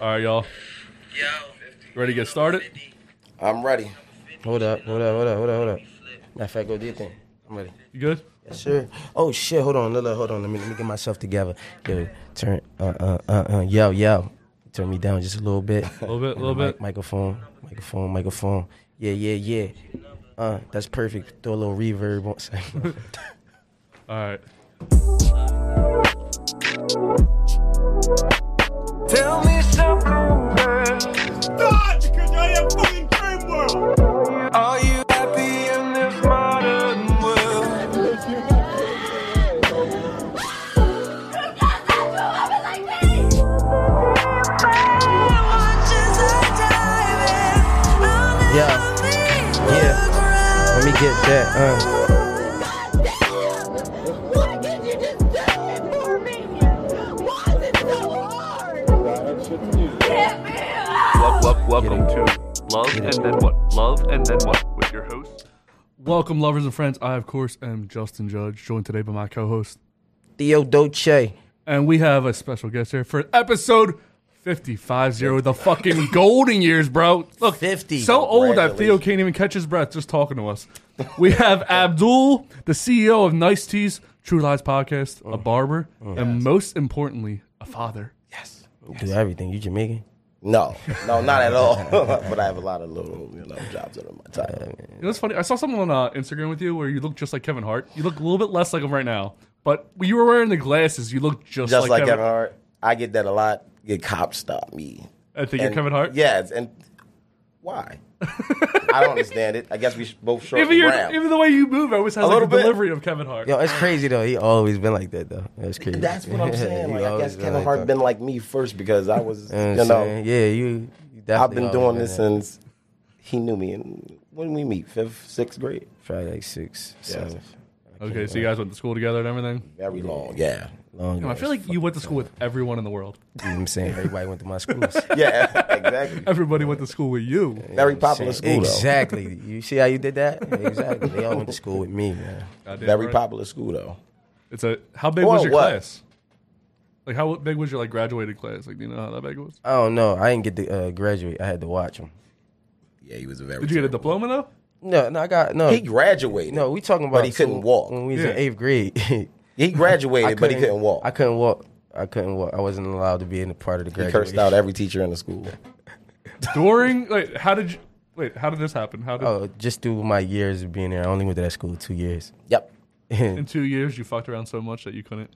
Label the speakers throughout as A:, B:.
A: All right, y'all.
B: Yo.
A: Ready to get started?
C: I'm ready.
D: Hold up, hold up, hold up, hold up, hold up. Matter of fact, go do your thing. I'm ready.
A: You good?
D: Yes, sir. Oh shit, hold on, look, look, hold on. Let me let me get myself together. Yo, turn uh uh uh uh yo, yo. Turn me down just a little bit.
A: A little bit, a little bit.
D: Microphone, microphone, microphone. Yeah, yeah, yeah. Uh, that's perfect. Throw a little reverb on second.
A: All right.
E: Tell me something, girl.
F: Dodge, cause you're in a fucking dream world.
E: Are you happy in this modern world?
D: yeah, yeah. Let me get that. Uh,
B: Welcome, welcome to Love and Then What? Love and Then What? With your host.
A: Welcome, lovers and friends. I, of course, am Justin Judge, joined today by my co-host,
D: Theo Doce.
A: and we have a special guest here for episode fifty-five zero, the fucking golden years, bro. Look,
D: 50.
A: so old that Theo can't even catch his breath just talking to us. We have Abdul, the CEO of Nice Teas, True Lies Podcast, a barber, and most importantly, a father.
D: Do everything. You Jamaican?
C: No, no, not at all. but I have a lot of little, you know, jobs under my title.
A: You know, it's funny. I saw someone on uh, Instagram with you where you look just like Kevin Hart. You look a little bit less like him right now, but when you were wearing the glasses, you look just,
C: Just like Kevin Hart, I get that a lot. Get cops stop me.
A: I think you're Kevin Hart.
C: Yes, and why? I don't understand it. I guess we should both short
A: Even,
C: and
A: your,
C: brown.
A: even the way you move always has
C: A
A: like a
C: little bit.
A: delivery of Kevin Hart.
D: Yo, it's crazy though. He always been like that though. That's crazy.
C: That's what I'm saying.
D: He
C: Like, I
D: always
C: guess Kevin
D: like
C: Hart
D: that.
C: been like me first because I was,
D: You know
C: you
D: what I'm
C: know,
D: saying? yeah, you. you
C: I've
D: definitely
C: been
D: always
C: doing this
D: that.
C: since he knew me. And when did we meet, fifth, sixth grade,
D: probably like six, seven.
A: Okay, so you guys went to school together and everything.
C: very long. Yeah,
D: Long
A: Damn, I feel like you went to school with everyone in the world.
D: you know what I'm saying everybody went to my schools.
C: yeah, exactly.
A: Everybody went to school with you.
C: Very popular school, though.
D: exactly. You see how you did that? Exactly. They all went to school with me, man.
A: Goddamn
C: Very
A: right.
C: popular school, though.
A: It's a how big
C: Well,
A: was your
C: what?
A: class? Like how big was your like graduated class? Like do you know how that big it was?
D: I don't know. I didn't get to uh, graduate. I had to watch them.
C: Yeah, he was a very.
A: Did you get a
C: terrible-
A: diploma though?
D: No, no, I got no.
C: He graduated.
D: no, we talking about
C: he couldn't
D: so
C: walk.
D: when we was in
A: Yeah.
D: eighth grade.
C: he
D: I
C: graduated, but he couldn't walk.
D: I couldn't walk. I couldn't walk. I wasn't allowed to be in a part of the
C: he
D: graduation.
C: cursed out every teacher in the school.
A: During like how did you wait? How did this happen? How did
D: Oh, just through my years of being there, I only went to that school two years.
C: Yep.
A: in two years you fucked around so much that you couldn't?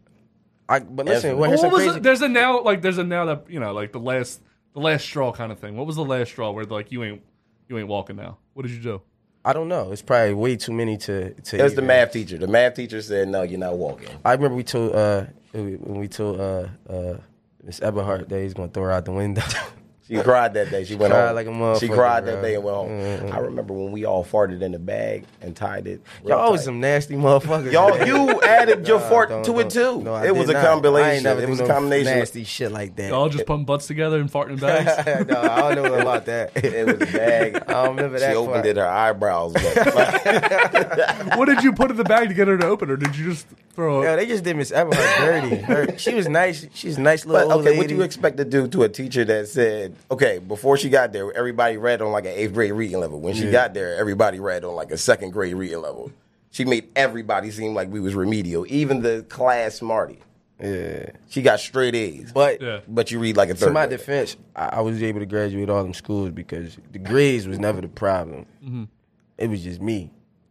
D: I, but listen,
C: Definitely.
D: what
A: What
D: here's some
A: was
D: crazy.
A: it? There's a now like there's a now that you know like the last the last straw kind of thing. What was the last straw where like you ain't you ain't walking now? What did you do?
D: I don't know. It's probably way too many to. to
C: It was the
D: even-
C: math teacher. The math teacher said, "No, you're not walking."
D: I remember we told uh when we told uh uh Miss Eberhardt that he's gonna throw her out the window.
C: She cried that day. She went
D: Cried
C: home.
D: like a motherfucker,
C: she cried
D: bro. Mm-hmm.
C: that day and went home. I remember when we all farted in the bag and tied it. real
D: Y'all always
C: tight.
D: some nasty motherfuckers.
C: Y'all,
D: man.
C: you added your
D: Nah,
C: fart
D: don't-
C: to it
D: don't.
C: too.
D: No, I
C: it
D: did
C: was a
D: not. I ain't
C: combination.
D: never
C: It
D: do
C: was
D: no
C: a combination.
D: Nasty shit like that.
A: Y'all just pump butts together and fart in bags.
D: no, I don't know about that.
C: It was a bag.
D: I don't remember that
C: She opened
D: part.
C: it. Her eyebrows. looked like-
A: what did you put in the bag to get her to open, or did you just throw?
D: Yo,
A: A,
D: they just did Miss Eberhardt dirty. Her- she was nice. She's a nice
C: but
D: little old
C: okay, what
D: lady.
C: do you expect to do to a teacher that said, okay, before she got there, everybody read on like an eighth grade reading level. When she
D: Yeah.
C: got there, everybody read on like a second grade reading level. She made everybody seem like we was remedial, even the class Marty.
D: Yeah.
C: She got straight A's.
D: But
A: yeah.
C: But you read like a third.
D: to my
C: grader.
D: defense, I, I was able to graduate all them schools because the grades was never the problem. It was just me,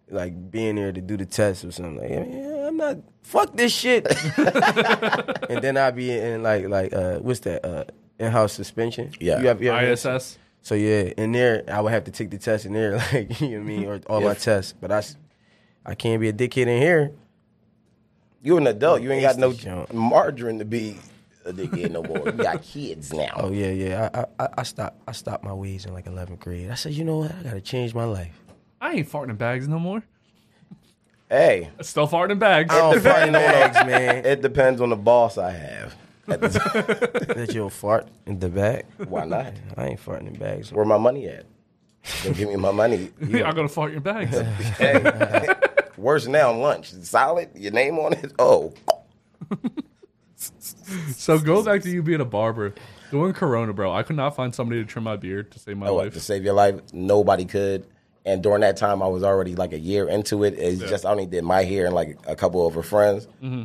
D: like being there to do the test or something. Like, yeah, I'm not fuck this shit. and then I'd be in like like uh, what's that uh, in house suspension?
C: Yeah.
D: you have, you ever-
A: ISS.
D: so yeah, in there I would have to take the test in there, like you know what I mean, or all my tests. But I, s- I can't be a dickhead in here.
C: you an adult. You ain't got no
D: Tasty junk.
C: margarine to be a dickhead no more. You got kids now.
D: Oh yeah, yeah. I- I I, I stopped I stopped my ways in like 11th grade. I said, you know what? I gotta change my life.
A: I ain't farting in bags no more.
C: Hey,
A: Still farting in bags.
D: I don't fart in
C: Depending on-
D: bags, man.
C: it depends on the boss I have. At the time.
D: That you'll fart in the bag.
C: Why not?
D: I ain't farting in bags.
C: Where my money at? Don't give me my money.
A: I'm gonna fart in bags.
C: Hey. Worse now, lunch. Solid, your name on it. Oh,
A: so go back to you being a barber. During Corona, bro, I could not find somebody to trim my beard to save my
C: Oh, what,
A: life.
C: to save your life, nobody could. And during that time, I was already like a year into it. It's just I only did my hair and like a couple of her friends.
A: Mm-hmm.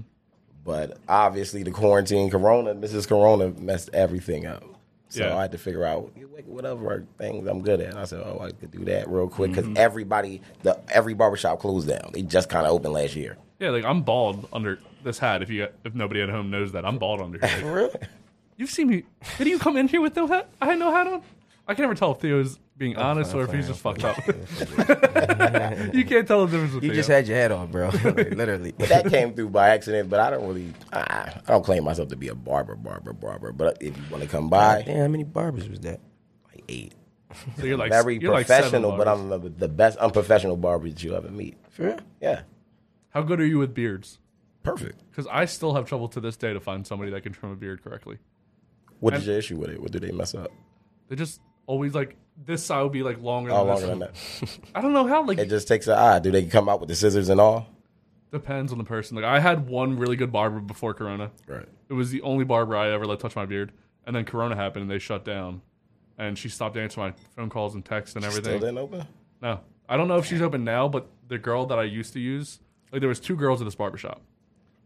C: But obviously, the quarantine, Corona, Mrs. Corona messed everything up. So
A: Yeah.
C: I had to figure out like, what other things I'm good at. And I said, oh, I could do that real quick because
A: Mm-hmm.
C: everybody, the every barbershop closed down. They just kind of opened last year.
A: Yeah, like I'm bald under this hat. If you if nobody at home knows that I'm bald under here.
D: For real?
A: You've seen me. Did you come in here with no hat? I had no hat on. I can never tell if Theo's being honest or if he's just fucked up. you can't tell the difference. With
D: You
A: Theo.
D: just had your head on, bro. Like, literally.
C: that came through by accident, but I don't really, I, I don't claim myself to be a barber, barber, barber. But if you want to come by,
D: Damn, how many barbers was that?
C: like eight.
A: so you're like
C: very
A: you're like seven
C: professional, but
A: bars.
C: I'm the, the best unprofessional barber that you ever meet.
D: For real?
C: Yeah,
A: How good are you with beards?
C: perfect.
A: Because I still have trouble to this day to find somebody that can trim a beard correctly.
C: What is your issue with it? What do they mess up?
A: They just always like this side would be like longer.
C: How
A: Than this
C: Oh, longer than
A: side.
C: that?
A: I don't know how. Like
C: It just takes an eye. Do they come out with the scissors and all?
A: depends on the person. Like I had one really good barber before Corona.
C: Right.
A: It was the only barber I ever let touch my beard. And then Corona happened and they shut down. And she stopped answering my phone calls and texts and
C: Still
A: everything.
C: didn't open.
A: No, I don't know if she's open now, but the girl that I used to use, like there was two girls at this barbershop.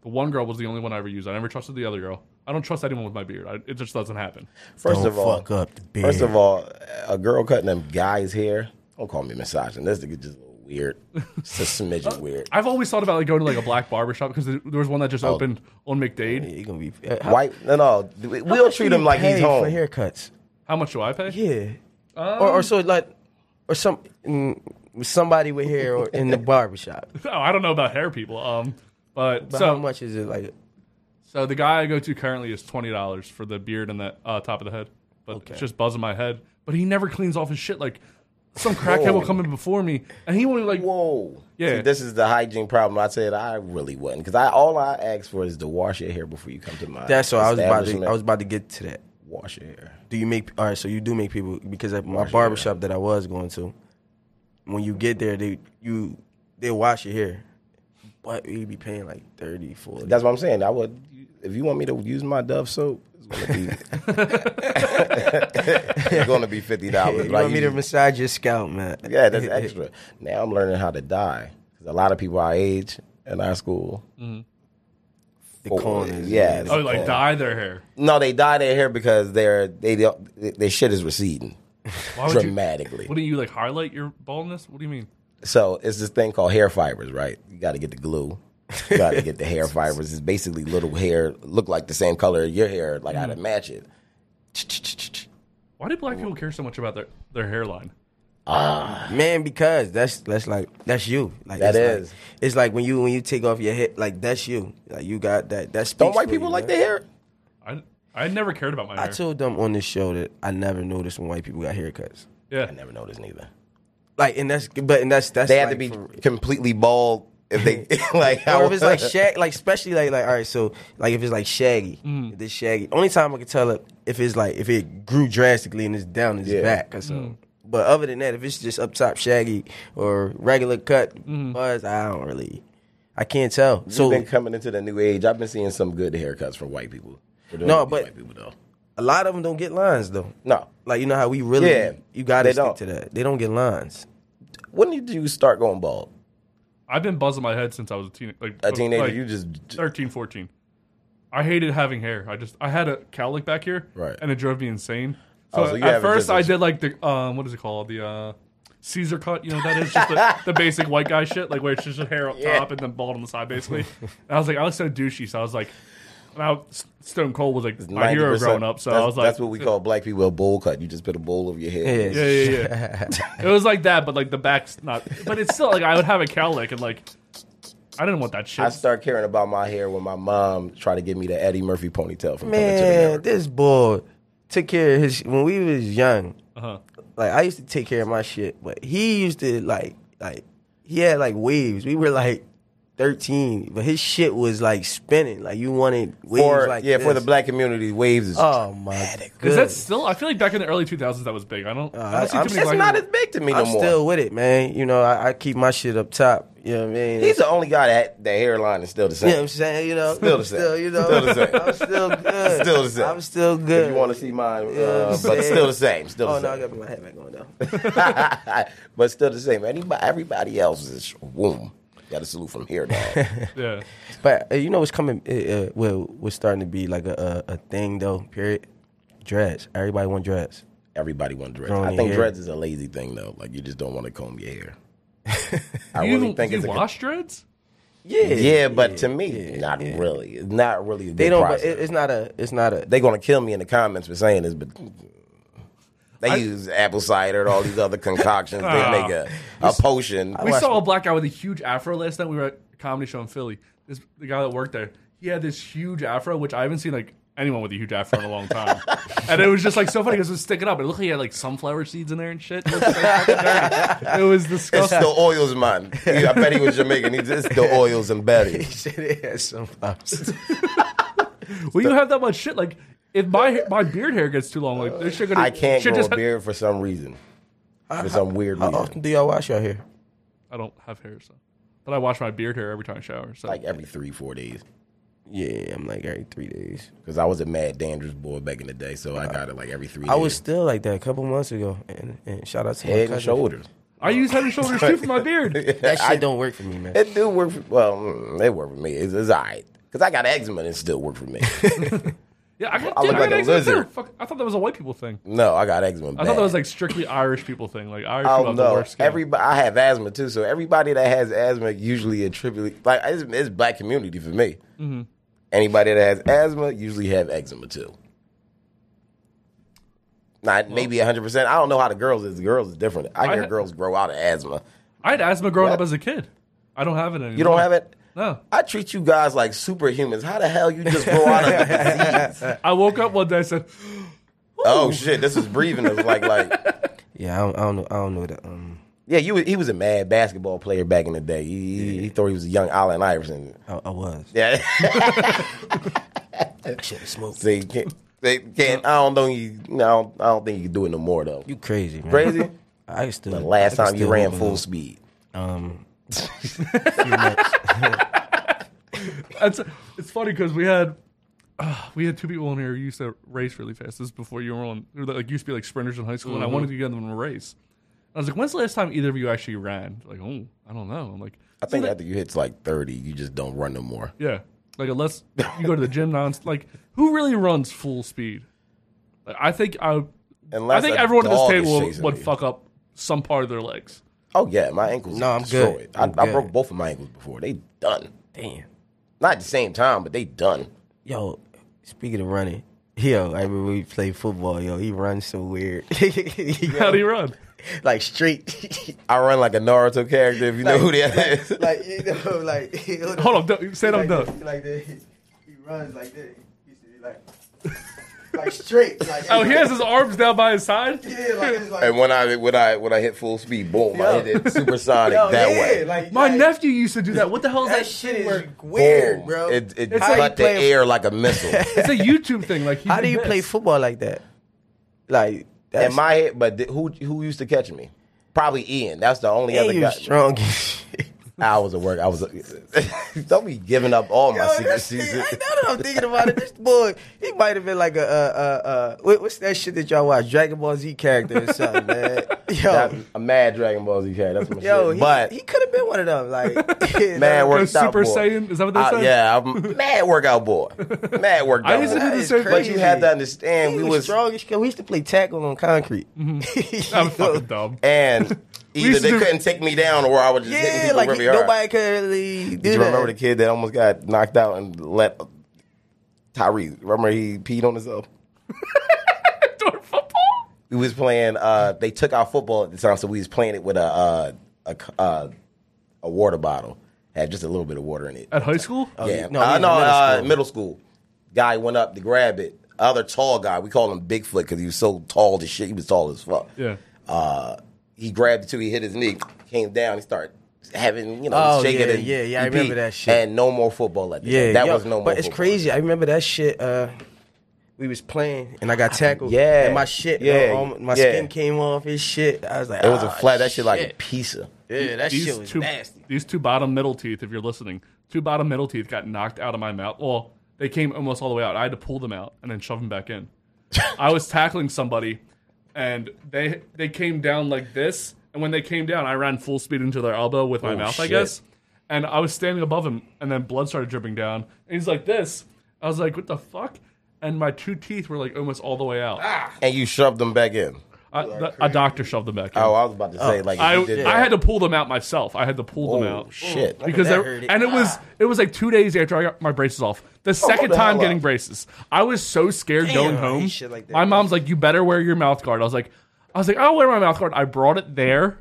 A: The one girl was the only one I ever used. I never trusted the other girl. I don't trust anyone with my beard. I, it just doesn't happen.
C: 1st
D: Don't
C: of all,
D: fuck up the beard.
C: first of all, a girl cutting them guys' hair. Don't call me misogynist. It's just a little weird. It's a
D: Uh,
C: smidgen weird.
A: I've always thought about like going to like a black barbershop because there there was one that
D: Oh.
A: just opened on McDade.
D: you gonna be uh, how-
C: White? No, no.
D: how
C: We'll
D: much do
C: treat
D: you
C: him like he's
D: pay
C: home.
D: for haircuts.
A: How much do I pay?
D: Yeah, or or so like, or some mm, somebody with hair or in the barbershop.
A: Oh, I don't know about hair people. Um, but,
D: But
A: so
D: how much is it like?
A: so the guy I go to currently is twenty dollars for the beard and the uh, top of the head, but it's just buzzing my head. But he never cleans off his shit. Like some crackhead will
C: Whoa.
A: come in before me, and he won't like
C: Whoa.
A: Yeah.
C: See, this is the hygiene problem. I said I really wouldn't because I all I ask for is to wash your hair before you come to my.
D: That's what I was about to.
C: establishment.
D: I was about to get to that.
C: wash your hair.
D: Do you make all right? So you do make people because at my barbershop that I was going to, when you get there, they you they wash your hair, but you be paying like 30, 40.
C: That's what I'm saying. I would if you want me to use my Dove soap. It's gonna be, it's gonna be fifty
D: you
C: dollars.
D: want me to massage your scalp, man?
C: yeah, that's extra. Now I'm learning how to dye because a lot of people our age in our school,
D: Mm-hmm. The corners.
C: Yeah,
A: oh like dye their hair.
C: no, they dye their hair because their they don't- their shit is receding
A: Why would you?
C: dramatically.
A: Wouldn't you like highlight your baldness? What do you mean?
C: So it's this thing called hair fibers, right? You got to get the glue. You got to get the hair fibers. It's basically little hair look like the same color of your hair, like
D: Mm-hmm.
C: how to match it.
A: Why do black people care so much about their, their hairline?
D: Man, because that's that's like that's you. Like
C: That
D: it's
C: is.
D: Like, it's like when you when you take off your head, like that's you. Like you got that. That speaks
C: Don't white
D: for
C: people
D: you,
C: like
D: man.
C: their hair?
A: I I never cared about my hair.
D: I told them on this show that I never noticed when white people got haircuts.
A: yeah,
C: I never noticed neither.
D: Like and that's but and that's that's
C: They have to
D: like
C: be
D: for-
C: completely bald if they like.
D: or if it's like shag, like especially like like all right, so like if it's like shaggy,
A: Mm.
D: if it's shaggy. Only time I can tell it if it's like if it grew drastically and it's down his
C: Yeah.
D: back or
A: Mm.
D: something. But other than that, if it's just up top shaggy or regular cut
A: Mm.
D: buzz, I don't really, I can't tell.
C: so
D: So
C: been coming into the new age. I've been seeing some good haircuts from white people. There don't
D: No,
C: need to be
D: but-
C: white people though.
D: a lot of them don't get lines though.
C: No,
D: Like you know how we really,
C: Yeah,
D: you gotta
C: they
D: stick
C: don't.
D: to that. They don't get lines.
C: when did you start going bald?
A: I've been buzzing my head since I was a teenager. Like
C: A teenager,
A: Uh, like
C: you just
A: 13, 14. I hated having hair. I just I had a cowlick back here,
C: Right.
A: and it drove me insane. So,
C: Oh, so you
A: at
C: have it
A: first
C: just
A: I
C: as-
A: did like the um what is it called the uh Caesar cut. You know that is just the, the basic white guy shit, like where it's just hair up top and then bald on the side, basically. And I was like, I was so douchey, so I was like. And I, was- Stone Cold was like my hero
C: 90%
A: growing up, so
C: that's,
A: I was like,
C: that's what we call black people a bowl cut. You just put a bowl over your head.
A: Yeah, yeah, yeah. it was like that, but like the back's not. But it's still like I would have a cowlick and like I didn't want that shit.
C: I started caring about my hair when my mom tried to give me the Eddie Murphy ponytail from coming to the
D: Man,
C: network.
D: this boy took care of his when we was young.
A: Uh-huh.
D: Like I used to take care of my shit, but he used to like like he had like waves. We were like 13, but his shit was like spinning. Like you wanted waves
C: For,
D: like
C: yeah, for the
D: this.
C: black community, waves is.
D: Oh my
A: Is
D: god.
A: that still? I feel like back in the early 2000s that was big. I don't. I
D: I-
A: don't see too many
D: I'm-
C: it's
A: black
C: Uh, not as
A: people-
C: big to me no
D: I'm
C: more.
D: still with it, man. You know, I, I keep my shit up top. You know what I mean?
C: He's the only guy that the hairline is still the
D: you know what
C: same.
D: I'm saying? You know,
C: Still the same.
D: Still, you know,
C: Still the same.
D: I'm still good.
C: Still the same.
D: I'm still
C: If
D: good.
C: you want to see mine,
D: You know what
C: uh,
D: I'm
C: but
D: saying?
C: still the same. Still
D: Oh
C: the
D: no, I
C: same.
D: got my hat back on though.
C: but still the same. Anybody, everybody else is womb. Got a salute from here now.
A: Yeah.
D: But uh, you know what's coming? Uh, uh, well, what's starting to be like a, a a thing though. Period. Dreads. Everybody want dreads.
C: everybody want dreads.
D: Growing
C: I
D: your
C: think
D: hair.
C: dreads is a lazy thing though. Like you just don't want to comb your hair. I
A: you
C: really think
A: you
C: it's a
A: wash dreads?
D: Yeah.
C: yeah, but to me, not
D: yeah.
C: really. It's not really. A good
D: They don't.
C: Process.
D: But it, it's not a. It's not a.
C: they gonna kill me in the comments for saying this, but they
A: I-
C: use apple cider and all these other concoctions. they
A: Ah.
C: make a, a potion.
A: We saw a black guy with a huge afro last night. We were at a comedy show in Philly. This the guy that worked there. He had this huge afro, which I haven't seen like anyone with a huge afro in a long time. and it was just like so funny because it was sticking up. It looked like he had like sunflower seeds in there and shit. It was, so fucking dirty. It was
C: It's
A: disgusting.
C: the oils, man. He- I bet he was Jamaican. He's it's the oils and berries.
D: said it had some.
A: Well, you have that much shit. Like if my ha- my beard hair gets too long, like this shit gonna.
C: I can't
A: shit
C: grow a
A: just ha-
C: beard for some reason. For some weird
D: How
C: reason.
D: often do y'all wash your hair?
A: I don't have hair, so. But I wash my beard hair every time I shower. So
C: Like every three, four days.
D: Yeah, I'm like every three days.
C: Because I was a mad dangerous boy back in the day, so
A: Uh,
C: I got it like every three
D: I
C: days.
D: was still like that a couple months ago, and, and shout out to my
C: head and
D: cousin.
C: shoulders.
A: I use head and shoulders too for my beard.
D: That shit don't work for me, man.
C: It do work for, well, mm, it worked for me. It's, it's all right. Because I got eczema and it still worked for me.
A: Yeah, I, got,
C: I
A: dude,
C: look
A: I got
C: like a
A: eczema too.
C: lizard.
A: Fuck, I thought that was a white people thing.
C: no, I got eczema
A: I
C: bad.
A: thought that was like strictly Irish people thing. Like Irish people
C: Oh
A: have the
C: no!
A: worst skin.
C: Everybody, I have asthma too, so everybody that has asthma usually attribute like it's, it's black community for me.
A: Mm-hmm.
C: Anybody that has asthma usually have eczema too. Not maybe hundred percent. I don't know how the girls is. The girls is different. I
A: I
C: hear
A: ha-
C: girls grow out of asthma.
A: I had asthma growing
C: What?
A: up as a kid. I don't have it anymore.
C: You don't have it.
A: No.
C: I treat you guys like superhumans. How the hell you just grow out of the disease?
A: I woke up one day and said,
C: oh shit! This is breathing. It was like like
D: Yeah, I don't, I don't know. I don't know that. Um,
C: yeah. You he was a mad basketball player back in the day. He, he, he thought he was a young Allen Iverson.
D: I, I was.
C: Yeah.
D: I should have smoked.
C: They can't. They can't. I don't know. You. I don't, I don't think you can do it no more though.
D: You crazy, man?
C: crazy?
D: I can still.
C: The last
D: I can
C: time you
D: still
C: ran
D: hold
C: full
D: on.
C: speed.
D: Um,
A: That's, it's funny because we had uh, we had two people on here who used to race really fast. This is before you were on. They were like used to be like sprinters in high school, and
C: Mm-hmm.
A: I wanted to get them in a race. I was like, "When's the last time either of you actually ran?" Like, oh, I don't know. I'm like,
C: I think after you hit like thirty, you just don't run no more.
A: yeah, like unless you go to the gym non, like who really runs full speed? Like, I think I,
C: Unless
A: I think
C: a
A: everyone at this
C: dog is
A: table
C: chasing
A: would
C: you.
A: fuck up some part of their legs.
C: Oh yeah, my ankles.
D: No,
C: are
D: I'm
C: destroyed.
D: good.
C: I,
D: I'm
C: I
D: good.
C: broke both of my ankles before. They done.
D: damn.
C: Not at the same time, but they done.
D: Yo, speaking of running, yo, I remember we played football. Yo, he runs so weird. Yo,
A: How do you run?
D: like straight.
C: I run like a Naruto character. If you know who that is.
D: like you know, like
A: Hold on, don't- say it on
D: like
A: done.
D: this, Like this, he runs like this. He used to be like, like straight. Like,
A: Oh, he has his arms down by his side.
D: yeah, like, it's like,
C: and when I when I when I hit full speed, boom! I
D: Yeah.
C: hit it supersonic
D: yo,
C: that
D: yeah,
C: way.
D: Like
A: My
D: like,
A: nephew used to do that. What the hell is
D: That
A: that?
D: shit is
C: Boom.
D: weird, bro.
C: It, it
A: It's
C: cut
A: like
C: the
D: playing-
C: air like a missile.
A: It's a YouTube thing. Like, he
D: How
A: did
D: do you
A: this.
D: play football like that? Like that's
C: In my head, but th- who who used to catch me? Probably Ian. That's the only other
D: and
C: guy.
D: you're strong. as shit.
C: I was at work. I was. don't be giving up all my
D: Yo,
C: secret
D: that's the-
C: season.
D: I- now that I'm thinking about it, this boy, he might have been like a, uh, uh, uh, what- what's that shit that y'all watch? Dragon Ball Z character or something, man. Yo,
C: That- a mad Dragon Ball Z cat. That's my
D: yo,
C: shit.
D: he,
C: but
D: he could have been one of them. Like, you know?
C: mad workout
A: Super
C: boy.
A: Saiyan? Is that what they
C: I-
A: said?
C: Yeah, I'm mad workout boy. Mad workout.
A: used to do the
C: boy.
D: That is
A: same thing.
C: But you have to understand,
D: He was,
C: we
D: Mm-hmm.
C: was
D: strong as shit. We used to play tackle on concrete.
A: I'm fucking dumb.
C: and either
A: used
C: they
A: to do-
C: couldn't take me down, or I was just hitting
D: yeah,
C: people
D: like
C: really
D: he-
C: hard.
D: nobody could really do
C: Did you
D: that.
C: remember the kid that almost got knocked out and let Tyrese? Remember he peed on himself.
A: Doing football?
C: we was playing. Uh, they took our football at the time, so we was playing it with a uh, a c- uh, a water bottle had just a little bit of water in it.
A: At high school?
C: yeah,
D: oh, no,
C: no, uh,
D: he's in
C: no,
D: middle
C: middle, uh,
D: school.
C: school. middle school guy went up to grab it. Other tall guy, we call him Bigfoot because he was so tall as shit. He was tall as fuck.
A: Yeah.
C: Uh, he grabbed it too. He hit his knee, came down, he started having you know
D: Oh,
C: shaking
D: yeah,
C: and
D: yeah, yeah, I
C: EP,
D: remember that shit.
C: And no more football at the
D: Yeah,
C: time. that
D: yo,
C: was no more.
D: But it's
C: football.
D: crazy. I remember that shit. Uh, we was playing and I got tackled.
C: Yeah.
D: and my shit.
C: Yeah,
D: Ah, Yeah, my
C: yeah.
D: skin came off and shit. I was like,
C: It was a
D: "Ah,
C: flat. That shit like a
D: shit."
C: pizza.
D: yeah, that
A: these
D: shit was
A: two,
D: nasty.
A: These two bottom middle teeth, if you're listening, two bottom middle teeth got knocked out of my mouth. Well, they came almost all the way out. I had to pull them out and then shove them back in. I was tackling somebody, and they they came down like this. And when they came down, I ran full speed into their elbow with
C: Oh,
A: my mouth, I
D: shit.
A: guess. And I was standing above him, and then blood started dripping down. And he's like this. I was like, "What the fuck?" And my two teeth were like almost all the way out.
C: And you shoved them back in.
A: I, th- a doctor shoved them back in.
C: Oh, I was about to say like if
A: I,
C: you did
A: I
C: that-
A: had to pull them out myself. I had to pull
C: Oh
A: them out
C: shit!
A: because
D: that
A: they
D: hurt it.
A: and it was it was like two days after I got my braces off. The second
C: Ah. Oh, the
A: time
C: hell
A: getting
C: up.
A: braces, I was so scared going
D: I hate
A: home.
D: shit like that,
A: my
D: man.
A: mom's like, "You better wear your mouth guard." I was like, "I was like, I'll wear my mouth guard." I brought it there.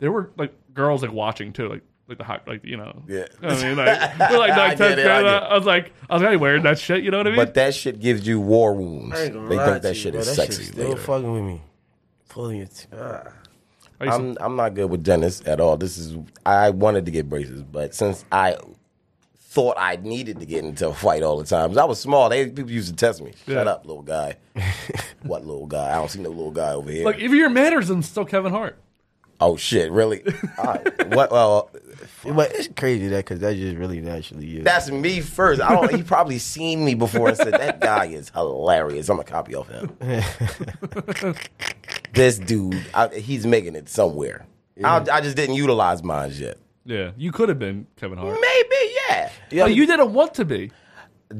A: There were like girls like watching too, like like the hot, like you know,
C: Yeah.
A: You know what I mean, like they're like,
C: I
A: like
C: get it, I get it.
A: I, was like, I was like, I ain't wearing that shit. You know what I mean?
C: But that shit gives you war wounds.
D: I
C: They
D: ain't gonna lie
C: think
D: to
C: that
D: you,
C: shit
D: bro.
C: is
D: That shit's
C: sexy.
D: Still
C: later.
D: fucking with me. Pulling your teeth. Ah.
A: I used to-
C: I'm I'm not good with dentists at all. This is I wanted to get braces, but since I thought I needed to get into a fight all the time, 'cause I was small. They people used to test me. Shut
A: Yeah.
C: up, little guy. what little guy? I don't see no little guy over here.
A: like if your manners, I'm still Kevin Hart.
C: oh shit, really? all right. What? Well,
D: But it's crazy that because that just really naturally is.
C: that's me first. I don't. He probably seen me before and said that guy is hilarious. I'm gonna copy off him. this dude, I, he's making it somewhere. I, I just didn't utilize mine yet.
A: Yeah, you could have been Kevin Hart.
C: Maybe, yeah.
A: But you didn't want to be.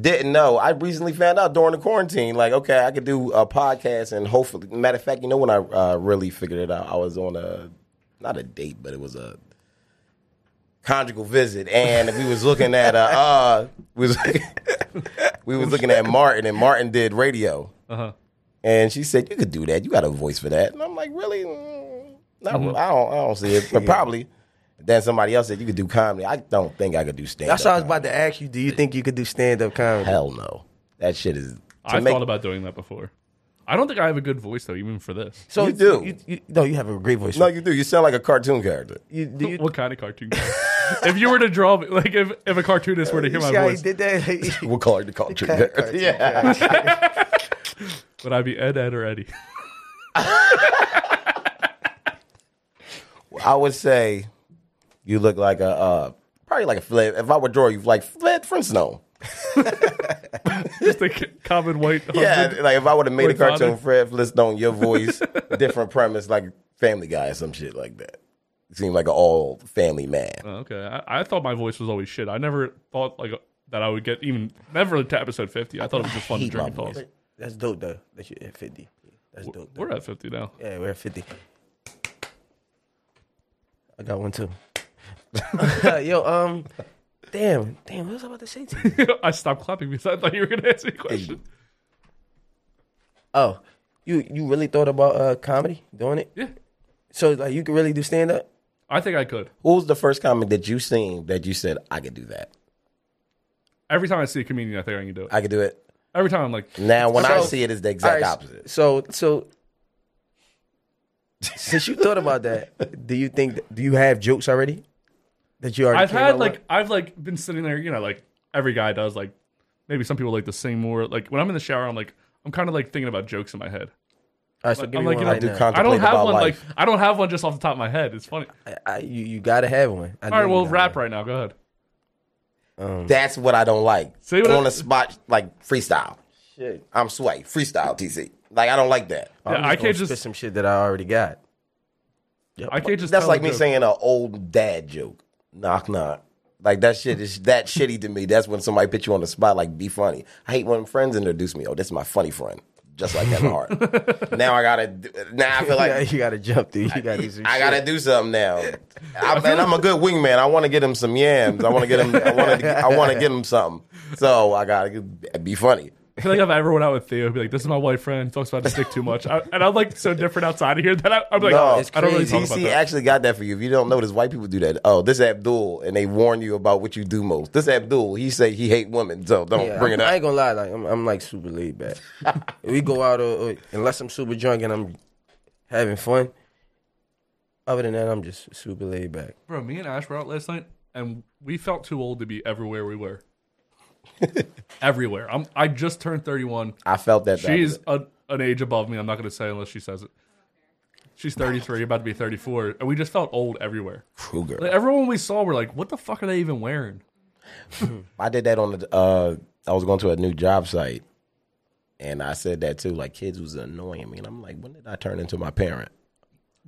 C: Didn't know. I recently found out during the quarantine. Like, okay, I could do a podcast, and hopefully, matter of fact, you know when I uh, really figured it out, I was on a not a date, but it was a conjugal visit, and we was looking at uh, uh we was we was looking at Martin, and Martin did radio,
D: Uh-huh.
C: and she said you could do that. You got a voice for that, and I'm like, really? Mm, Not
D: Mm-hmm.
C: really. I don't. I don't see it, but probably. Then somebody else said you could do comedy. I don't think I could do stand.
D: That's what I was about to ask you. Do you think you could do stand up comedy?
C: Hell no. That shit is. To
A: I
C: make,
A: thought about doing that before. I don't think I have a good voice though, even for this.
D: So
C: You do.
D: You, you, no, you have a great voice.
C: No, you do. You sound like a cartoon character.
D: you, do you,
A: what kind of cartoon? if you were to draw, me- like if, if a cartoonist were to hear
D: you
A: my
D: see how he
A: voice,
D: did that?
C: We'll call it the cartoon
D: Kind of
C: character.
D: cartoon
C: yeah.
A: would I be Ed, Ed, or Eddie?
C: I would say you look like a uh, probably like a Fled. If I would draw you like Fled Flintstone.
A: Just a c- common white
C: Yeah,
A: husband.
C: like if I would have made a
A: With father.
C: cartoon Fred Flintstone, your voice, different premise, like Family Guy or some shit like that. You seem like an all family man.
A: Oh, Okay, I, I thought my voice was always shit. I never thought like that I would get even never to episode fifty. I thought it was just fun to
C: hate
A: journey
C: my voice.
A: calls.
D: That's dope though. That you at fifty. That's dope. Though.
A: We're at fifty now.
D: Yeah, we're at fifty. I got one too. Yo, um, damn, damn, what was I about to say to you?
A: I stopped clapping because I thought you were going to ask me a question.
D: Oh, you you really thought about uh comedy doing it?
A: Yeah,
D: So like you could really do stand up?
A: I think I could.
C: Who was the first comic that you seen that you said I could do that?
A: Every time I see a comedian, I think I can do it.
C: I could do it.
A: Every time I'm like,
C: Now, when I
D: So-
C: see it, it's the exact
D: All right,
C: opposite.
D: So so since you thought about that, do you think do you have jokes already? That you already
A: I've
D: came
A: had
D: up
A: like
D: with?
A: I've like been sitting there, you know, like every guy does. Like maybe some people like to sing more. Like when I'm in the shower, I'm like I'm kind of like thinking about jokes in my head.
D: All right, so give
A: I'm
D: me
A: like,
D: one
A: you know,
D: right
C: do
D: now.
C: con-
A: I don't
C: Contemplate
A: have
C: about
A: one
C: life.
A: like I don't have one just off the top of my head. It's funny.
D: I, I, you you gotta have one. I
A: All right,
D: know you
A: well,
D: gotta
A: rap right now. Go ahead.
C: That's what I don't like.
A: See what I-
C: on the spot, like freestyle.
D: have one.
C: I'm sway, freestyle, TC. Like I don't like that.
A: Yeah, I can't just
D: spit some shit that I already got.
A: I can't just.
C: That's
A: tell a
C: like me
A: joke.
C: saying an old dad joke. Knock knock. Like that shit is that shitty to me. That's when somebody put you on the spot. Like be funny. I hate when friends introduce me. Oh, this is my funny friend. Just like Kevin Hart. now I gotta. do- Now I feel
D: Yeah,
C: like
D: you gotta jump, dude. You gotta do some
C: I
D: shit.
C: gotta do something now. I, and I'm a good wingman. I want to get him some yams. I want to get him. I want to. I want to get him something. So I gotta be funny.
A: I feel like if I ever went out with Theo, I'd be like, "This is my white friend. He talks about his dick too much," I, and I'm like so different outside of here that I, I'm like,
C: No,
A: I don't really
D: it's
A: talk
D: crazy.
A: about
C: TC
A: that.
C: actually got that for you. If you don't notice, white people do that. Oh, this Abdul, and they warn you about what you do most. This Abdul, he say he hate women, so don't
D: Yeah,
C: bring
D: I'm-
C: it up.
D: I ain't gonna lie, like I'm, I'm like super laid back. uh, If we go out or, or- unless I'm super drunk and I'm having fun. Other than that, I'm just super laid back.
A: Bro, me and Ash were out last night, and we felt too old to be everywhere we were. everywhere. I'm. I just turned 31.
C: I felt that. the other
A: She's
C: day.
A: a, an age above me. I'm not going to say unless she says it. She's 33, about to be 34, and we just felt old everywhere.
C: Kruger.
A: Like, everyone we saw were like, "What the fuck are they even wearing?"
C: I did that on the. Uh, I was going to a new job site, and I said that too. Like kids was annoying me, and I'm like, when did I turn into my parent?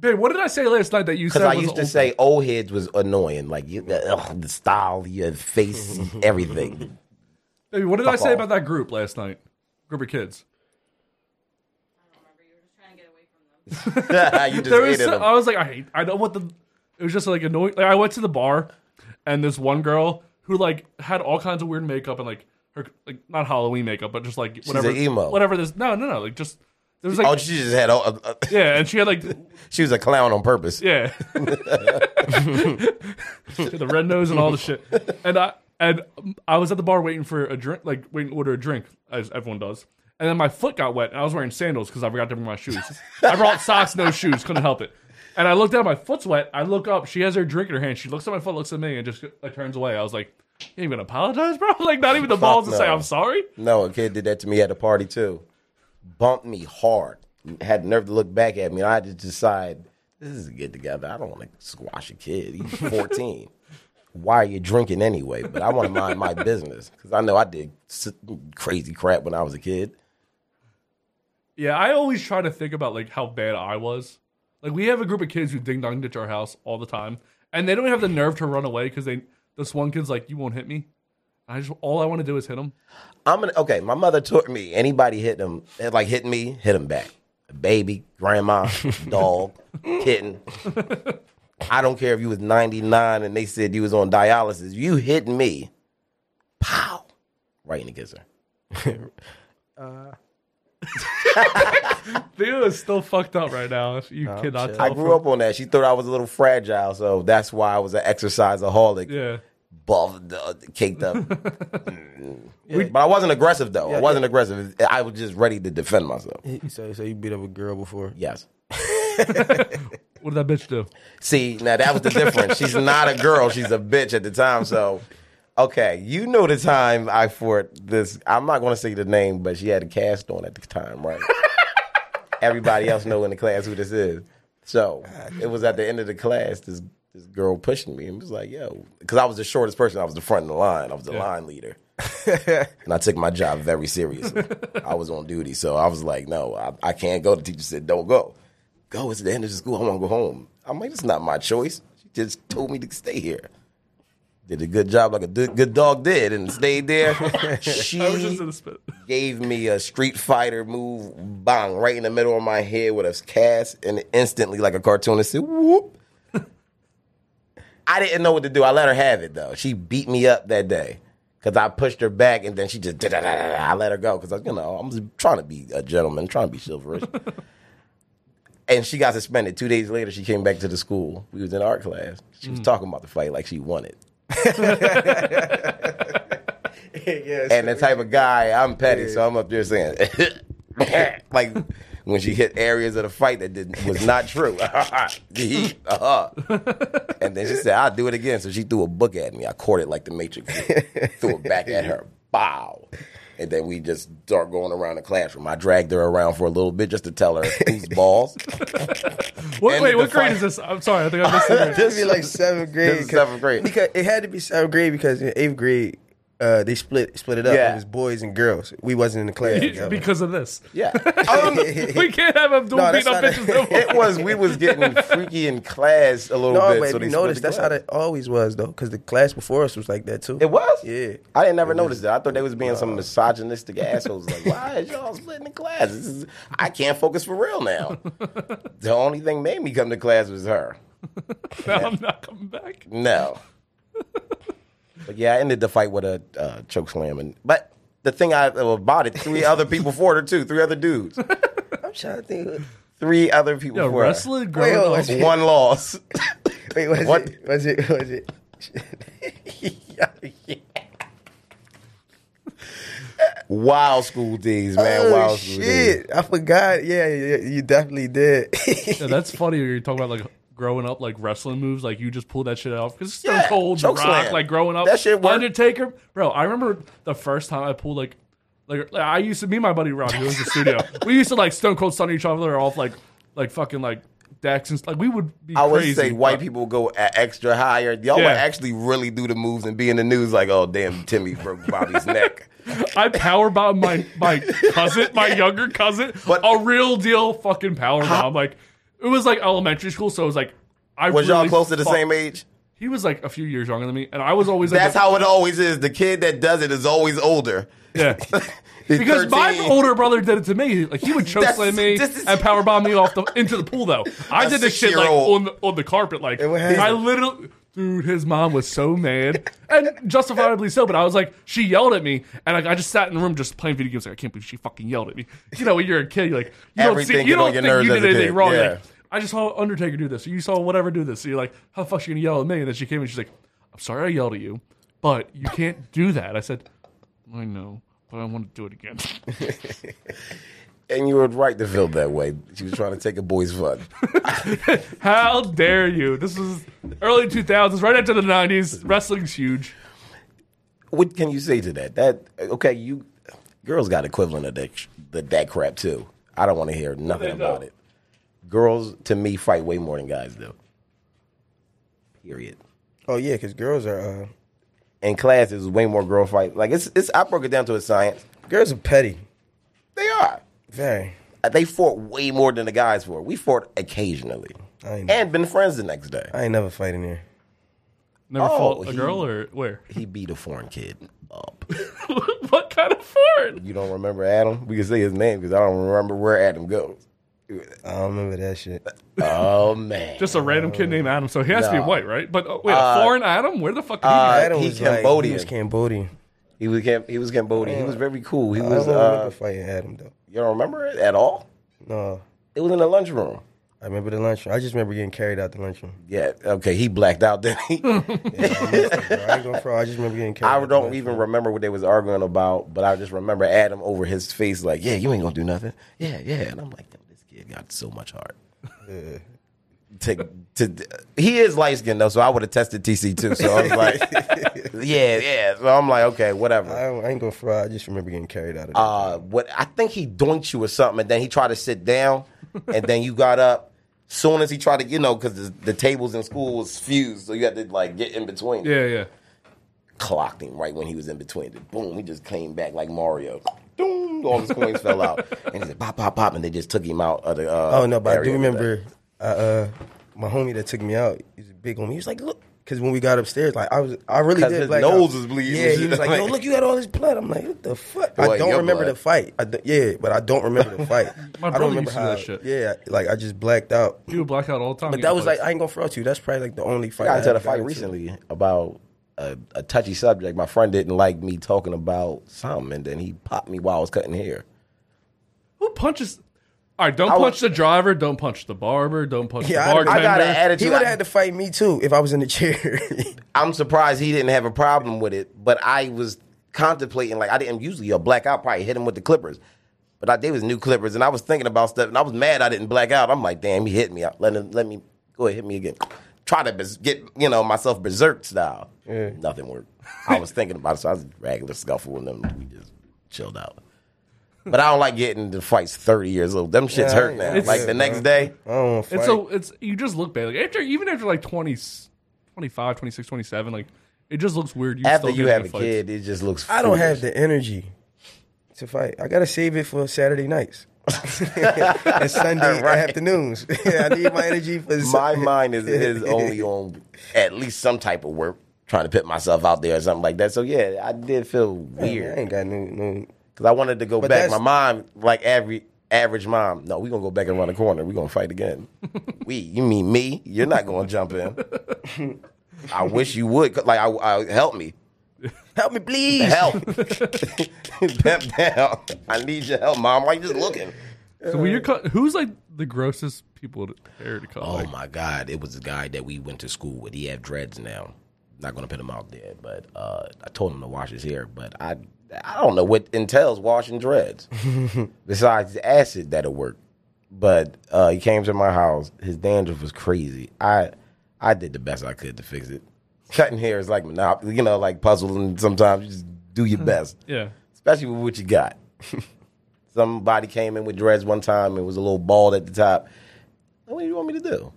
A: Babe, what did I say last night that you said?
C: Because I
A: was
C: used to
A: old?
C: say old heads was annoying, like you, ugh, the style, your face, everything.
A: Babe, what did I
C: fuck
A: say
C: off.
A: about that group last night? Group of kids.
C: you just
A: There was
C: hated
A: so-
C: them.
A: I was like, I hate. I don't want the. It was just like annoying. Like I went to the bar, and this one girl who like had all kinds of weird makeup and like her like not Halloween makeup, but just like whatever
C: an emo.
A: Whatever this. No, no, no. Like just there was like
C: oh, she just had. all- Uh, uh,
A: yeah, and she had like
C: she was a clown on purpose.
A: yeah, She had the red nose and all the shit. And I and I was at the bar waiting for a drink, like waiting to order a drink as everyone does. And then my foot got wet, and I was wearing sandals because I forgot to bring my shoes. I brought socks, no shoes, couldn't help it. And I looked down, my foot's wet. I look up, she has her drink in her hand. She looks at my foot, looks at me, and just like, turns away. I was like, "You ain't gonna apologize, bro? Like, not even the balls to say
C: no.
A: I'm sorry."
C: No, a kid did that to me at a party too. Bumped me hard. Had nerve to look back at me. I had to decide this is good together. I don't want to squash a kid. He's 14. Why are you drinking anyway? But I want to mind my business because I know I did s- crazy crap when I was a kid.
A: Yeah, I always try to think about like how bad I was. Like we have a group of kids who ding dong ditch our house all the time, and they don't have the nerve to run away because they this one kid's like, "You won't hit me." I just all I want to do is hit him.
C: I'm gonna okay. My mother taught me anybody hit them like hit me, hit them back. Baby, grandma, dog, kitten. I don't care if you was 99 and they said you was on dialysis. You hit me, pow, right in the kisser.
A: Theo is still fucked up right now. You
D: Oh,
A: cannot. Tell
C: I grew
A: from-
C: up on that. She thought I was a little fragile, so that's why I was an exerciseaholic,
A: Yeah,
C: buff, uh, caked up. Mm. But I wasn't aggressive though. I wasn't aggressive. I was just ready to defend myself.
D: So, so you beat up a girl before?
C: Yes.
A: what did that bitch do?
C: See, now that was the difference. She's not a girl. She's a bitch at the time. So, okay, you know the time I fought this. I'm not going to say the name, but she had a cast on at the time, right? Everybody else know in the class who this is. So it was at the end of the class. This this girl pushing me and was like, "Yo," because I was the shortest person. I was the front of the line. I was the line leader. And I took my job very seriously. I was on duty, so I was like, no, I, I can't go. The teacher said, don't go. Go, it's the end of the school. I want to go home. I'm like, it's not my choice. She just told me to stay here. Did a good job like a d- good dog did and stayed there. she
A: I was just in a spit.
C: gave me a Street Fighter move, bang, right in the middle of my head with a cast, and instantly, like a cartoonist, said, whoop. I didn't know what to do. I let her have it though. She beat me up that day because I pushed her back, and then she just da-da-da-da-da. I let her go because you know I'm just trying to be a gentleman, trying to be chivalrous. and she got suspended. Two days later, she came back to the school. We was in art class. She was talking about the fight like she won it. and the type of guy I'm petty, so I'm up there saying like when she hit areas of the fight that didn't was not true. Uh-huh. and then she said, "I'll do it again." So she threw a book at me. I caught it like the Matrix. threw it back at her. Bow. And then we just start going around the classroom. I dragged her around for a little bit just to tell her whose balls.
A: What,
C: And
A: wait,
C: the
A: what grade
C: fight-
A: is this? I'm sorry, I think I missed it.
D: This be like seventh grade.
C: This is seventh grade.
D: Because it had to be seventh grade because in eighth grade uh, they split split it up.
C: Yeah.
D: It was boys and girls. We wasn't in the class. together.
A: because of this.
C: Yeah.
D: Um,
A: We can't have Abdul
D: No,
A: beat
D: that's
A: up
D: not a-
A: bitches. No more.
C: it was we was getting freaky in class a little
D: no,
C: bit.
D: but
C: so
D: if
C: they
D: you
C: split
D: notice
C: the
D: that's
C: class.
D: how it always was though, because the class before us was like that too.
C: It was?
D: Yeah. uh,
C: I didn't never notice that. I thought they was being some misogynistic assholes. Like, why is y'all splitting the class? This is, I can't focus for real now. the only thing made me come to class was her.
A: Now I'm not coming back.
C: No. but yeah, I ended the fight with a uh, choke slam. And, but the thing I uh, about it, three other people for her too. Three other dudes.
D: I'm trying to think. who-
C: Three other people
A: Yeah,
C: for her.
A: wrestling growing
D: wait,
A: up.
D: wait.
C: One loss.
D: Wait, was
C: What?
D: it? Was it? Was it?
C: Wild school days, man.
D: oh
C: Wild school days.
D: shit! I forgot. Yeah, yeah, you definitely did.
A: Yeah, that's funny. You're talking about like growing up, like wrestling moves, like you just pull that shit off because Stone
C: Yeah,
A: Cold, The
C: choke
A: Rock,
C: slam.
A: like growing up,
C: That shit worked.
A: Undertaker, bro. I remember the first time I pulled like. Like, like, I used to, me and my buddy Rob, who was in the studio. We used to like Stone Cold stun each other off like, like fucking like decks and stuff. Like we would be.
C: I would
A: crazy,
C: say white
A: but-
C: people go a- extra higher. Y'all
A: Yeah.
C: would actually really do the moves and be in the news like, oh damn, Timmy broke Bobby's neck.
A: I power bomb my my cousin, my younger cousin,
C: But-
A: a real deal fucking power bomb. Like it was like elementary school, so it was like I
C: Was
A: really
C: y'all close to the
A: fuck-
C: same age?
A: He was like a few years younger than me, and I was always like
C: That's
A: the-
C: how it always is. The kid that does it is always older.
A: yeah.
C: He's
A: Because my
C: 13.
A: older brother did it to me. Like he would choke
C: That's-
A: slam me
C: this is-
A: and power bomb me off the into the pool. Though I
C: A
A: did this shit like
C: six-year-old.
A: on the on the carpet. Like
C: what happened?
A: I literally, dude, his mom was so mad and justifiably so. But I was like, she yelled at me, and like I just sat in the room just playing video games. Like I can't believe she fucking yelled at me. You know, when you're a kid, you're like you don't
C: Everything
A: see, you
C: get on
A: don't
C: your
A: think you
C: nerves
A: did
C: as a
A: anything
C: kid,
A: wrong. You're
C: yeah.
A: like, I just saw Undertaker do this. Or you saw whatever do this. So you're like, how the fuck she gonna yell at me? And then she came and she's like, I'm sorry I yelled at you, but you can't do that. I said, I know, but I want to do it again.
C: And you were right to feel that way. She was trying to take a boy's fun.
A: How dare you? This was early 2000s, right after the 90s. Wrestling's huge.
C: What can you say to that? That okay, you girls got equivalent of that, sh- that, that crap too. I don't want to hear nothing about it. Girls to me fight way more than guys do. Period.
D: Oh yeah, because girls are uh,
C: in class there's way more girl fight. Like it's it's I broke it down to a science.
D: girls are petty.
C: They are. Uh,
D: Very.
C: They fought way more than the guys fought. We fought occasionally.
D: I ain't,
C: And been friends the next day.
D: I ain't never fighting here.
A: Never
C: Oh,
A: fought a
C: he-
A: girl or where?
C: He beat a foreign kid up.
A: what kind of fart?
C: You don't remember Adam? We can say his name because I don't remember where Adam goes.
D: I don't remember that shit.
C: Oh man.
A: Just a random kid named Adam. So he has to be
C: Nah.
A: white, right? But uh, wait, a foreign Adam? Where the fuck did he get
D: Adam
C: he
D: was like-
C: Cambodian.
D: he was Cambodian.
C: he was Cam- he was Cambodian. He was very cool. He
D: I
C: was
D: don't remember
C: uh,
D: fighting Adam though.
C: you don't remember it at all?
D: No,
C: It was in the lunchroom.
D: I remember the lunchroom. I just remember getting carried out the lunchroom.
C: Yeah, okay, he blacked out then.
D: I ain't gonna throw. I just remember getting carried. out
C: I
D: the
C: don't
D: lunchroom.
C: even remember what they was arguing about, but I just remember Adam over his face like, "Yeah, you ain't gonna do nothing." Yeah, yeah, and I'm like, "Yo, this kid got so much heart." to to he is light skinned though, so I would have tested TC too. So I was like, "Yeah, yeah." So I'm like, "Okay,
D: I,
C: whatever."
D: don't- I ain't gonna throw. I just remember getting carried out of. the
C: Uh, what I think he doinked you or something, and then he tried to sit down, and then you got up. Soon as he tried to, you know, because the, the tables in school was fused, so you had to like get in between
A: he? Yeah, yeah.
C: clocked him right when he was in between. Then boom, he just came back like Mario. Doom, all his coins fell out, and he said pop, pop, pop, and they just took him out of the. Uh,
D: Oh no, but I do
C: area with
D: remember uh, uh, my homie that took me out. He's a big homie. He was like, "Look," because when we got upstairs, like I was, I really
C: 'Cause
D: did.
C: his
D: black
C: nose
D: out.
C: was bleeding.
D: Yeah, he was like, "Yo, look, you had all this blood." I'm like, "What the fuck?" I
C: wasn't
D: don't
C: your
D: remember
C: blood.
D: the fight. I do- yeah, but I don't remember the fight.
A: My
D: I
A: brother
D: don't remember
A: used to do
D: how.
A: that shit.
D: Yeah, like I just blacked out.
A: He would black out all the time.
D: But
A: in
D: that was
A: place.
D: like I ain't gonna front you. That's probably like the only fight.
C: that. I got into
D: ever
C: the fight
D: into.
C: recently about a, a touchy subject. My friend didn't like me talking about something, and then he popped me while I was cutting hair.
A: who punches? All right, don't
C: I
A: punch
C: was-
A: the driver. Don't punch the barber. Don't punch
D: Yeah,
A: the
D: I- I
A: bartender.
C: I got an
D: He
C: attitude.
D: would have
C: I,
D: had to fight me too if I was in the chair.
C: am surprised he didn't have a problem with it, but I was contemplating like I didn't usually a blackout probably hit him with the clippers. But I, they was new clippers, and I was thinking about stuff, and I was mad I didn't black out. I'm like, damn, he hit me. I- Let him, let me go ahead, hit me again. Try to bes- get you know myself berserk style. Nothing worked. I was thinking about it, so I was regular scuffle with them. We just chilled out. But I don't like getting into fights 30 years old. Them shits
D: Yeah,
C: hurt now.
D: it's-
C: like the next day,
D: I don't want to fight.
A: It's a, it's you just look bad. Like after even after like 20, 25, 26, 27, like it just looks weird. You
C: after
A: still
C: you
A: get
C: have a
A: into fights.
C: kid, it just looks.
D: I don't
C: foolish.
D: have the energy to fight. I gotta save it for Saturday nights and Sunday afternoons. I need my energy for
C: my
D: Sun-
C: mind is is only on at least some type of work, trying to put myself out there or something like that. So yeah, I did feel
D: I
C: weird
D: ain't got no no.
C: because I wanted to go
D: But
C: back. My
D: that's-
C: mom, like every average mom, no, we gonna go back and run the corner. We gonna fight again. we, you mean me? You're not gonna jump in. I wish you would. 'cause, Like I, I help me,
D: Help me, please.
C: help, Pep down. I need your help, mom. Why you just looking?
A: So when you're cut, who's like the grossest people to hair to cut?
C: Uh. Oh
A: like,
C: my God! It was a guy that we went to school with. He had dreads now. Not gonna put him out there, but uh, I told him to wash his hair. But I, I don't know what entails washing dreads. Besides the acid that'll work. But uh, he came to my house. His dandruff was crazy. I I did the best I could to fix it. Cutting hair is like monopoly, you know, like puzzling. Sometimes you just do your best,
A: Hmm. Yeah.
C: especially with what you got. Somebody came in with dreads one time. It was a little bald at the top. What do you want me to do?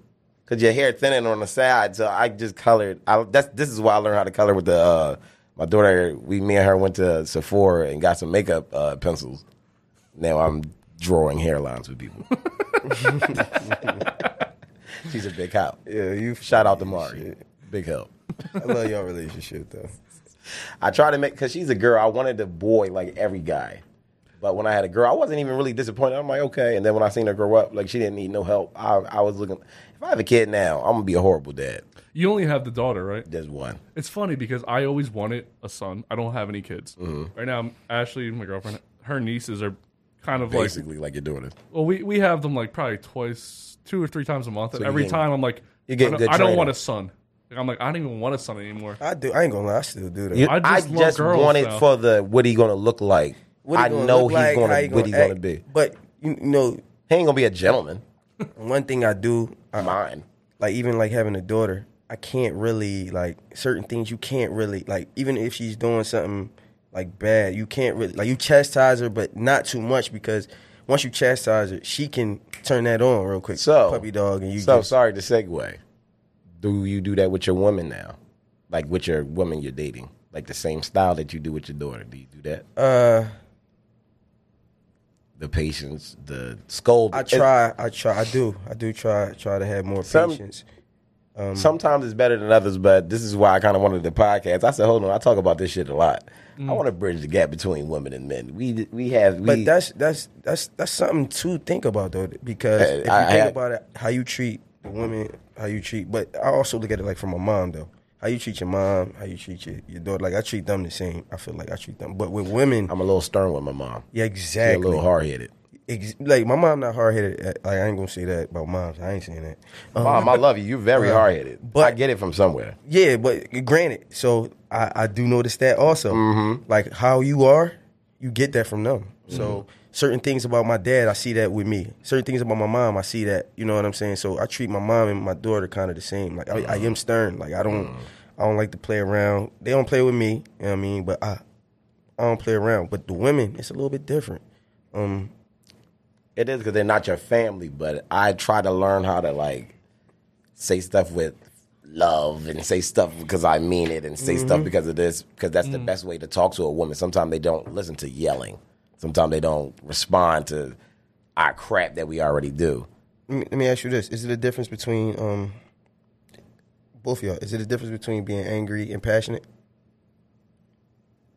C: Cause your hair thinning on the side, so I just colored. I, that's this is why I learned how to color with the uh, my daughter. We me and her went to Sephora and got some makeup uh, pencils. Now I'm drawing hairlines with people. She's a big help.
D: Yeah, you
C: Shout out to Mari, big help.
D: I love your relationship though.
C: I try to make because she's a girl. I wanted a boy like every guy, but when I had a girl, I wasn't even really disappointed. I'm like, okay. And then when I seen her grow up, like she didn't need no help. I, I was looking. If I have a kid now, I'm gonna be a horrible dad.
A: You only have the daughter, right?
C: There's one.
A: It's funny because I always wanted a son. I don't have any kids
C: Mm-hmm.
A: right now. Ashley, my girlfriend, her nieces are kind of like
C: Basically, like you're doing it.
A: Well, we, we have them like probably twice, two or three times a month. and
C: you're
A: every
C: getting-
A: time I'm like,
C: you're getting
A: I don't,
C: good
A: I don't
C: training.
A: want a son. Like, I'm like, I don't even want a son anymore.
D: I do. I ain't gonna lie. I still do that.
C: You-
A: I
C: I
A: just
C: just,
A: love girls,
C: wanted
A: though.
C: for the what he gonna look like.
D: What he
C: I
D: gonna
C: know
D: look
C: he's
D: like,
C: gonna
D: how he
C: what he's
D: act.
C: gonna be.
D: But you know,
C: He ain't gonna be a gentleman.
D: one thing I do, I,
C: Mine.
D: like even like having a daughter, I can't really like certain things you can't really like even if she's doing something like bad, you can't really like you chastise her but not too much because once you chastise her, she can turn that on real quick.
C: So
D: puppy dog and you
C: So
D: just,
C: sorry to segue. Do you do that with your woman now? Like with your woman you're dating, like the same style that you do with your daughter. Do you do that?
D: uh
C: The patience, the scold.
D: I try, I try, I do, I do try, try to have more
C: Some-
D: patience.
C: sometimes it's better than others, but this is why I kind of wanted the podcast. I said, hold on, I talk about this shit a lot. I want to bridge the gap between women and men. We we have. We,
D: Mm. But that's that's that's that's something to think about though, because
C: Hey,
D: if you
C: I- I
D: think
C: had-
D: about it, how you treat the women, how you treat. But I also look at it like from my mom though, how you treat your mom, how you treat your, your daughter. Like I treat them the same. I feel like I treat them. But with women,
C: I'm a little stern with my mom.
D: yeah,
C: She
D: exactly.
C: a little hard headed.
D: Ex- like my mom not hard headed. Like I ain't gonna say that about moms. I ain't saying that. Um,
C: Mom, I love you. You're very
D: Yeah.
C: hard headed. But I
D: Uh-huh. But-
C: get it from somewhere.
D: Yeah, but granted, so I, I do notice that also. Like how you are, you get that from them. So certain things about my dad, I see that with me. Certain things about my mom, I see that. You know what I'm saying? So I treat my mom and my daughter kind of the same. Like I, I am stern. Like I don't, I don't like to play around. They don't play with me. You know what I mean? But I, I don't play around. But the women, it's a little bit different. Um,
C: It is because they're not your family, but I try to learn how to like say stuff with love and say stuff because I mean it and say stuff because of this because that's the best way to talk to a woman. Sometimes they don't listen to yelling. Sometimes they don't respond to our crap that we already do.
D: let me, let me ask you this: Is it a difference between um, both of y'all? Is it a difference between being angry and passionate?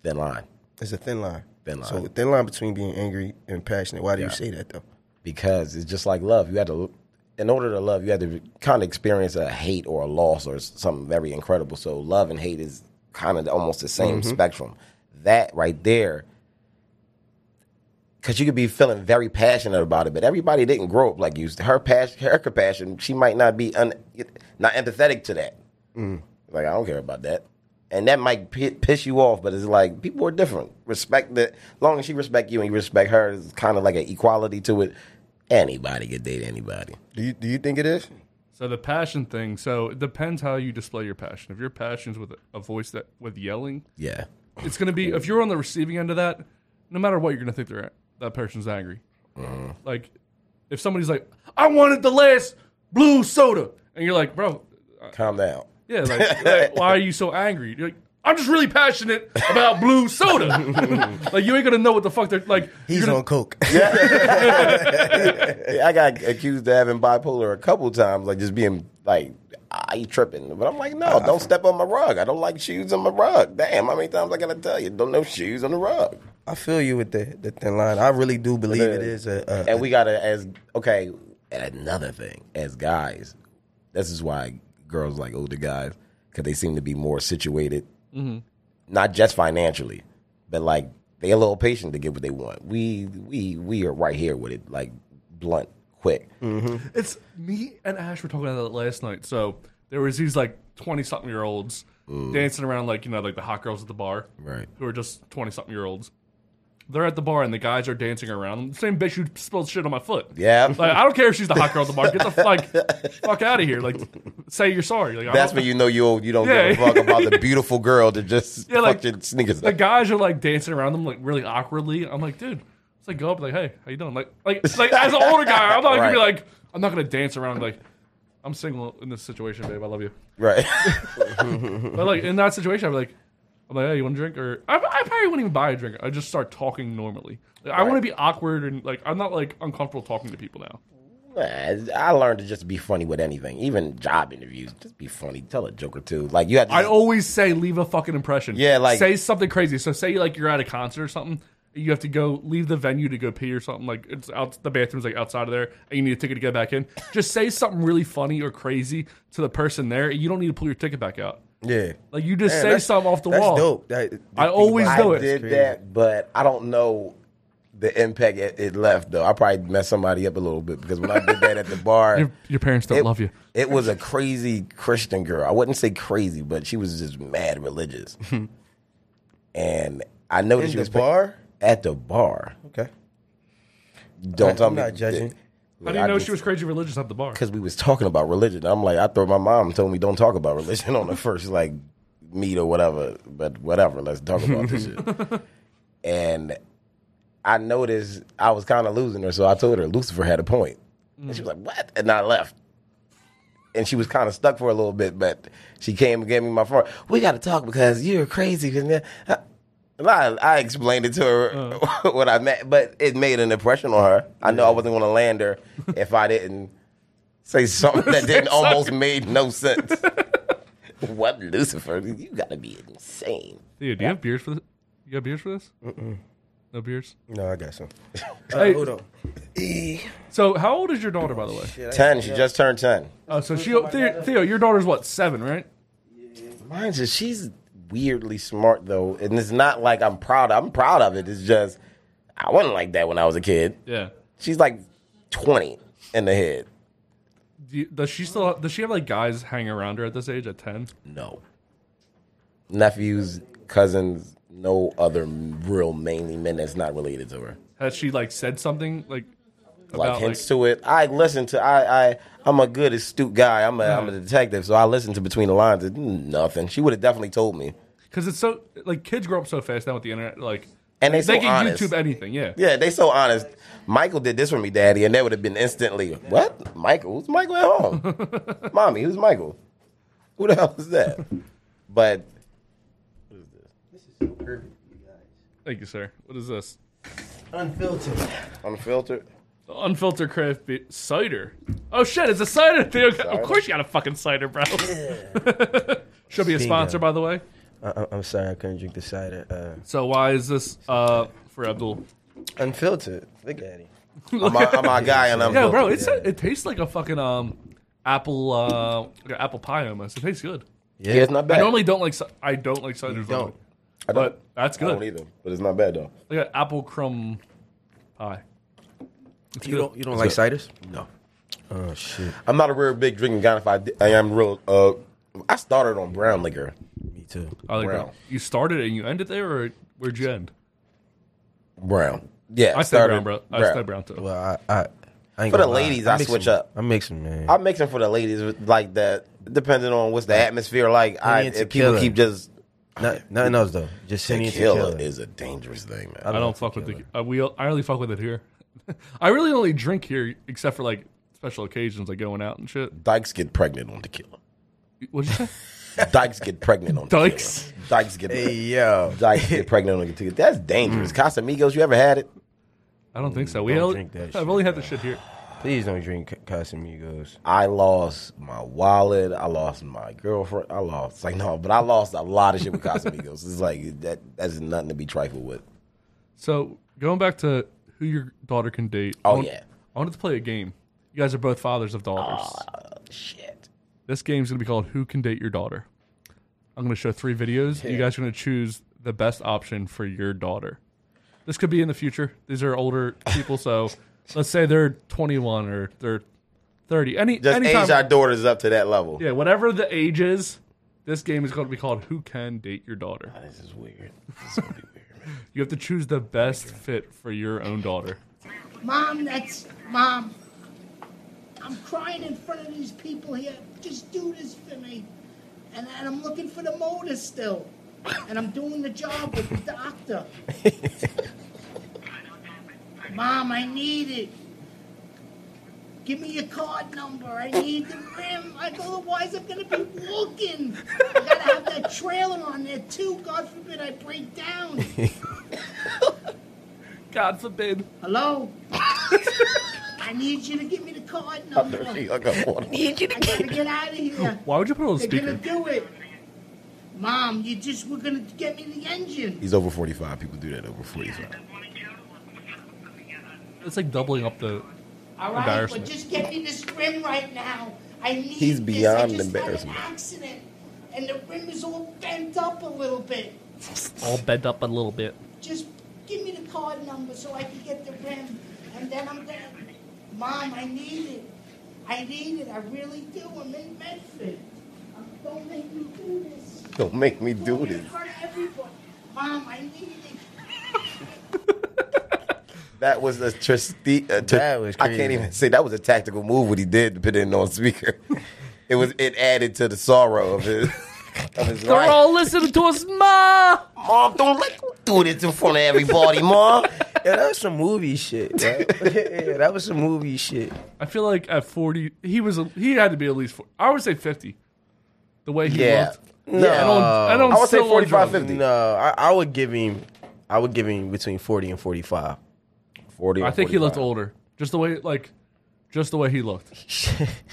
C: Thin line.
D: It's a thin line.
C: Thin line.
D: So thin line between being angry and passionate. Why do
C: Yeah.
D: you say that though?
C: because it's just like love. You had to, in order to love, you had to kind of experience a hate or a loss or something very incredible. So love and hate is kind of almost the same spectrum. That right there, because you could be feeling very passionate about it, but everybody didn't grow up like you. Her passion, her compassion, she might not be un, not empathetic to that. Like I don't care about that. And that might p- piss you off, but it's like people are different. Respect that. Long as she respect you and you respect her, it's kind of like an equality to it. Anybody could date anybody.
D: Do you do you think it is?
A: So the passion thing. So it depends how you display your passion. If your passion's with a voice that with yelling,
C: Yeah,
A: it's gonna be. If you're on the receiving end of that, no matter what, you're gonna think they're that person's angry. Like if somebody's like, "I wanted the last blue soda," and you're like, "Bro,
C: calm down.
A: yeah, like, like, why are you so angry?" You're like, I'm just really passionate about blue soda. like you ain't gonna know what the fuck they're like. you're
D: He's
A: gonna-
D: on coke.
C: I got accused of having bipolar a couple times, like just being like, I you tripping. But I'm like, no, don't step on my rug. I don't like shoes on my rug. Damn, how many times I gotta tell you? Don't no shoes on the rug.
D: I feel you with the, the thin line. I really do believe it is a, a
C: and we gotta as okay. And another thing, as guys, this is why girls like older guys because they seem to be more situated,
A: Mm-hmm.
C: not just financially, but like they a little patient to get what they want. We we we are right here with it, like blunt, quick.
A: It's me and Ash were talking about that last night. So there was these like twenty something year olds dancing around like you know like the hot girls at the bar,
C: Right.
A: Who are just twenty something year olds, They're at the bar and the guys are dancing around. Same bitch who spilled shit on my foot.
C: Yeah.
A: Like I don't care if she's the hot girl at the bar. Get the fuck, like, fuck out of here. Like say you're sorry. Like I
C: That's
A: don't-
C: when you know you you don't
A: Yeah.
C: give a fuck about the beautiful girl that just
A: Yeah, like-
C: fucked your sneakers.
A: the
C: up.
A: guys are like dancing around them like really awkwardly. I'm like, dude, it's like go up like, hey, how you doing? Like, like, like as an older guy, I'm not gonna be
C: Right.
A: like, I'm not gonna dance around like, I'm single in this situation, babe. I love you.
C: right.
A: But like in that situation, I'm like, I'm like, hey, you want a drink? Or I, I probably wouldn't even buy a drink. I just start talking normally. Like, I want to be awkward and like I'm not like uncomfortable talking to people now.
C: Nah, I learned to just be funny with anything, even job interviews. Just be funny. Tell a joke or two. Like you had. To
A: I always say leave a fucking impression.
C: Yeah, like-
A: say something crazy. So say like you're at a concert or something. You have to go leave the venue to go pee or something. Like it's out the bathroom's like outside of there, and you need a ticket to get back in. Just say something really funny or crazy to the person there. and You don't need to pull your ticket back out.
D: Yeah.
A: Like you just
D: Man,
A: say
D: that's-
A: something off the
D: that's
A: wall.
D: dope. That- the
A: I
D: thing
A: always
D: about
C: I
A: do it.
C: did
D: That's crazy.
C: that, but I don't know the impact it, it left though. I probably messed somebody up a little bit because when I did that at the bar,
A: Your, your parents don't
C: it,
A: love you.
C: It was a crazy Christian girl. I wouldn't say crazy, but she was just mad religious. and I noticed
D: In
C: she
D: the
C: was pay-
D: bar?
C: at the bar.
D: Okay.
C: Don't
D: I'm
C: tell me.
D: not judging.
A: How do you know she was crazy religious at the bar?
C: Because we was talking about religion. I'm like, I thought my mom told me don't talk about religion on the first like meet or whatever. But whatever, let's talk about this shit. And I noticed I was kind of losing her, so I told her Lucifer had a point, and she was like, "What?" and I left. And she was kind of stuck for a little bit, but she came and gave me my phone. We got to talk because you're crazy. Uh, And I, I explained it to her what I meant, but it made an impression on her. I know I wasn't going to land her if I didn't say something that didn't almost made no sense. what Lucifer? You got to be insane.
A: Dude, do you have beers for this? You got beers for this? No beers.
D: No, I got some.
A: Hey,
D: Hold on.
A: so how old is your daughter, by the way?
C: Ten. She just turned ten.
A: Oh, so she Theo, Theo, your daughter's what seven, right?
C: Mine's just she's weirdly smart though, and it's not like I'm proud. I'm proud of it. It's just I wasn't like that when I was a kid.
A: Yeah.
C: She's like twenty in the head.
A: Do you, does she still does she have like guys hanging around her at this age at ten?
C: No nephews, cousins, no other real mainly men that's not related to her.
A: Has she like said something like
C: like
A: about like,
C: hints to it. I listen to I I I'm a good astute guy. I'm a am
A: Mm-hmm.
C: a detective, so I listen to between the lines. It- Nothing. She would have definitely told me.
A: because it's so like kids grow up so fast now with the internet like
C: And they so
A: can
C: honest.
A: YouTube anything yeah.
C: Yeah, they so honest. Michael did this for me, Daddy, and that would have been instantly. What? Michael? Who's Michael at home? Mommy, who's Michael? Who the hell is that? But
A: Thank you sir. What is this?
D: Unfiltered.
C: unfiltered.
A: Unfiltered craft be- cider. Oh shit! It's a cider. Theo, of course you got a fucking cider, bro. She'll be a sponsor by the way.
D: I, I'm sorry, I couldn't drink the cider. Uh,
A: So why is this uh for Abdul?
D: unfiltered. Look at it.
C: I'm a, I'm a guy, and I'm
A: Yeah, bro. It's it tastes like a fucking um apple uh like an apple pie almost. It tastes good.
C: Yeah, it's not bad.
A: I normally don't like ci- I don't like cider.
D: don't.
A: But
C: I Eh. don't,
A: that's
C: I don't
A: good.
C: either, but it's not bad though.
A: Like an apple crumb pie. It's
D: You
A: good.
D: don't you don't like ciders?
C: No.
D: Oh shit.
C: I'm not a real big drinking guy. If I, di- I am real, uh, I started on brown liquor.
D: Me too.
A: I like
C: brown.
A: that. You started and you ended there, or where'd you end?
C: Brown. Yeah,
A: I said brown, bro. I said brown too.
D: Well, I I, I ain't
C: For the
D: gonna lie.
C: ladies, I
D: mix
C: switch
D: them.
C: up.
D: I mix them, man.
C: I make them for the ladies with, like that, depending on what's the atmosphere like. I
D: and
C: if people
D: tequila.
C: keep just
D: Not, nothing else though. Just send
C: tequila,
D: tequila.
C: is a dangerous thing, man.
A: I don't fuck with the. Uh, we. I only fuck with it here. I really only drink here, except for like special occasions, like going out and shit.
C: Dykes get pregnant on tequila.
A: What'd you say?
C: Dykes get pregnant on
A: Dykes?
C: tequila. Dykes get
D: Hey yo.
C: Dykes get pregnant on tequila. That's dangerous.
A: Mm.
C: Casamigos, you ever had it?
A: I don't think so. We
D: Don't
A: only,
D: drink that
A: I've
D: shit,
A: only had the shit here.
D: Please don't drink Casamigos.
C: I lost my wallet. I lost my girlfriend. I lost it's like no, but I lost a lot of shit with Casamigos. it's like that. That's nothing to be trifled with.
A: So going back to who your daughter can date. I
C: Oh,
A: want-
C: yeah.
A: I wanted to play a game. You guys are both fathers of daughters.
C: Shit.
A: This game's gonna be called "Who Can Date Your Daughter." I'm gonna show three videos. You guys are gonna choose the best option for your daughter. This could be in the future. These are older people, so let's say they're 21 or they're 30. Any
C: Just
A: anytime,
C: age our daughters up to that level.
A: yeah, whatever the age is, This game is going to be called Who Can Date Your Daughter.
C: Ah, This is weird. This is gonna be weird. Man.
A: You have to choose the best fit for your own daughter.
G: Mom, that's mom. I'm crying in front of these people here. Just do this for me. And, and I'm looking for the motor still. And I'm doing the job with the doctor. Mom, I need it. Give me your card number. I need the rim. Like, otherwise, I'm going to be walking. I got to have that trailer on there, too. God forbid I break down.
A: God forbid.
G: Hello? I need you to give me the card number.
C: Dirty. I got water.
G: I gotta get out of here.
A: Why would you put it on
G: They're gonna
A: speaker?
G: do it. Mom, you just were gonna get me the engine.
C: He's over 45. People do that over 45.
A: It's like doubling up the.
G: All right,
A: Embarrassment.
G: but just get me this rim right now. I need
C: He's
G: this. I
C: beyond
G: just had
C: embarrassment.
G: an accident, and the rim is all bent up a little bit.
A: All bent up a little bit.
G: Just give me the card number so I can get the rim, and then I'm gonna. Mom, I need it. I need it. I really do. I'm in Medford. Um, Don't make me do this.
C: Don't make me do
G: Don't
C: this.
G: hurt everybody. Mom, I need it.
C: That was a trusty. Uh, tr-
D: That was
C: I can't
D: crazy.
C: even say that was a tactical move. What he did to put it on speaker. It was. It added to the sorrow of his. Of his life.
A: listening to us, ma.
C: Mom, don't let you do this in front of everybody, mom.
D: Yeah, that was some movie shit. That, yeah, that was some movie shit.
A: I feel like at forty, he was. A, he had to be at least. 40, I would say fifty. The way he
C: Yeah.
A: looked. I don't. I don't.
C: I would say
A: still want
C: 45,
A: drugs.
C: 50.
D: No, I, I would give him. I would give him between forty and forty-five.
C: 40
A: I think he looked
C: old.
A: older. Just the way, like, just the way he looked.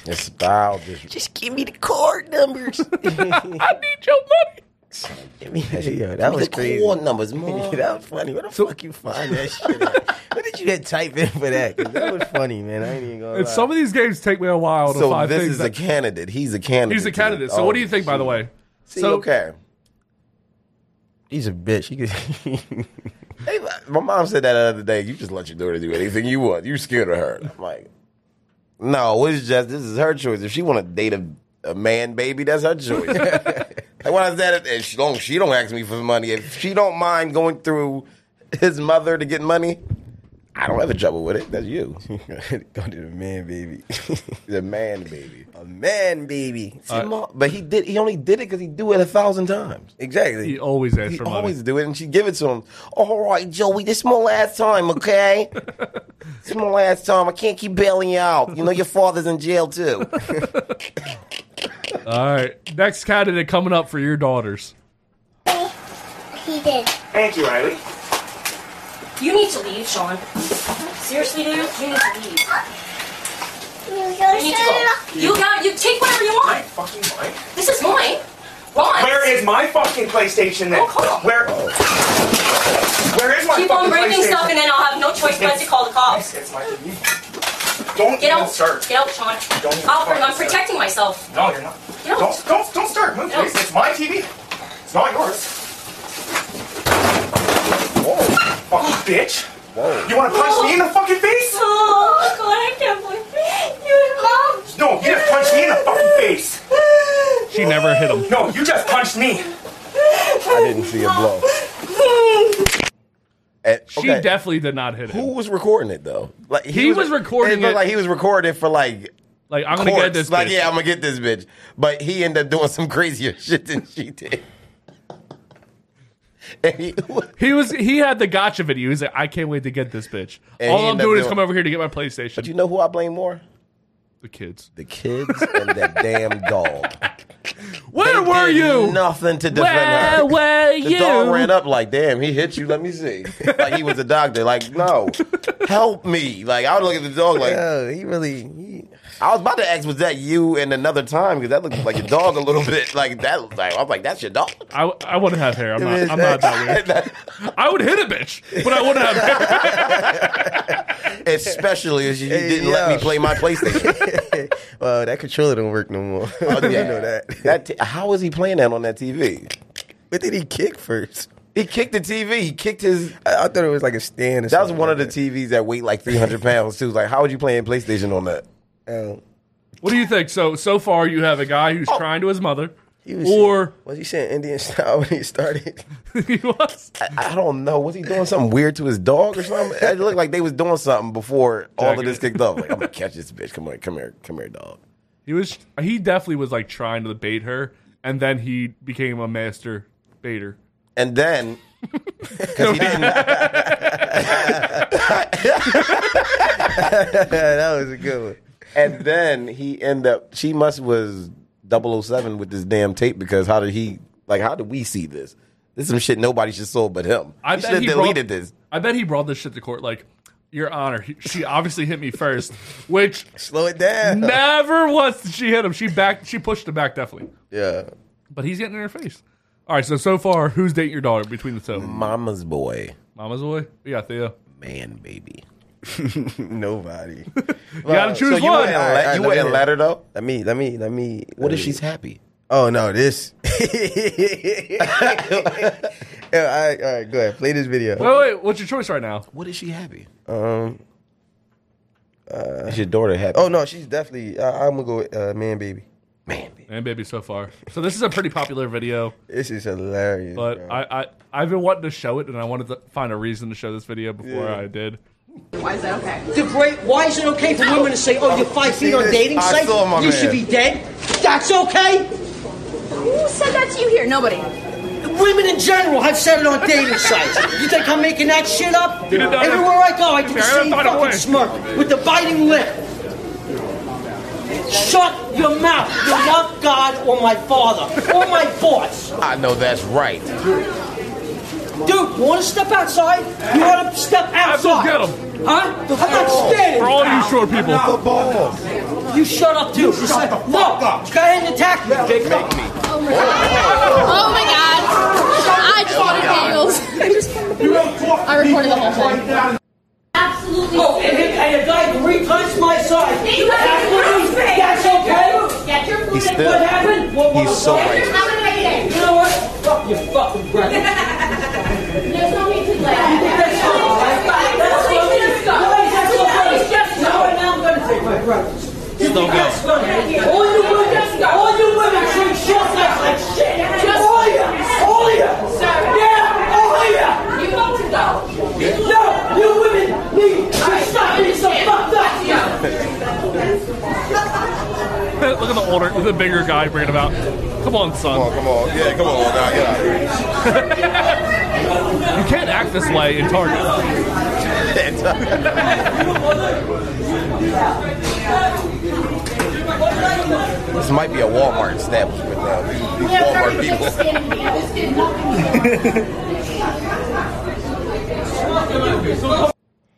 C: His style just.
D: Just give me the card numbers.
A: I need your money.
D: yeah, that was
C: the
D: crazy.
C: core numbers, mom.
D: Yeah, that was funny. Where the fuck you find that shit? At? Where did you get type in for that? 'Cause that was funny, man. I ain't even gonna.
A: And
D: lie.
A: some of these games take me a while. To
C: So
A: find
C: this
A: things
C: is
A: that-
C: a candidate. He's a candidate.
A: He's a candidate. So
C: Oh,
A: what do you think, by the way?
C: See,
A: so
C: okay.
D: He's a bitch. He could,
C: Hey, my mom said that the other day. You just let your daughter do anything you want. You're scared of her. I'm like, no, it's just this is her choice. If she want to date a, a man, baby, that's her choice. like why is that? If she don't, she don't ask me for money. If she don't mind going through his mother to get money, I don't have a trouble with it. That's you,
D: go to the man, baby.
C: the man, baby.
D: a man, baby.
C: See, Mom- but he did. He only did it because he do it a thousand times.
D: Exactly.
A: he always asked
C: He
A: for money.
C: always do it, and she give it to him. All right, Joey, this is my last time, okay? this is my last time. I can't keep bailing you out. You know your father's in jail too.
A: All right, next candidate coming up for your daughters.
H: He did.
E: Thank you, Riley.
I: You need to leave, Sean. Seriously, dude, you need to leave. You need to go. You got. You take whatever you want.
E: Fucking Mike.
I: This is mine. Ron.
E: Where is my fucking PlayStation then?
I: Oh, come on.
E: Where? Where is my
I: Keep
E: fucking
I: on breaking
E: PlayStation?
I: stuff, and then I'll have no choice but to call the cops.
E: It's my. You don't
I: Get
E: even
I: out.
E: start.
I: Get out, Sean.
E: Don't even
I: Alfred, I'm
E: fucking
I: protecting myself.
E: No, you're not.
I: Get out.
E: Don't don't don't start. Move,
I: Get
E: please.
I: out.
E: It's my TV. It's not yours. Whoa. Fucking bitch.
C: Whoa.
E: You want to punch me in the fucking face?
I: Oh God, I can't believe you love.
E: No, you just punched me in the fucking face.
A: She never hit
C: Oh,
A: him.
E: No, you just punched me.
C: I didn't see a blow. And,
A: She
C: okay,
A: definitely did not hit him.
C: who was recording it though? Like
A: He was recording
C: It looked
A: it-
C: like he was recording for like.
A: Like I'm gonna
C: Courts.
A: get this.
C: like,
A: bitch.
C: yeah, I'm gonna get this bitch. But he ended up doing some crazier shit than she did. And he,
A: He was. He had the gotcha video. He's like, I can't wait to get this bitch.
C: And he
A: All I'm
C: ended up
A: doing is
C: doing-
A: come over here to get my PlayStation.
C: but you know who I blame more?
A: the kids.
C: The kids and that damn dog.
A: Where
C: They
A: were
C: did
A: you?
C: Nothing to defend
A: Where
C: her.
A: were
C: the
A: you?
C: dog ran up like, damn, he hit you. Let me see. like he was a doctor. Like, no, help me. Like I would look at the dog. Like
D: Yeah, he really. He,
C: I was about to ask, was that you? And another time because that looked like your dog a little bit. Like that. Like I was like, that's your dog.
A: I, I wouldn't have hair. I'm
D: is-
A: not. I'm not that weird. I would hit a bitch, but I wouldn't have hair.
C: Especially as you, you didn't let
D: yeah.
C: me play my PlayStation.
D: well, that controller don't work no more.
C: Oh,
D: you
C: yeah.
D: know that.
C: That t- how is he playing that on that TV?
D: What did he kick first?
C: He kicked the TV. He kicked his.
D: I, I thought it was like a stand. Or
C: That was
D: something
C: one of the
D: like
C: TVs that weighed like 300 pounds too. Like, how would you play PlayStation on that?
D: that. Um,
C: Oh.
A: What do you think? So so far, you have a guy who's crying to his mother.
D: He was
A: Or-
D: was he saying Indian style when he started?
A: he was.
C: I don't know. Was he doing something weird to his dog or something? It looked like they was doing something before all of
A: Jacking
C: this
A: it.
C: kicked off. Like, I'm gonna catch this bitch. Come on, come here, come here, dog.
A: He was. He definitely was like trying to bait her, and then he became a master baiter.
C: And then, because he didn't.
D: that was a good one.
C: And then he end up. She must was 007 with this damn tape because how did he? Like, how did we see this? This is some shit nobody should saw but him.
A: I bet
C: he should have
A: he brought-
C: deleted this.
A: I bet he brought this shit to court. Like, Your Honor, he- she obviously hit me first, which
D: Slow it down.
A: never was did she hit him. She back. She pushed him back definitely,
D: Yeah.
A: but he's getting in her face. All right. So so far, who's dating your daughter between the two?
C: Mama's boy,
A: Mama's boy. Yeah, Theo.
C: man, baby.
D: Nobody.
A: You gotta choose
C: you
A: one.
D: All right,
C: wouldn't,
D: all
C: let,
D: right,
C: you
D: let
C: wouldn't
D: me-
C: let her though.
D: Let me. Let me. Let me.
C: What
D: let
C: if
D: me-
C: she's happy?
D: Oh no! This. Yeah, all right, all right, go ahead. Play this video.
A: Wait, wait. What's your choice right now?
C: What is she happy?
D: Um.
C: Is your daughter happy?
D: Oh no, she's definitely. I, I'm gonna go with uh, man, baby.
C: man,
A: Man, baby, so far. So this is a pretty popular video,
D: This is hilarious.
A: but
D: bro.
A: I, I I've been wanting to show it, and I wanted to find a reason to show this video before
D: Yeah.
A: I did.
I: Why is that okay?
G: The great, why is it okay for women to say, oh, you're five
D: see
G: feet on
D: this.
G: dating
D: I
G: sites?
D: saw my
G: You should
D: man.
G: be dead? That's okay?
I: Who said that to you here? Nobody.
G: Women in general have said it on dating sites. You think I'm making that shit up?
A: You did not-
G: Everywhere I go, I get
A: Yeah,
G: the
A: I
G: same
A: thought it
G: fucking
A: was.
G: smirk with the biting lip. Shut your mouth. You're not God or my father or my boss.
C: I know that's right.
G: Dude, you want to step outside? You want to step outside?
A: get 'em.
G: Huh? I'm not standing.
A: For Oh. all you short people,
G: You shut up, dude. You shut the fuck up. Go ahead and attack me, big fuck.
I: Oh my god. I just wanted bagels. I just I recorded the whole thing. Absolutely.
G: Oh, and, hit- and a guy three times my size.
I: You guys
G: That's what he- That's okay.
I: Get your food
C: He's
I: and
C: still-
G: What happened? What, what
C: He's
G: was
C: so
G: that?
C: right.
I: Have a great day.
G: You know what? Fuck your fucking brother.
I: There's no need to laugh.
G: That's all right. That's all right. Why is that so funny? Now and now I'm gonna take my brothers. Just go. All you women, all you women treat short guys like shit. all you, all you, Oh, yeah, all you.
I: You go to go.
G: No, you women need to stop being so fucked up.
A: look at the older, the bigger guy bringing him out. Come on, son.
C: Come on, yeah, come on, dog.
A: You can't act this way in Target.
C: This might be a Walmart establishment now. These, these
I: We have
C: Walmart
I: 36
C: people.
I: standing here. This did nothing.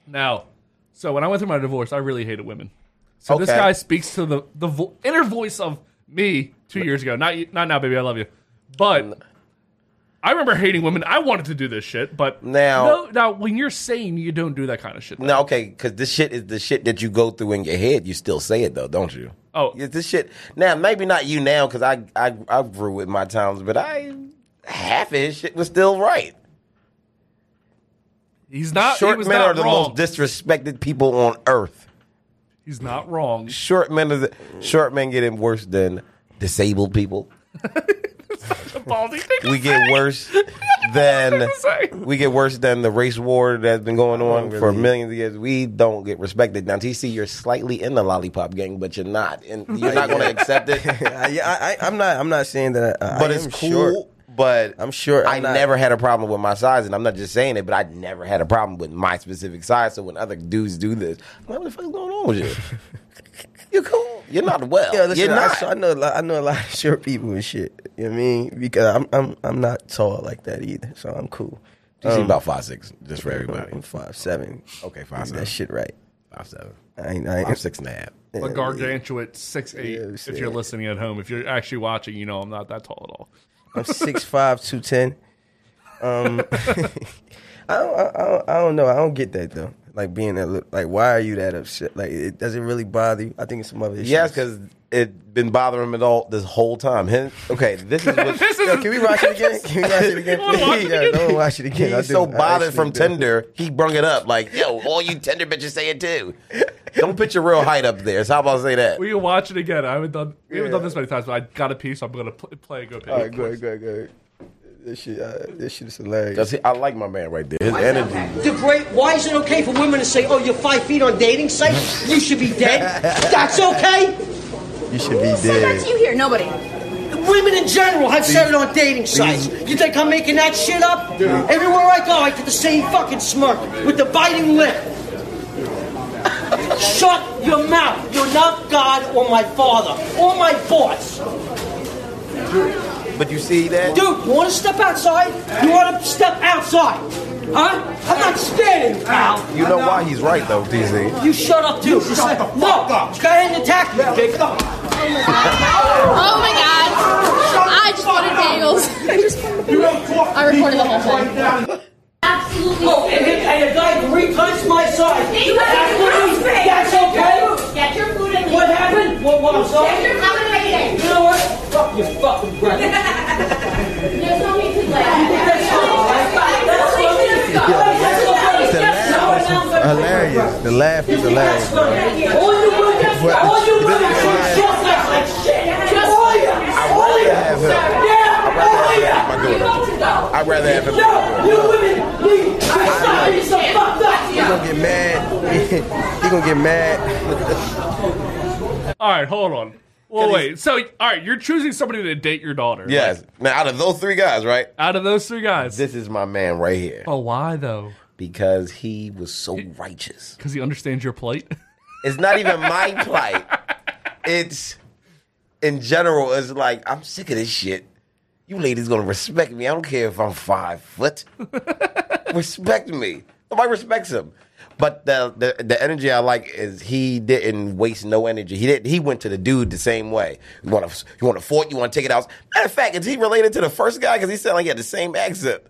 A: Now, so when I went through my divorce, I really hated women. So this
C: Okay.
A: guy speaks to the the vo- inner voice of me two years ago. Not you- not now, baby. I love you, but I remember hating women. I wanted to do this shit, but
C: Now-
A: no, now when you're sane, you don't do that kind of shit.
C: No, okay, because this shit is the shit that you go through in your head. You still say it though, don't you?
A: Oh.
C: yeah, this shit. Now, maybe not you now, because I, I I grew with my times, but I half of his shit was still right.
A: He's not. Uh, he
C: Short
A: was
C: men
A: not
C: are the
A: wrong.
C: most disrespected people on earth.
A: He's not wrong.
C: Short men are the, short men get it worse than disabled people.
A: Baldy,
C: We get worse than we get worse than the race war that's been going on for millions of years. We don't get respected. Now, TC, you're slightly in the lollipop gang, but you're not, and you're not going to accept it.
D: I, Uh, yeah, I, I, I'm not. I'm not saying that. I, I
C: But
D: am
C: it's cool.
D: short.
C: But
D: I'm short.
C: i
D: I'm not-
C: never had a problem with my size, and I'm not just saying it, but I never had a problem with my specific size. So when other dudes do this, I'm like, what the fuck is going on with you? you're cool. You're not well.
D: Yeah, listen.
C: you're
D: I,
C: not.
D: so I know. A lot, I know a lot of short people and shit. You know what I mean? Because I'm. I'm. I'm not tall like that either. So I'm cool.
C: TC
D: Oh.
C: about five six, just for everybody.
D: I'm five seven.
C: Okay,
D: Get
C: five seven.
D: that shit right.
C: Five seven.
D: I ain't. I
C: I'm
D: ain't
C: six and a half.
A: a gargantua at six eight.
D: Yeah,
A: if you're
D: shit.
A: listening at home, if you're actually watching, you know I'm not that tall at all.
D: I'm six five two ten. Um, I don't, I, I don't, I don't know. I don't get that though. Like being that, li- like, why are you that upset? Like, it does not really bother you? I think it's some other issues.
C: Yes, because it's been bothering him at all this whole time. Hence- okay, this is what
A: This is
D: Yo, can we watch it again? Can we watch it again?
A: You wanna watch it
D: please? Yeah,
A: again?
D: don't watch it again. I
C: he's
D: do.
C: so
D: I
C: bothered
D: actually
C: from
D: do.
C: Tinder. He brung it up like, yo, all you Tinder bitches say it too. Don't put your real height up there. So how about I say that?
A: We can watch it again. I haven't done we haven't done this many times, but I got a piece. I'm gonna pl- play a good piece.
D: All right, go ahead, go ahead, go ahead. This shit, uh, this shit is hilarious.
C: Does he- I like my man right there. His energy.
G: The great, why is it okay for women to say, oh, you're five feet on dating sites? You should be dead. That's okay?
D: You should be
I: Said that to
D: dead.
I: you here, nobody.
G: Women in general have said it on dating sites. You think I'm making that shit up? Everywhere I go, I get the same fucking smirk with the biting lip. Shut your mouth. You're not God or my father or my boss.
C: But you see that?
G: Dude, you want to step outside? You want to step outside? Huh? I'm not scared of you, pal.
C: You know why he's right though, DZ.
G: You shut up, dude. You shut the fuck up. Go ahead and attack me, big.
J: Oh my god. I just wanted bagels. I just I recorded the whole thing.
I: Absolutely.
G: Oh, and, and, and a guy three times my size.
I: You
G: That's what
I: have
G: he-
I: to be
G: That's okay.
I: Get your food and
G: What happened? What, what, I'm
I: Get
G: sorry.
I: your food and
G: You know what? Fuck your fucking breath.
I: There's no need to laugh.
G: That's all right. That's all right. That's all right. That's all right.
D: Hilarious. The laugh is hilarious.
G: All you women, all you women are just like shit. Just all you, all you.
C: have him. I'd
G: Yeah,
C: rather have him
G: all you.
C: as my daughter. I'd rather have him. as
G: Yo,
C: my
G: you
C: daughter.
G: women need to stop being so fucked
D: He
G: up.
D: gonna get mad. he gonna get mad.
A: All right, hold on. Well, wait. So, all right, you're choosing somebody to date your daughter.
C: Yes. Now out of those three guys, right?
A: Out of those three guys.
C: This is my man right here
A: but why though?
C: because he was so righteous.
A: Because he understands your plight.
C: It's not even my plight. It's in general. It's like I'm sick of this shit. You ladies gonna respect me. I don't care if I'm five foot. respect me. Nobody respects him. But the, the the energy I like is he didn't waste no energy. He did. He went to the dude the same way. You want to you want to fort? You want to take it out? Matter of fact, is he related to the first guy? Because he sounded like he had the same accent.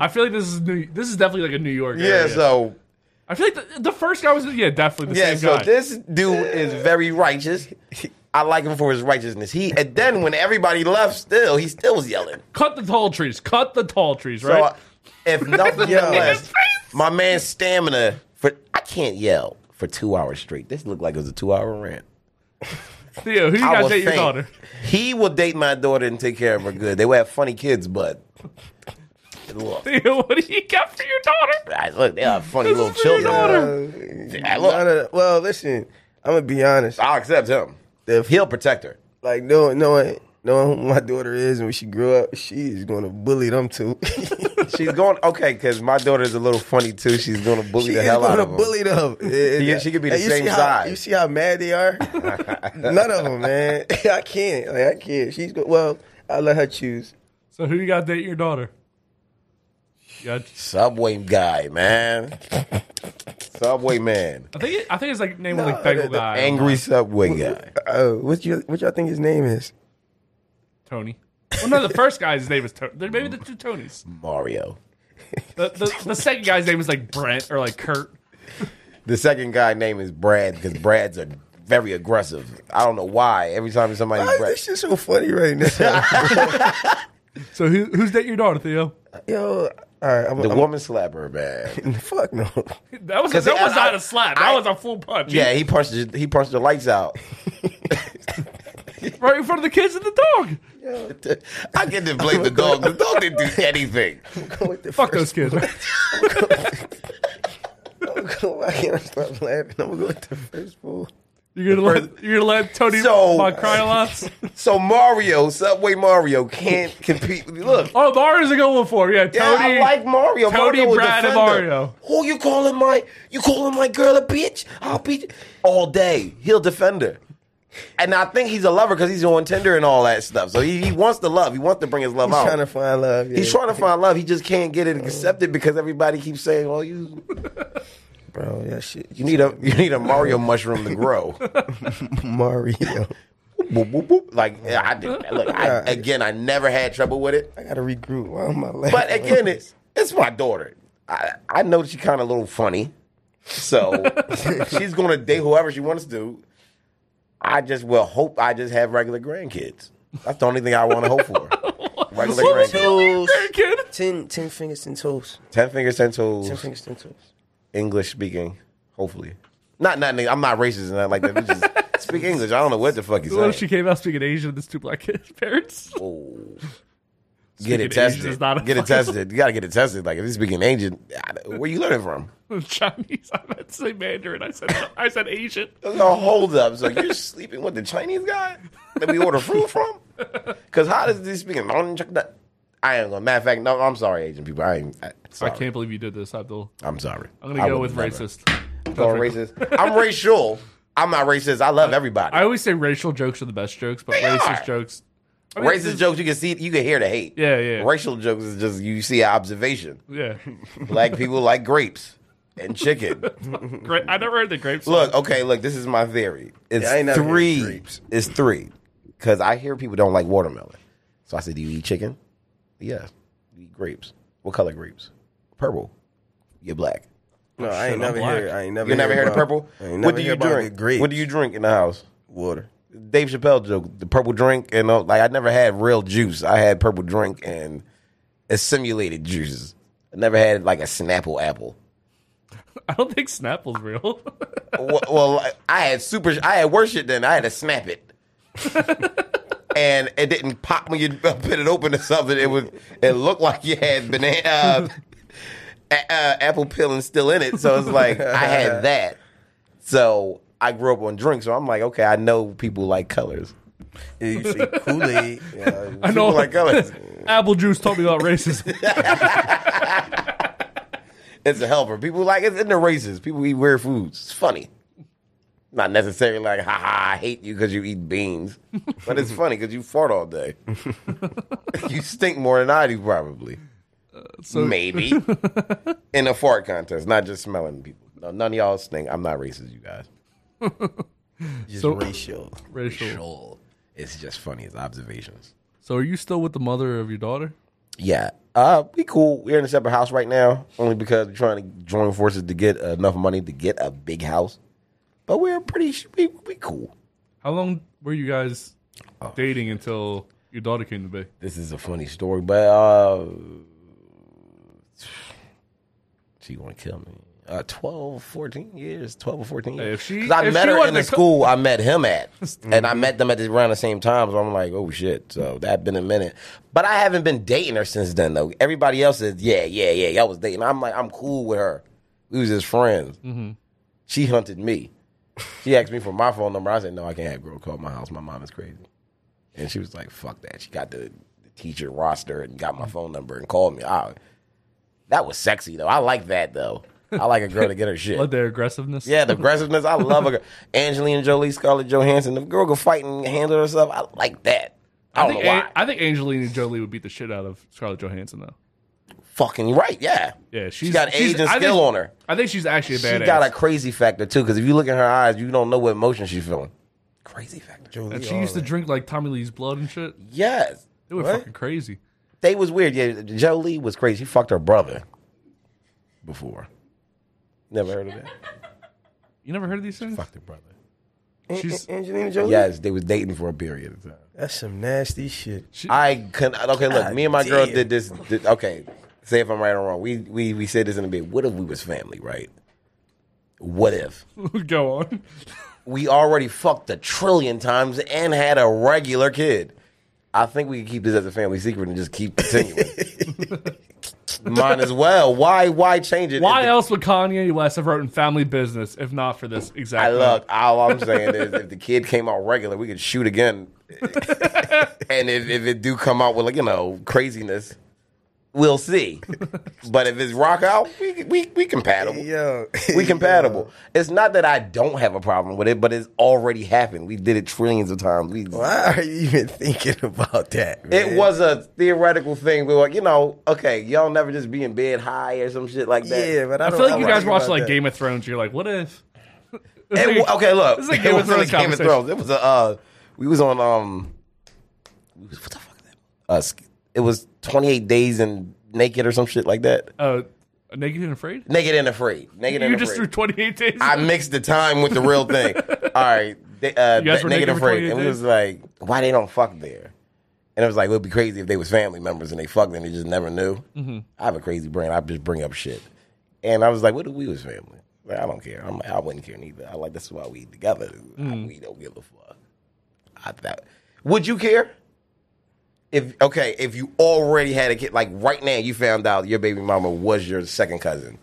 A: I feel like this is New, this is definitely like a New York.
C: Yeah.
A: area.
C: So
A: I feel like the, the first guy was yeah definitely the
C: Yeah,
A: same
C: so
A: guy.
C: this dude is very righteous. I like him for his righteousness. He and then when everybody left, still he still was yelling.
A: cut the tall trees. Cut the tall trees.
C: So
A: Right.
C: if nothing
D: Yeah.
C: less, my man's stamina for I can't yell for two hours straight. This looked like it was a two hour rant.
A: Theo, who you
C: I
A: got
C: was
A: date your
C: faint.
A: daughter?
C: He will date my daughter and take care of her good. They will have funny kids, but look,
A: Theo, what do you got for your daughter?
C: I- look, they are funny little
A: is for your daughter.
C: children. I look-
D: None of the- well, listen, I'm gonna be honest.
C: I'll accept him.
D: If
C: He'll protect her.
D: like knowing knowing knowing who my daughter is and when she grew up, she is gonna bully them two.
C: She's going okay because my daughter's a little funny too. She's going to bully
D: she
C: the
D: is
C: hell out
D: gonna
C: of him.
D: bully them.
C: Yeah, she could be the
D: And you
C: same
D: see how-
C: size.
D: you see how mad they are? None of them, man. I can't. Like I can't. She's go- well. I let her choose.
A: So who you got date your daughter? You got-
C: Subway guy, man. Subway man.
A: I think it, I think it's like name was like bagel guy.
C: Angry Subway guy.
D: Oh, what you what y'all think his name is?
A: Tony. Well, no, the first guy's name is Tony. Maybe the two Tonys.
C: Mario.
A: The, the, the second guy's name is like Brent or like Kurt.
C: The second guy name is Brad because Brad's are very aggressive. I don't know why. Every time somebody
D: Why is
C: Brad,
D: this shit so funny right now?
A: So who, who's date your daughter, Theo?
D: Yo, all right. I'm,
C: the
D: I'm,
C: woman slapper, man.
D: Fuck no.
A: That was
C: 'Cause
A: that
C: I-
A: was
C: I-
A: not a slap. That
C: I-
A: was a full punch.
C: Yeah, he punched the, he punched the lights out.
A: right in front of the kids and the dog.
C: I get to blame the dog. The dog didn't do anything.
D: Go with the
A: Fuck
D: first
A: those kids.
D: Why can't I stop laughing? I'm gonna go with the first fool.
A: You're gonna let you're gonna let Tony
C: So-
A: uh, cry a lot.
C: So Mario, Subway Mario can't compete. with- Look,
A: Oh, Mario's a good one for him. yeah.
C: Yeah,
A: Tony,
C: I like Mario.
A: Tony,
C: Mario was
A: Brad, and
C: defender.
A: Mario.
C: Who you calling my? You calling my girl a bitch? I'll beat all day. He'll defend her, and I think he's a lover because he's on Tinder and all that stuff. So he, he wants the love. He wants to bring his love
D: He's
C: out.
D: trying to find love. Yeah.
C: he's trying to find love. He just can't get it accepted because everybody keeps saying, "Well, you
D: bro. That shit.
C: you need a you need a Mario mushroom to grow."
D: Mario.
C: Boop, boop, boop. Like yeah, I did. Look, I, again, I never had trouble with it.
D: I gotta regroup. Why am I laughing?
C: But again, it's it's my daughter. I, I know she's kind of a little funny, so she's going to date whoever she wants to. I just will hope I just have regular grandkids. That's the only thing I want to hope for. Regular grandkids.
D: toes.
A: kid.
D: Ten, ten fingers, ten toes.
C: Ten fingers, ten
D: Ten
C: toes.
D: fingers, ten toes.
C: English speaking, hopefully. Not nothing. I'm not racist and nothing like that. We just speak English. I don't know what the fuck he's
A: Well,
C: saying. Oh.
A: she came out speaking Asian to this two black kids' parents.
C: get
A: Speaking
C: it
A: Asian
C: tested.
A: is not a
C: Get it
A: fucking-
C: tested. You got to get it tested. Like if he's speaking Asian, where you learning from?
A: Chinese. I meant to say Mandarin. I said I said Asian.
C: No hold up. So you're sleeping with the Chinese guy that we order food from? Because how does he speaking? I ain't gonna. Matter of fact, no. I'm sorry, Asian people. I ain't. I,
A: I
C: sorry.
A: can't believe you did this, Abdul.
C: I'm sorry.
A: I'm gonna
C: I
A: go
C: would
A: with
C: never.
A: racist.
C: Going racist. I'm racial. I'm not racist. I love everybody.
A: I always say racial jokes are the best jokes, but
C: They
A: racist
C: are.
A: jokes. I mean,
C: Racist jokes, you can see, you can hear the hate.
A: Yeah, yeah.
C: Racial jokes is just you see an observation.
A: Yeah.
C: Black people like grapes and chicken.
A: Gra- I never heard the grapes.
C: Look, okay, look, this is my theory. It's
D: Yeah, I ain't never had
C: three.
D: grapes.
C: It's three. Because I hear people don't like watermelon. So I said, Do you eat chicken? Yeah. You eat grapes. What color grapes? Purple. You're black.
D: No, I ain't
C: Shit, I'm
D: never
C: black.
D: hear. I ain't never.
C: You never heard of
D: about-
C: purple?
D: I ain't never
C: What do
D: hear
C: you
D: about the
C: drink?
D: Grapes.
C: What do you drink in the house?
D: Water.
C: Dave Chappelle joke, the purple drink, and all, like I never had real juice. I had purple drink and it's simulated juices. I never had like a Snapple apple.
A: I don't think Snapple's real.
C: well, well, I had super. I had worse shit than I had to snap it, and it didn't pop when you put it open or something. It was. It looked like you had banana, uh, a- uh, apple peeling still in it. So it's like I had that. So I grew up on drinks. So I'm like, okay, I know people like colors.
D: You see Kool Aid.
A: I know.
C: people like colors.
A: Apple juice taught me about racism.
C: It's a helper. People like it's in the races. People eat weird foods. It's funny. Not necessarily like, ha ha, I hate you because you eat beans. But it's funny because you fart all day. you stink more than I do, probably.
A: so-
C: Maybe. in a fart contest, not just smelling people. No, none of y'all stink. I'm not racist, you guys.
D: Just
A: So-
D: racial.
A: Racial.
C: It's just funny. It's observations.
A: So are you still with the mother of your daughter?
C: Yeah. Uh, we cool. We're in a separate house right now, only because we're trying to join forces to get enough money to get a big house. But we're pretty, we, we cool.
A: How long were you guys
C: Oh.
A: dating until your daughter came to be?
C: This is a funny story, but uh, she gonna kill me. Uh, 12, 14 years, 12 or 14
A: Hey,
C: years.
A: if she-
C: 'Cause I
A: if
C: met
A: she
C: her in
A: wasn't
C: the
A: a co- Mm-hmm.
C: school I met him at. and I met them at the, around the same time. So I'm like, oh shit. So that been a minute. But I haven't been dating her since then, though. Everybody else says, yeah, yeah, yeah, y'all was dating. I'm like, I'm cool with her. We was just friends.
A: Mm-hmm.
C: She hunted me. She asked me for my phone number. I said, no, I can't have girl call my house. My mom is crazy. And she was like, fuck that. She got the, the teacher roster and got my phone number and called me. I, that was sexy, though. I like that, though. I like a girl to get her shit.
A: Love their aggressiveness.
C: Yeah, the aggressiveness. I love a girl. Angelina Jolie, Scarlett Johansson. If a girl can fight and handle herself, I like that. I
A: I
C: don't
A: think,
C: know why.
A: An- I think Angelina Jolie would beat the shit out of Scarlett Johansson though.
C: Fucking right, yeah.
A: Yeah, she's
C: She got
A: she's-
C: age and
A: I
C: skill
A: think-
C: on her.
A: I think she's actually a
C: She
A: badass.
C: got a crazy factor too, because if you look in her eyes, you don't know what emotion she's feeling. Crazy factor.
A: and she used to drink like Tommy Lee's blood and shit.
C: Yes.
A: They were
C: What?
A: fucking crazy.
C: They was weird. Yeah, Jolie was crazy. She fucked her brother before. Never heard of that.
A: You never heard of these things?
C: fucked her brother.
A: She's-
D: Angelina Jolie.
C: Yes, they was dating for a period of time.
D: That's some nasty shit.
C: I can okay. Look,
D: God
C: me and my girl
D: damn.
C: did this. did- okay, say if I'm right or wrong. We we we said this in a bit. What if we was family, right? What if
A: Go on.
C: we already fucked a trillion times and had a regular kid? I think we could keep this as a family secret and just keep continuing. Might as well. Why why change it?
A: Why
C: If-
A: else would Kanye West have written Family Business if not for this
C: I
D: Uh-huh.
A: exactly?
C: look. All I'm saying is, if the kid came out regular, we could shoot again. and if, if it do come out with like you know craziness, we'll see. But if it's rock out, we we we compatible.
D: Yo,
C: We compatible. It's not that I don't have a problem with it, but it's already happened. We did it trillions of times. We,
D: Why are you even thinking about that? Man?
C: it was a theoretical thing. We were like, you know, okay, y'all never just be in bed high or some shit like that.
D: Yeah, but I,
A: I
D: don't,
A: feel like
D: don't
A: you guys
D: think
A: watch
D: about
A: like
D: that.
A: Game of Thrones. You're like, what if?
C: It, wa- okay, look.
A: This is a
C: it
A: Game of
C: wasn't a
A: Thrones
C: Game of
A: conversation.
C: Thrones. It was a. Uh, we was on. Um, we was- what the fuck? Is that? Uh, sk- it was twenty eight days and naked or some shit like that.
A: Uh, Naked and Afraid.
C: Naked and afraid. Naked
A: You
C: and
A: just threw
C: afraid.
A: 28 days.
C: I mixed the time with the real thing. All right, they, uh,
A: You guys were
C: naked,
A: naked
C: and
A: for
C: afraid,
A: 28
C: and we was
A: days?
C: like, why they don't fuck there? And it was like, it would be crazy if they was family members and they fucked and they
A: Mm-hmm.
C: just never knew. I have a crazy brain. I just bring up shit, and I was like, what if we was family? Like, I don't care. I'm, I wouldn't care neither. I like this is why we together.
A: Mm-hmm.
C: I, we don't give a fuck. I thought. Would you care? If okay, if you already had a kid, like right now, you found out your baby mama was your second cousin.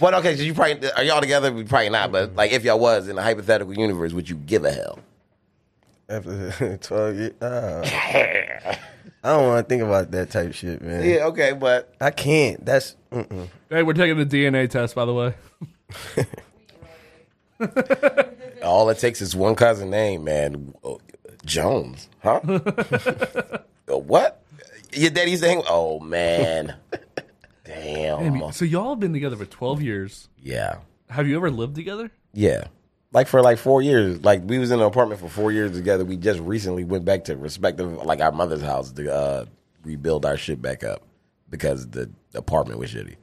C: Well, okay, so you probably are y'all together? We probably not, but like if y'all was in a hypothetical universe, would you give a hell?
D: After 12 years. uh, ah. I don't want to think about that type of shit, man.
C: Yeah, okay, but
D: I can't. That's. Mm-mm.
A: Hey, we're taking the DNA test, by the way.
C: All it takes is one cousin name, man. Oh, Jones, huh? Oh, what? Your daddy used to hang. Oh man,
A: Hey,
C: damn.
A: so y'all have been together for 12 years.
C: Yeah,
A: Have you ever lived together?
C: yeah. Like for like four years, like we was in an apartment for four years together. We just recently went back to respective, like our mother's house to uh, rebuild our shit back up because the apartment was shitty. The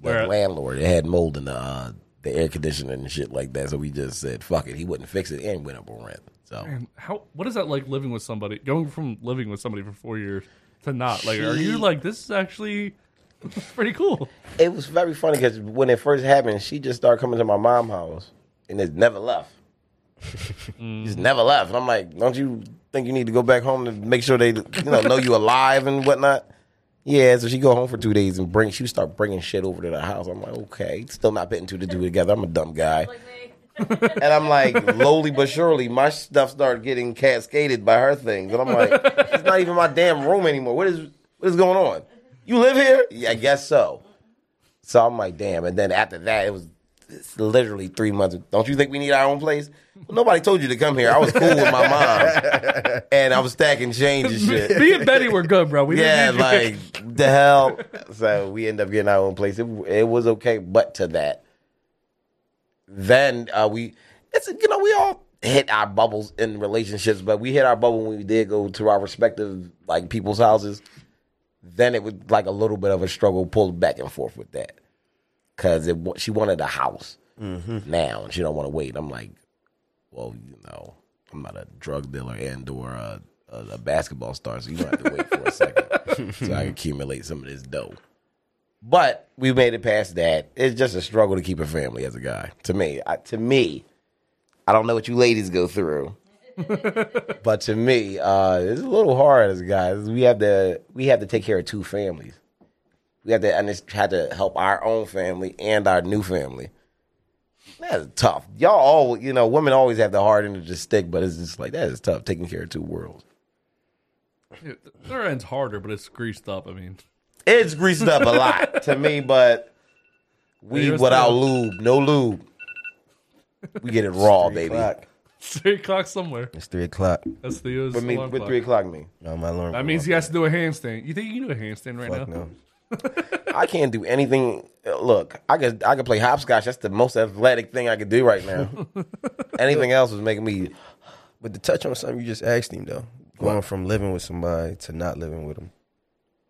A: Where-
C: landlord it had mold in the uh, the air conditioner and shit like that, so we just said fuck it. He wouldn't fix it and went up on rent. So
A: Man, how what is that like living with somebody? Going from living with somebody for four years to not like, are you
C: She-
A: like this is actually pretty cool?
C: It was very funny because when it first happened, she just started coming to my mom's house and it never left. Just never left. And I'm like, don't you think you need to go back home to make sure they, you know, know you alive and whatnot? Yeah. So she go home for two days and bring. She would start bringing shit over to the house. I'm like, okay, still not putting two to two together. I'm a dumb guy. and I'm like, lowly but surely, my stuff started getting cascaded by her things, and I'm like, it's not even my damn room anymore. What is what is going on? You live here? Yeah, I guess so. So I'm like, damn. And then after that, it was it's literally three months. Don't you think we need our own place? Well, nobody told you to come here. I was cool with my mom, and I was stacking change and shit.
A: Me and Betty were good, bro. We
C: yeah,
A: didn't need you.
C: like the hell. So we end up getting our own place. It, it was okay, but to that, then uh, we, it's you know, we all hit our bubbles in relationships, but we hit our bubble when we did go to our respective like people's houses. Then it was like a little bit of a struggle, pulled back and forth with that, because it wa- she wanted a house
A: Mm-hmm.
C: now and she don't want to wait. I'm like, well, you know, I'm not a drug dealer and or a, a, a basketball star, so you don't have to wait for a second so I can accumulate some of this dough. But we made it past that. It's just a struggle to keep a family as a guy. To me, I, to me, I don't know what you ladies go through, but to me, uh, it's a little hard as guys. We have to we have to take care of two families. We have to and it's had to help our own family and our new family. That's tough. Y'all all you know, women always have the hard end of the stick, but it's just like that is tough taking care of two worlds.
A: Dude, their end's harder, but it's greased up. I mean,
C: It's greased up a lot to me, but we
A: Yours
C: without
A: too.
C: lube, no lube. We get it raw, baby.
D: o'clock.
A: three o'clock somewhere.
D: It's three o'clock.
A: That's Theo's
C: What mean-
A: alarm
C: what
A: clock.
C: three o'clock mean?
D: No, my alarm.
A: That means he has to do a handstand. You think you can do a handstand right
D: Fuck
A: now?
D: no.
C: I can't do anything. uh, Look, I could I could play hopscotch. That's the most athletic thing I could do right now. anything else was making me.
D: But to touch on something you just asked him though, going from living with somebody to not living with them,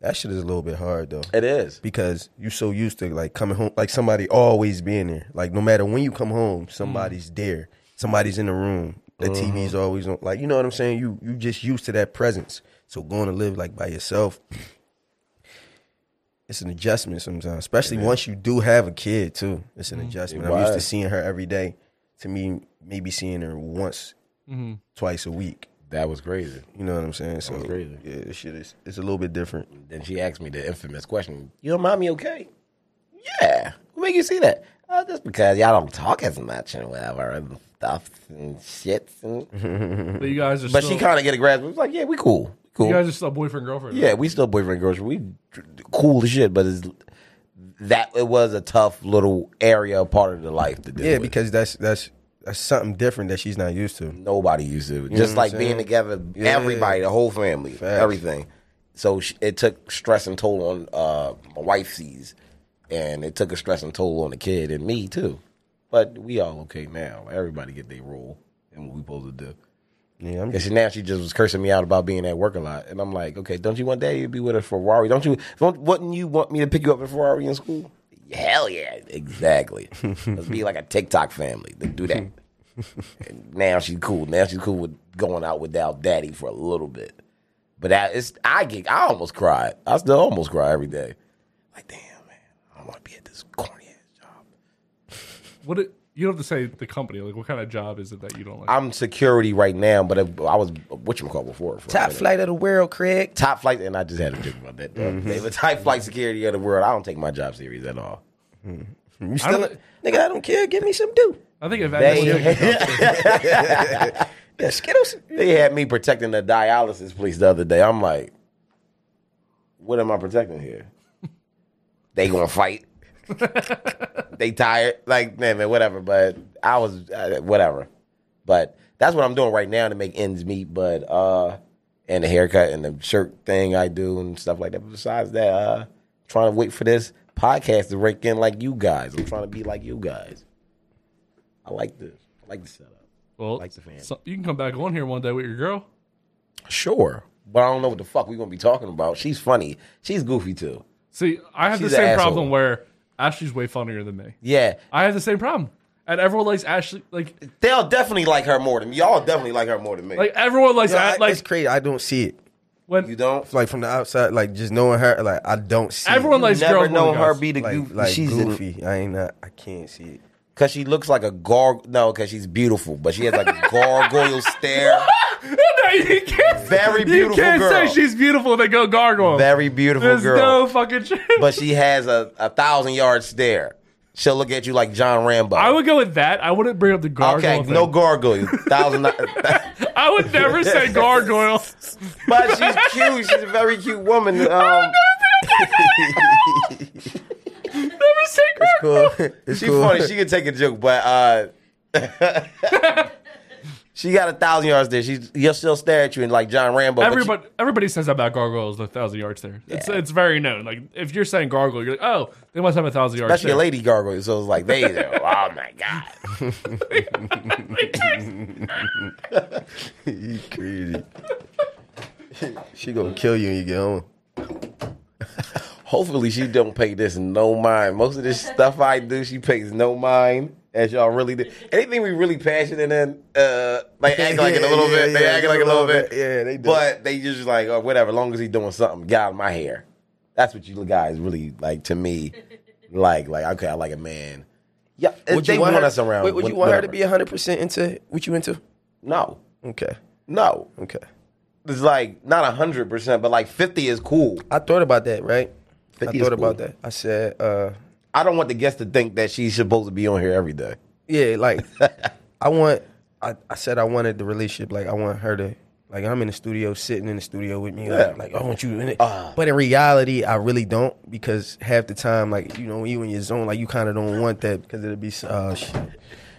D: that shit is a little bit hard though.
C: It is.
D: because you so used to like coming home, like somebody always being there. Like no matter when you come
C: Mm.
D: home, somebody's there. Somebody's in the room. The
C: Uh-huh.
D: TV's always on. Like you know what I'm saying. You you just used to that presence. So going to live like by yourself, it's an adjustment sometimes. Especially once you do have a kid too. It's an adjustment.
C: Mm-hmm. It
D: I'm used to
C: was.
D: seeing her every day. To me, maybe seeing her once, twice a week.
C: That was crazy.
D: You know what I'm saying? So
C: Mm-hmm. was crazy.
D: yeah, this shit is it's a little bit different.
C: Then she asked me the infamous question: "Your mommy okay?" Yeah. What make you see that? Uh, just because y'all don't talk as much and whatever and stuff and shit. And,
A: But you guys are.
C: but
A: still,
C: she kind of get a grasp. It was like, yeah, we cool, We cool.
A: You guys are still boyfriend girlfriend.
C: Yeah, we still boyfriend girls. We cool as shit, but it's that it was a tough little area part of the life to deal
D: Yeah,
C: with.
D: because that's that's that's something different that she's not used to.
C: nobody used to.
D: know
C: Just
D: what I'm
C: like being
D: saying?
C: together,
D: Yeah.
C: everybody, the whole family,
D: Facts.
C: everything. So sh- it took stress and toll on uh, my wife's, and it took a stress and toll on the kid and me too. But we all okay now. Everybody get their role and what we supposed to do.
D: Yeah, I'm
C: And she, now she just was cursing me out about being at work a lot, and I'm like, okay, don't you want daddy to be with a Ferrari? Don't you? Don't, wouldn't you want me to pick you up in a Ferrari in school? Hell yeah, exactly. Let's be like a TikTok family. Let's do that. and now she's cool. Now she's cool with going out without daddy for a little bit. But I, it's I get I almost cried. I still almost cry every day. Like damn man, I don't want to be at this corny ass
A: what? It, you don't have to say the company. Like, what kind of job is it that you don't like?
C: I'm security right now, but if- I was what you call before. for a
D: Top
C: minute.
D: flight of the world, Craig.
C: Top flight, and I just had to think about that.
D: Mhm.
C: They were top flight security of the world. I don't take my job serious at all.
D: You still, nigga? I don't care. Give me some dew.
A: I think if
C: They,
D: yeah, Skittles.
C: they had me protecting the dialysis place the other day. I'm like, what am I protecting here? They gonna fight. they tired. Like, man, man, whatever. But I was uh, whatever. But that's what I'm doing right now to make ends meet. But uh, and the haircut and the shirt thing I do and stuff like that. But besides that, uh, trying to wait for this podcast to break in like you guys. I'm trying to be like you guys. I like this. I like the setup.
A: Well,
C: like the fan.
A: so- you can come back on here one day with your girl.
C: Sure, but I don't know what the fuck we gonna be talking about. She's funny. She's goofy too.
A: See, I have
C: She's
A: the
C: an
A: same
C: asshole.
A: problem where Ashley's way funnier than me.
C: Yeah,
A: I have the same problem, and everyone likes Ashley. Like
C: they'll definitely like her more than me. Y'all definitely like her more than me.
A: Like everyone likes
D: Yo,
A: that.
D: I-
A: Like
D: it's crazy. I don't see it.
A: When
C: you don't
D: like from the outside, like just knowing her, like I don't see.
A: Everyone
D: it.
A: likes You never girls more know than her guys.
C: be the
D: like,
C: goof-
D: Like
C: she's the-
D: goofy. I ain't not. I can't see it.
C: Cause she looks like a gar. No, cause she's beautiful, but she has like a gargoyle stare.
A: no, you can't.
C: Very
A: You
C: beautiful
A: can't
C: girl.
A: say she's beautiful and they go gargoyle.
C: Very beautiful
A: There's
C: girl.
A: no fucking chance.
C: But she has a, a thousand yard stare. She'll look at you like John Rambo.
A: I would go with that. I wouldn't bring up the gargoyle.
C: okay,
A: thing.
C: no gargoyle. Thousand.
A: I would never say gargoyle.
C: but she's cute. She's a very cute woman. Um,
A: never say
D: cool. It's
C: she's
D: cool.
C: funny. She can take a joke, but uh, she got a thousand yards there. She you'll still stare at you and like John Rambo. but she-
A: Everybody, everybody says about gargoyles the thousand yards there. It's it's very known. Like if you're saying gargoyle, you're like, oh, they must have a thousand yards.
C: especially a
A: there.
C: lady gargoyle. So it's like they there. Oh my god.
D: you crazy. she gonna kill you when you get home.
C: Hopefully she don't pay this no mind. Most of this stuff I do, she pays no mind. As y'all really do. Anything we really passionate in, uh, they act like it a little
D: Yeah,
C: bit.
D: yeah,
C: They
D: yeah,
C: act like a little bit.
D: Yeah, they do.
C: But they just like, oh, whatever. Long as he doing something, get out of my hair. That's what you guys really like to me. Like, like okay, I like a man. Yeah,
D: Would you
C: they want,
D: want her-
C: us around.
D: wait, would you want her to be 100 percent into what you into?
C: No,
D: Okay.
C: no.
D: Okay.
C: It's like not hundred percent, but like fifty is cool.
D: I thought about that, right? I
C: 50
D: thought
C: is cool.
D: about that. I said, uh,
C: I don't want the guests to think that she's supposed to be on here every day.
D: yeah, like I want. I, I said I wanted the relationship. Like I want her to. Like I'm in the studio, sitting in the studio with me. Like,
C: Yeah. Ah.
D: like, I want you in it. but in reality, I really don't because half the time, like you know, you in your zone, like you kind of don't want that because it'll be. Uh, shit.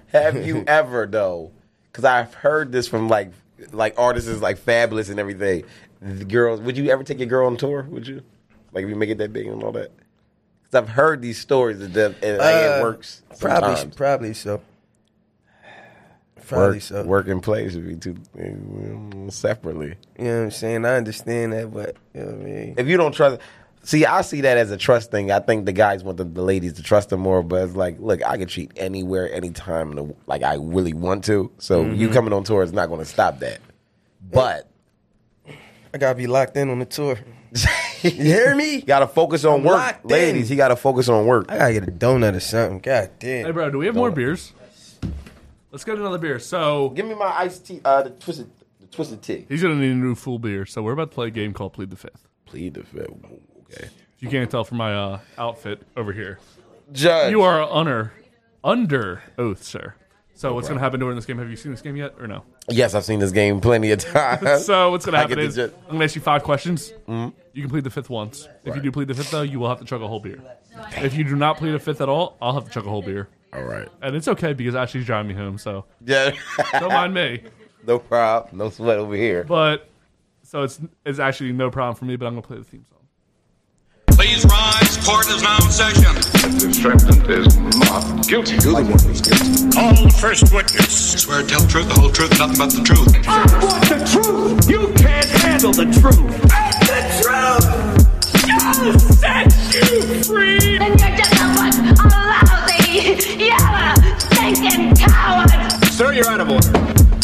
C: Have you ever though? Because I've heard this from like like artists is like fabulous and everything. The girls, would you ever take your girl on tour? Would you? Like if you make it that big and all that? Because I've heard these stories that that- and like,
D: Uh,
C: it works.
D: Probably,
C: sometimes.
D: probably so. Probably
C: work,
D: so.
C: Work and play should be two mm, separately.
D: You know what I'm saying? I understand that, but you know what I mean.
C: If you don't trust, see, I see that as a trust thing. I think the guys want the, the ladies to trust them more, but it's like, look, I can cheat anywhere, anytime, in the- like I really want to. So you
D: Mhm.
C: coming on tour is not going to stop that. But
D: I gotta be locked in on the tour. you hear me?
C: got to focus on
D: I'm
C: work,
D: locked in.
C: ladies. He got to focus on work.
D: I gotta get a donut or something. God damn.
A: Hey, bro, do we have more beers? Let's get another beer. So
C: give me my iced tea, uh, the twisted, the twisted tea.
A: He's gonna need a new full beer. So we're about to play a game called Plead the Fifth.
C: Plead the Fifth. Okay.
A: If you can't tell from my uh, outfit over here,
C: Judge.
A: you are under under oath, sir. So what's
C: problem.
A: gonna happen during this game? Have you seen this game yet or no?
C: Yes, I've seen this game plenty of times.
A: so what's gonna
C: I
A: happen
C: get the
A: is
C: ju-
A: I'm gonna ask you five questions.
C: Mhm.
A: You can plead the fifth once. If you do plead the fifth, though, you will have to chug a whole beer. If you do not plead a fifth at all, I'll have to chug a whole beer.
C: All right.
A: And it's okay because Ashley's driving me home, so
C: yeah.
A: don't mind me.
C: no problem. No sweat over here.
A: But so it's it's actually no problem for me. But I'm gonna play the theme song.
E: Please rise. Court is now in session. The defendant is not guilty. You're the one who's guilty. Call first witness. Swear to tell the truth, the whole truth, nothing but the truth. I want the truth. You can't handle the truth. the truth. I'll set you free.
H: And you're just a bunch of lousy, yellow, stinking cowards.
E: Sir, you're out of order.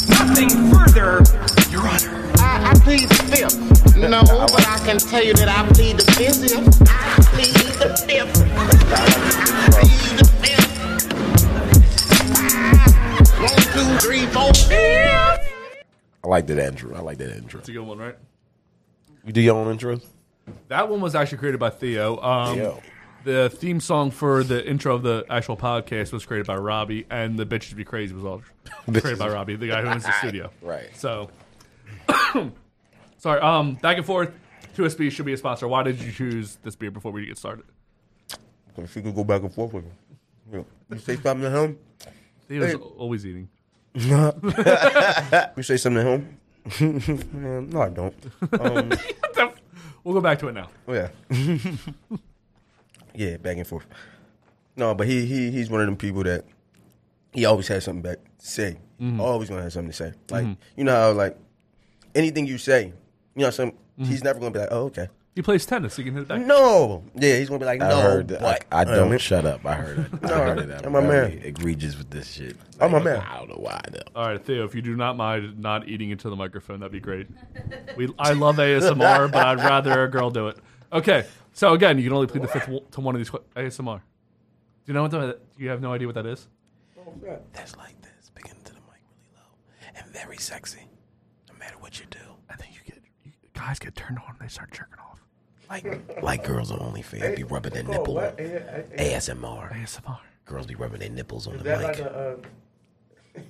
E: Nothing further, Your Honor.
K: I, I plead the fifth. No, but I can tell you that I plead the fifth. I plead the fifth. I plead the fifth. three, four.
C: I like that intro. I like that intro.
A: It's a good one, right?
C: You do your own intros?
A: That one was actually created by Theo. Um,
C: Theo.
A: The theme song for the intro of the actual podcast was created by Robbie, and the Bitches Be Crazy was all created by Robbie, the guy who owns the studio.
C: Right.
A: So, sorry. Um, back and forth. 2SB should be a sponsor. Why did you choose this beer before we get started?
L: Because she can go back and forth with him. You, know, you say something to him.
A: He was always eating.
L: you say something to him. Man, no, I don't. Um,
A: we'll go back to it now.
L: oh, yeah, yeah, back and forth. No, but he he he's one of them people that he always has something back to say.
C: Mm-hmm.
D: Mhm.
L: Always gonna have something to say. Like
D: Mhm.
L: you know how like anything you say, you know, some
C: Mm-hmm.
L: he's never gonna be like, oh okay.
A: He plays tennis. He can hit it back.
L: No, yeah, he's gonna be like, no,
C: I heard. that.
L: but-
C: I, I
L: You know what
C: don't
L: mean?
C: shut up. I heard it. I
L: No,
C: heard it.
L: I'm a man.
C: very Egregious with this shit.
L: I'm a man.
C: I don't know why. I know.
A: All right, Theo, if you do not mind not eating into the microphone, that'd be great. We, I love ASMR, but I'd rather a girl do it. Okay, so again, you can only plead the fifth to one of these que- ASMR. Do you know what the, you have no idea what that is?
C: That's like this. Big into the mic really low and very sexy. No matter what you do. I think you get
A: Guys get turned on, they start jerking off.
C: Like, like girls on OnlyFans be rubbing their
A: it's called
C: nipple.
A: what?
C: on-
A: A- A-
C: ASMR.
A: ASMR.
C: Girls be rubbing their nipples on
L: Is
C: the
L: that
C: mic.
L: like a? Um,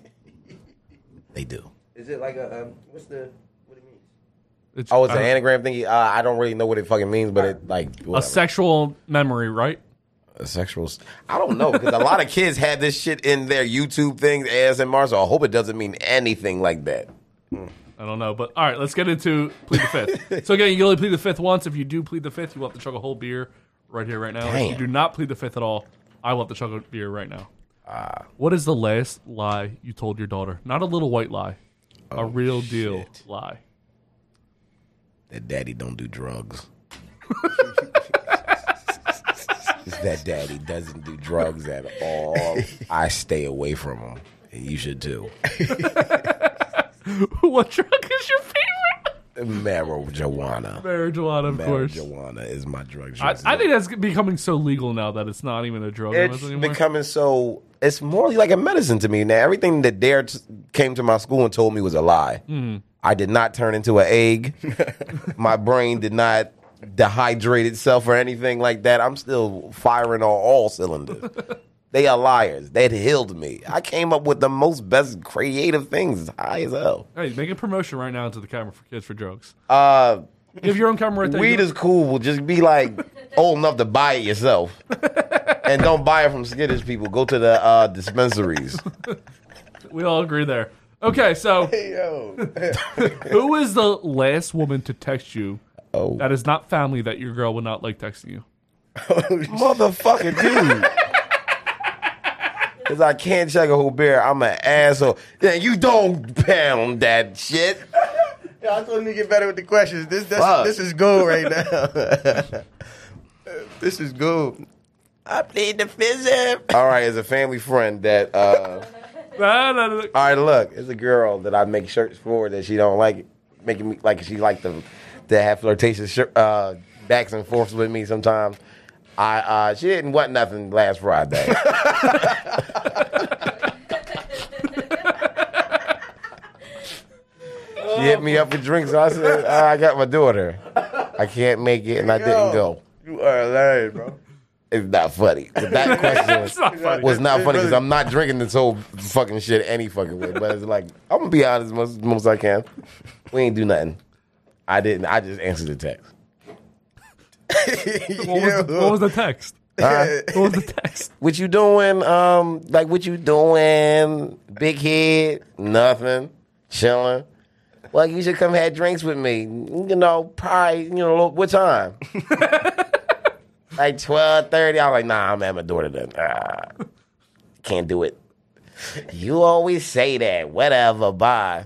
C: they do.
L: is it like a? Um, what's the?
C: oh, it's
A: I
C: an
L: Uh-huh.
A: don't-
C: anagram thingy. Uh, I don't really know what it fucking means, but it like
A: A
C: whatever.
A: sexual memory, right?
C: A sexual. I don't know because a lot of kids had this shit in their YouTube things, ASMR. So I hope it doesn't mean anything like that.
A: I don't know, but all right, let's get into plead the fifth. so again, you can only plead the fifth once. If you do plead the fifth, you will have to chug a whole beer right here, right now. If you
C: Damn.
A: do not plead the fifth at all, I will have to chug a beer right now.
C: Ah.
A: what is the last lie you told your daughter? Not a little white lie,
C: Oh,
A: a real deal lie.
C: That daddy don't do drugs. that daddy doesn't do drugs at all. I stay away from him. And you should too.
A: what drug is your favorite?
C: Marijuana.
A: Marijuana, of course.
C: Marijuana is my drug.
A: I, I think that's becoming so legal now that it's not even a drug
C: it's
A: anymore.
C: becoming so. It's more like a medicine to me now. Everything that Dare t- came to my school and told me was a lie.
A: Mhm.
C: I did not turn into an egg. my brain did not dehydrate itself or anything like that. I'm still firing on all cylinders. they are liars. They healed me. I came up with the most best creative things, high as hell.
A: hey, make a promotion right now to the camera for kids for drugs.
C: Uh,
A: Give your own camera. Right there.
C: weed
A: You-
C: is cool. Well, just be like old enough to buy it yourself, and don't buy it from skittish people. Go to the uh, dispensaries.
A: We all agree there. Okay, so who is the last woman to text you
C: Oh.
A: that is not family that your girl would not like texting you?
C: Motherfucker, dude. Cause I can't check a whole beer. I'm an asshole. Yeah, you don't pound that shit.
L: Yeah, I told him to get better with the questions. This this,
C: Fuck.
L: this is gold right now. this is gold.
C: I plead the fifth. All right, as a family friend that. uh
A: All
C: right, look, it's a girl that I make shirts for that she don't like, making me like she like to to have flirtatious shir- uh, backs and forths with me sometimes. I uh, she didn't want nothing last Friday. She hit me up with drinks. I said, uh, I got my daughter. I can't make it, and I didn't go.
L: You are a liar, bro.
C: It's not funny. That question was
L: not
C: not
L: funny.
C: funny because I'm not drinking this whole fucking shit any fucking way. But it's like I'm gonna be honest most most I can. We ain't do nothing. I didn't. I just answered the text.
A: What was, the, what was the text?
C: Huh?
A: What was the text?
C: What you doing? Um, like what you doing? Big head? Nothing. Chilling. Well, you should come have drinks with me. You know, probably. You know, what time? like twelve thirty. I was like, nah, I'm at my daughter then. Ah, can't do it. You always say that. Whatever. Bye.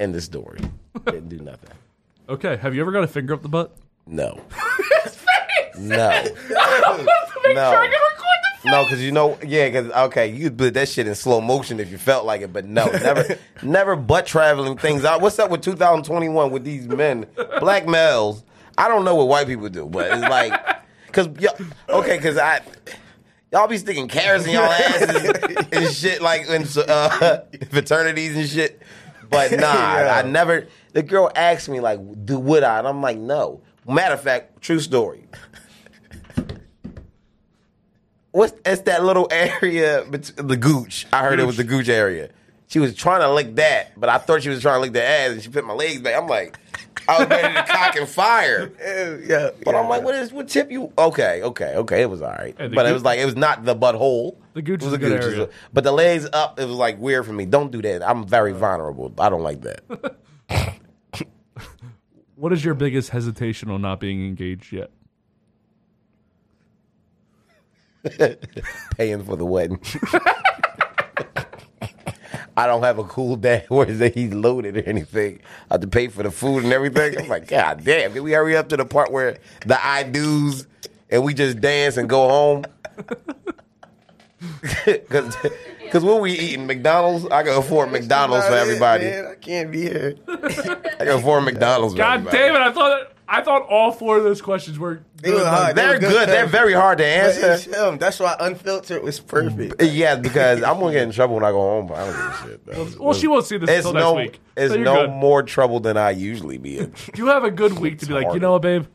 C: End the story. Didn't do nothing.
A: Okay, have you ever got a finger up the butt?
C: No. No.
A: no.
C: No, because you know, yeah, because okay, you could put that shit in slow motion if you felt like it, but no, never, never butt traveling things out. What's up with 2021 with these men, black males? I don't know what white people do, but it's like, because okay, because I, Y'all be sticking carrots in y'all asses and shit like in uh, fraternities and shit. But nah,
D: Yeah.
C: I never. The girl asked me like, "Do would I?" And I'm like, "No." Matter of fact, true story. What's it's that little area between the gooch? I heard it was the gooch area. She was trying to lick that, but I thought she was trying to lick the ass, and she put my legs back. I'm like, I was ready to cock and fire.
D: Yeah,
C: but I'm like, what is what tip you? Okay, okay, okay. It was all right,
A: Hey,
C: but
A: the
C: it
A: gooch-
C: was like it was not the butthole.
A: The gooch
C: It was
A: is a good
C: gooch.
A: area.
C: But the legs up, it was like weird for me. Don't do that. I'm very
A: Uh,
C: vulnerable. I don't like that.
A: What is your biggest hesitation on not being engaged yet?
C: Paying for the wedding. I don't have a cool dad where he's loaded or anything. I have to pay for the food and everything. I'm like, God damn, can we hurry up to the part where the I do's and we just dance and go home? Because when we eating McDonald's, I can afford McDonald's for
D: Not it,
C: everybody.
D: man. I can't be here.
C: I can afford McDonald's for
A: God
C: everybody.
A: damn it! I thought I thought all four of those questions were. good.
C: They're good. They're very hard to answer.
D: That's why unfiltered was perfect.
C: Yeah, because I'm gonna get in trouble when I go home. But I don't give a shit. though.
A: Well, she won't see this
C: It's
A: until next
C: no,
A: week, so
C: It's
A: you're
C: no
A: good.
C: more trouble than I usually be in.
A: You have a good week to be like, you know what, babe?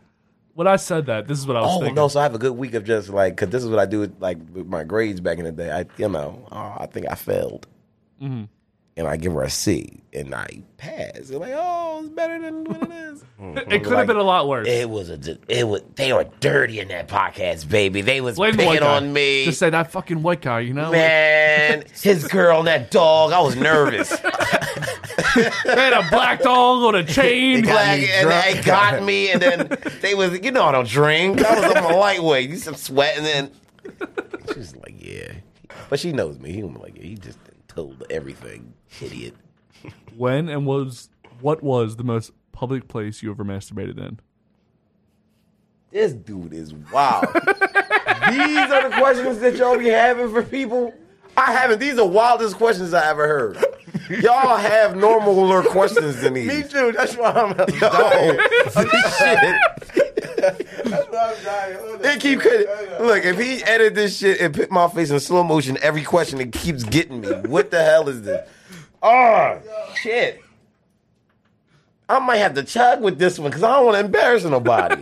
A: When I said that, this is what I was
C: oh
A: thinking.
C: no! So I have a good week of just like because this is what I do with, like with my grades back in the day. I you know oh, I think I failed
E: Mm-hmm.
C: and I give her a C and I pass. They're like, oh, it's better than what it is.
A: It could have been a lot worse.
C: It was a. di- It was. They were dirty in that podcast, baby. They was
A: Blame the white
C: picking
A: guy.
C: on me.
A: Just say that fucking white guy, you know?
C: Man, his girl and that dog. I was nervous.
A: they had a black dog on a chain.
C: Black, and they got me, and then they was, you know, I don't drink. I was on my lightweight. You some sweat, and then she's like, yeah, but she knows me. He was like, yeah, he just told everything, idiot.
A: When and was what was the most public place you ever masturbated in?
C: This dude is wild. these are the questions that y'all be having for people. I haven't. These are wildest questions I ever heard. Y'all have normaler questions than these.
D: Me too. That's why I'm
C: Yo, this shit. It keep cutting. Look, if he edit this shit and put my face in slow motion, every question it keeps getting me. What the hell is this? Oh shit! I might have to chug with this one because I don't want to embarrass nobody.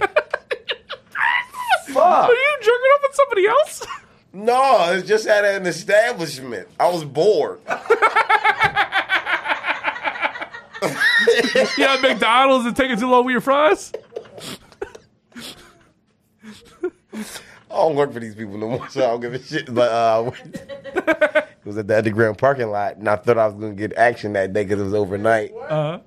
C: Fuck!
A: Are you jerking off with somebody else?
C: No, it's just at an establishment. I was bored.
A: yeah, McDonald's and taking too long with your fries.
C: I don't work for these people no more, so I don't give a shit. But uh, it was at the underground parking lot, and I thought I was going to get action that day because it was overnight.
A: Uh-huh.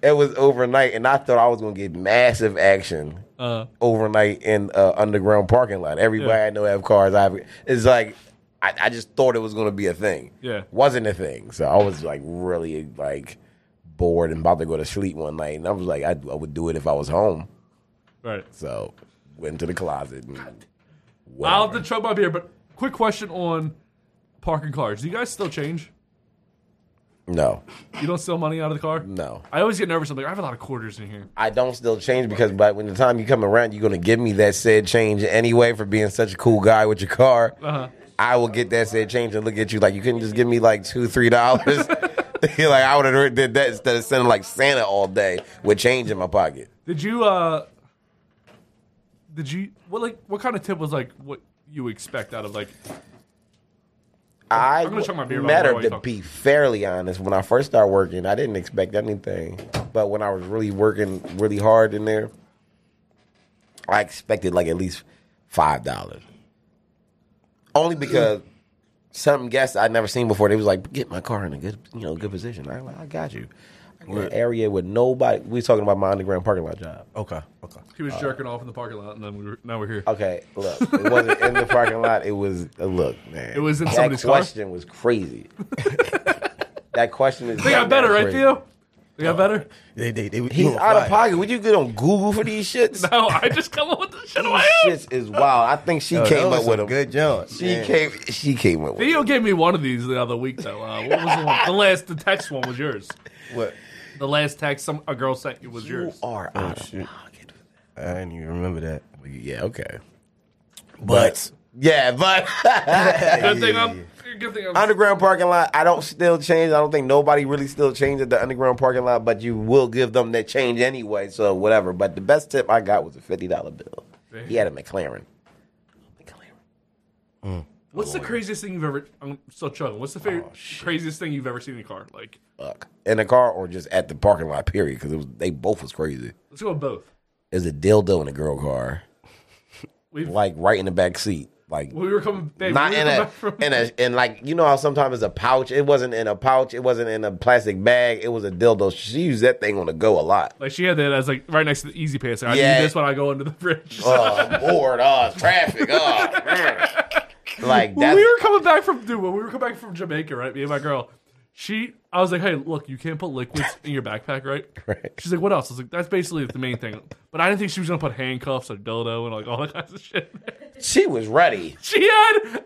C: It was overnight, and I thought I was going to get massive action
A: Uh,
C: overnight in uh, underground parking lot. Everybody
A: Yeah.
C: I know have cars. I have, it's like I, I just thought it was going to be a thing.
A: Yeah.
C: wasn't a thing. So I was like really like bored and about to go to sleep one night, and I was like, I, I would do it if I was home.
A: right.
C: So went into the closet. And,
A: I'll have to chug my beer, but quick question on parking cars. Do you guys still change?
C: no,
A: You don't steal money out of the car?
C: no.
A: I always get nervous. I'm like, I have a lot of quarters in here.
C: I don't still change because by when the time you come around, you're gonna give me that said change anyway for being such a cool guy with your car.
A: Uh-huh.
C: I will get that said change and look at you like you couldn't just give me like two, three dollars. You're like I would have did that instead of sending like Santa all day with change in my pocket.
A: Did you uh did you what like what kind of tip was like what you expect out of like
C: I
A: I'm gonna chug my beer, by the
C: met
A: way,
C: her
A: while you
C: to
A: talk.
C: be fairly honest. When I first started working, I didn't expect anything, but when I was really working really hard in there, I expected like at least five dollars. Only because some guests I'd never seen before, they was like, "Get my car in a good, you know, good position." I, I got you. I got an area with nobody. We was talking about my underground parking lot job.
L: Okay, okay.
A: he was jerking off in the parking lot and then we were now we're here.
C: Okay, look, it wasn't in the parking lot. It was uh, look, man.
A: It was in
C: that
A: somebody's car?
C: question was crazy. that question is.
A: They got
C: right
A: better,
C: now
A: right,
C: crazy.
A: Theo? They got better?
L: They, they, they,
C: He's out of pocket. Would you get on Google for these shits?
A: No, I just come up with this shit on my own.
C: Shits is wild. I think she
L: Yo,
C: came
L: those
C: up
L: are
C: with them.
L: good jumps.
C: She
L: Yeah.
C: came. She came up with.
A: Theo gave me one of these the other week though. Uh, what was the one? The last the text one was yours.
L: What?
A: The last text some a girl sent you was yours.
C: are
L: I didn't even remember that.
C: Yeah. Okay. but yeah, but
A: Good thing I'm. Good thing I'm.
C: underground parking lot. I don't still change. I don't think nobody really still changes the underground parking lot, but you will give them that change anyway. So whatever. But the best tip I got was a fifty dollar bill. He had a McLaren.
A: What's the craziest thing you've ever? I'm still chugging. What's the favorite, craziest thing you've ever seen in a car? Like,
C: Fuck. In the car or just at the parking lot. Period. Because it was they both was crazy.
A: let's go with both.
C: There's a dildo in a girl car,
A: We've-
C: like right in the back seat. Like
A: We were coming, babe,
C: not
A: we were
C: in
A: coming
C: a
A: back from-
C: in a in like you know how sometimes it's a pouch. It wasn't in a pouch. It wasn't in a plastic bag. It was a dildo. She used that thing on the go a lot.
A: like she had that as like right next to the easy pass. I
C: Yeah.
A: do this when I go into the bridge.
C: Oh, bored. Oh, traffic. Oh, man. Like
A: When
C: that's
A: we were coming back from dude, when we were coming back from Jamaica, right? Me and my girl, she, I was like, hey, look, you can't put liquids in your backpack, right?
C: Right.
A: She's like, what else? I was like, that's basically the main thing. But I didn't think she was gonna put handcuffs or dildo and like all that kinds of shit.
C: she was ready.
A: She had everything in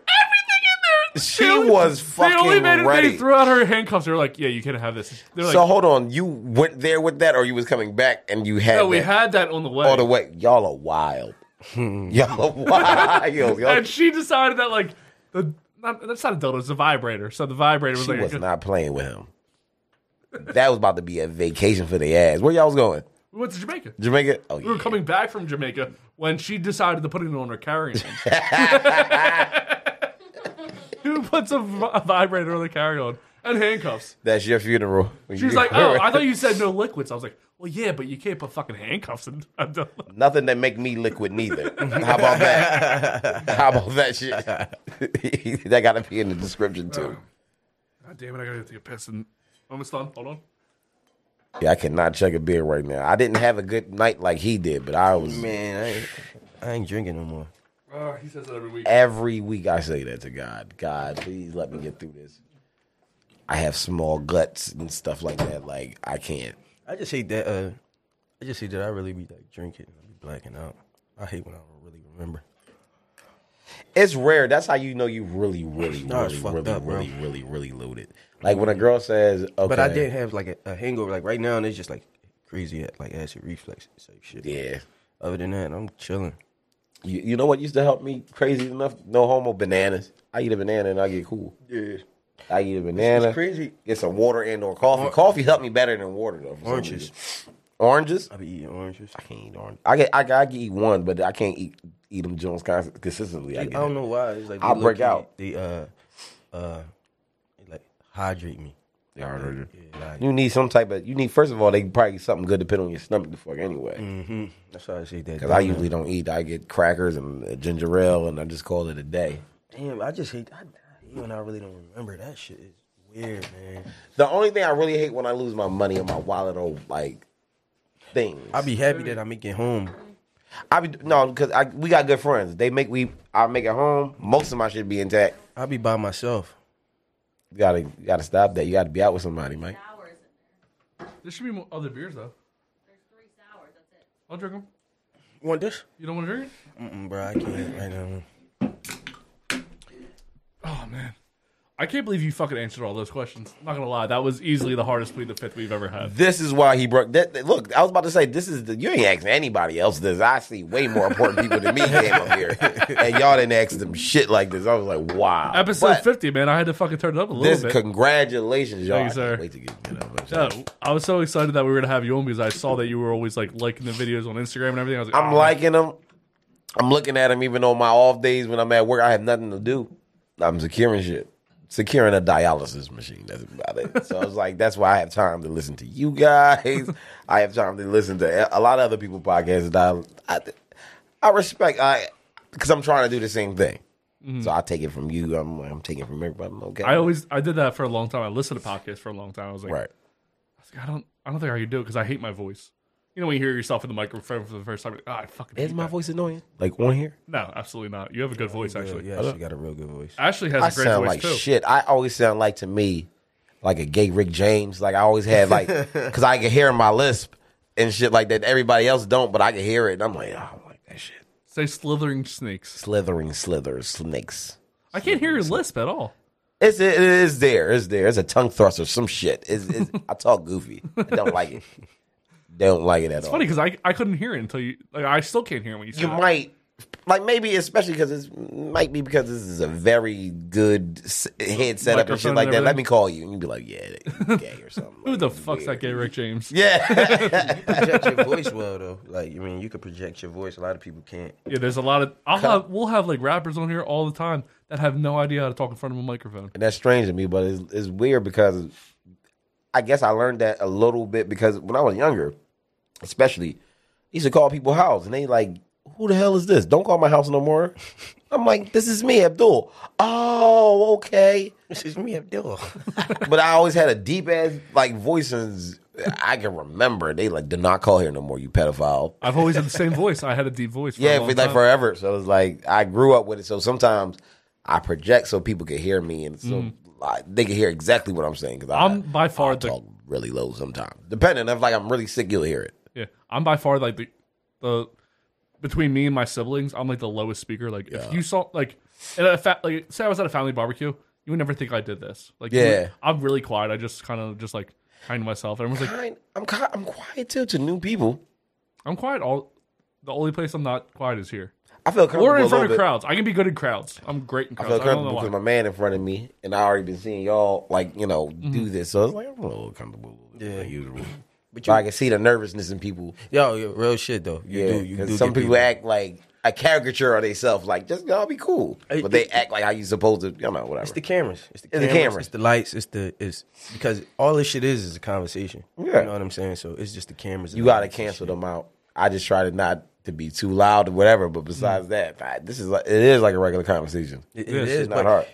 A: there.
C: She
A: They only-
C: was
A: They only
C: fucking
A: made it. They
C: ready.
A: threw out her handcuffs. They were like, yeah, you can't have this. They're like,
C: so hold on, you went there with that, or you was coming back and you had
A: no, we
C: that
A: had that on the way.
C: all the way. Y'all are wild. Y'all are wild. Y'all-
A: and she decided that like the not, that's not a dildo, it's a vibrator. So the vibrator was
C: She
A: like,
C: was not playing with him. That was about to be a vacation for the ass. Where y'all was going?
A: we went to Jamaica.
C: Jamaica? Oh,
A: We were coming back from Jamaica when she decided to put it on her carrying. Who puts a, vi- a vibrator on the carry-on and handcuffs?
C: that's your funeral.
A: She was like, "Oh, I thought you said no liquids." I was like, "Well, yeah, but you can't put fucking handcuffs in." a dildo."
C: Nothing that make me liquid neither. How about that? How about that shit? that got to be in the description too.
A: God damn it! I gotta take a piss and almost done. Hold on.
C: Yeah, I cannot chug a beer right now. I didn't have a good night like he did, but I was
D: Man, I ain't, I ain't drinking no more.
A: Oh, he says that every week.
C: every week. I say that to God. God, please let me get through this. I have small guts and stuff like that. Like I can't.
D: I just hate that. Uh, I just hate that I really be like drinking. I be blacking out. I hate when I don't really remember.
C: It's rare. That's how you know you really, really,
D: Nah, it's
C: really,
D: fucked
C: really,
D: up, bro.
C: really, really, really, loaded. Like when a girl says, "Okay,"
D: But I did have like a, a hangover. Like right now, and it's just like crazy, like acid reflux type shit.
C: Yeah.
D: Other than that, I'm chilling.
C: You, you know what used to help me crazy enough? No homo bananas. I eat a banana and I get cool.
D: Yeah.
C: I eat a banana.
D: It's crazy.
C: Get some water and or coffee. coffee helped me better than water though. for some
D: Oranges.
C: reason. Oranges.
D: I be eating oranges.
C: I can't eat orange. I get I, can- I can eat one, but I can't eat eat them Jones consistently. I,
D: I
C: get
D: don't know why. It's like
C: I'll
D: they
C: break
D: low-key-
C: out.
D: They uh uh they, like hydrate me.
C: They hydrate you.
D: Yeah, like,
C: You need some type of. You need first of all, they probably something good to put on your stomach the fuck anyway.
D: hmm That's why I say that.
C: Because I usually don't eat. I get crackers and uh, ginger ale, and I just call it a day.
D: Damn, I just hate. I, I hate when I really don't remember. That shit is weird, man.
C: The only thing I really hate when I lose my money in my wallet or like things.
D: I be happy that I make it home.
C: I be no because I we got good friends. They make we I make it home. Most of my shit be intact.
D: I be by myself.
C: You gotta you gotta stop that. You gotta be out with somebody, Mike.
A: There should be more other beers though. There's three sours. That's it. I'll drink them.
D: You want this?
A: You don't want to drink it?
L: Mm,
D: Mm-mm, bro, I can't right now.
A: Oh man, I can't believe you fucking answered all those questions. I'm not gonna lie, that was easily the hardest plead the fifth we've ever had.
C: This is why he broke. That, that- look, I was about to say this is the you ain't asking anybody else this. I see way more important people than me came up here, and y'all didn't ask them shit like this. I was like, wow.
A: Episode
C: But
A: 50, man. I had to fucking turn it up a little
C: this
A: bit.
C: congratulations, y'all.
A: Thank you,
C: I can't
A: sir.
C: wait to get that up.
A: No, I was so excited that we were gonna have you on because I saw that you were always like liking the videos on Instagram and everything. I was like,
C: I'm
A: "Oh,
C: liking them. I'm looking at them even on my off days when I'm at work. I have nothing to do. I'm securing shit. Securing a dialysis machine. That's about it. So I was like, that's why I have time to listen to you guys. I have time to listen to a lot of other people podcasts. That I, I, I respect. I because I'm trying to do the same thing. So I take it from you. I'm, I'm taking it from everybody. I'm okay.
A: I always I did that for a long time. I listened to podcasts for a long time. I was like,
C: right.
A: I, was like, I don't I don't think I could do it because I hate my voice. You know when you hear yourself in the microphone for the first time, you're like, oh, I fucking
C: Is
A: hate
C: my
A: that."
C: voice annoying? Like on here?
A: No, absolutely not. You have a good voice actually.
D: Yeah, she got a real good voice.
A: Ashley has
C: I
A: a great
C: sound
A: voice
C: like
A: too.
C: shit. I always sound like to me like a gay Rick James. Like I always had like because I can hear my lisp and shit like that. Everybody else don't, but I can hear it. And I'm like, oh, I like that shit.
A: Say slithering snakes.
C: Slithering, slithers, snakes.
A: I can't hear your lisp at all.
C: It's it is there. It's there. It's a tongue thruster. Some shit. It's, it's, I talk goofy. I don't like it. Don't like it at
A: It's
C: all.
A: funny because I I couldn't hear it until you like I still can't hear it when you. Say
C: you
A: that.
C: might like maybe especially because it might be because this is a very good s- head setup and shit
A: Microphone
C: like
A: and
C: that. Let
A: everything.
C: me call you, and you be like, yeah, gay or something.
A: Who the fuck's that gay Rick James?
C: Yeah.
L: project your voice well though. Like I mean, you could project your voice. A lot of people can't.
A: Yeah, there's a lot of I'll have we'll have like rappers on here all the time that have no idea how to talk in front of a microphone.
C: And that's strange to me, but it's, it's weird because I guess I learned that a little bit because when I was younger, especially, I used to call people house and they like, who the hell is this? Don't call my house no more. I'm like, this is me, Abdul. Oh, okay.
L: This is me, Abdul.
C: but I always had a deep ass like voice and I can remember they like do not call here no more, you pedophile.
A: I've always had the same voice. I had a deep voice. For
C: yeah,
A: a long
C: for, like
A: time.
C: forever. So it's like I grew up with it. So sometimes I project so people can hear me and so
A: Mhm.
C: like, they can hear exactly what I'm saying because
A: I'm by far the
C: talk really low sometimes. Depending if like I'm really sick, you'll hear it.
A: yeah. I'm by far like the the between me and my siblings, I'm like the lowest speaker. Like if you saw like at a fa- like say I was at a family barbecue, you would never think I did this. Like you would-
C: Yeah.
A: I'm really quiet. I just kind of just like kind to myself. Everyone's like
C: Kind- I'm ki- I'm quiet too to new people.
A: I'm quiet. All the only place I'm not quiet is here.
C: I feel comfortable
A: Or
C: a
A: in front
C: little
A: of
C: bit.
A: crowds. I can be good in crowds. I'm great in
C: I
A: crowds.
C: feel
A: I don't know
C: comfortable
A: why.
C: because my man in front of me and I already been seeing y'all like you know
A: Mm-hmm.
C: do this. So it's like I'm a little comfortable. Yeah, usual. But,
L: you-
C: I can see the nervousness in people.
L: Yo, yo, real shit though. You
C: yeah,
L: do. You
C: 'cause
L: do.
C: some
L: get
C: people, act like a caricature of themselves. Like just y'all be cool, but they act like how you supposed to. You know, whatever.
L: It's the cameras. It's the
C: It's
L: cameras. It's
C: the
L: the,
C: cameras.
L: lights. It's the it's because all this shit is is a conversation.
C: Yeah.
L: You know what I'm saying? So it's just the cameras. and
C: You
L: the
C: got to
L: lights and
C: cancel
L: oh, shit.
C: them out. I just try to not to be too loud or whatever. But besides that, I- this is like, it is like a regular conversation.
L: Mm-hmm. It,
C: This
L: it is
C: not
L: but
C: hard.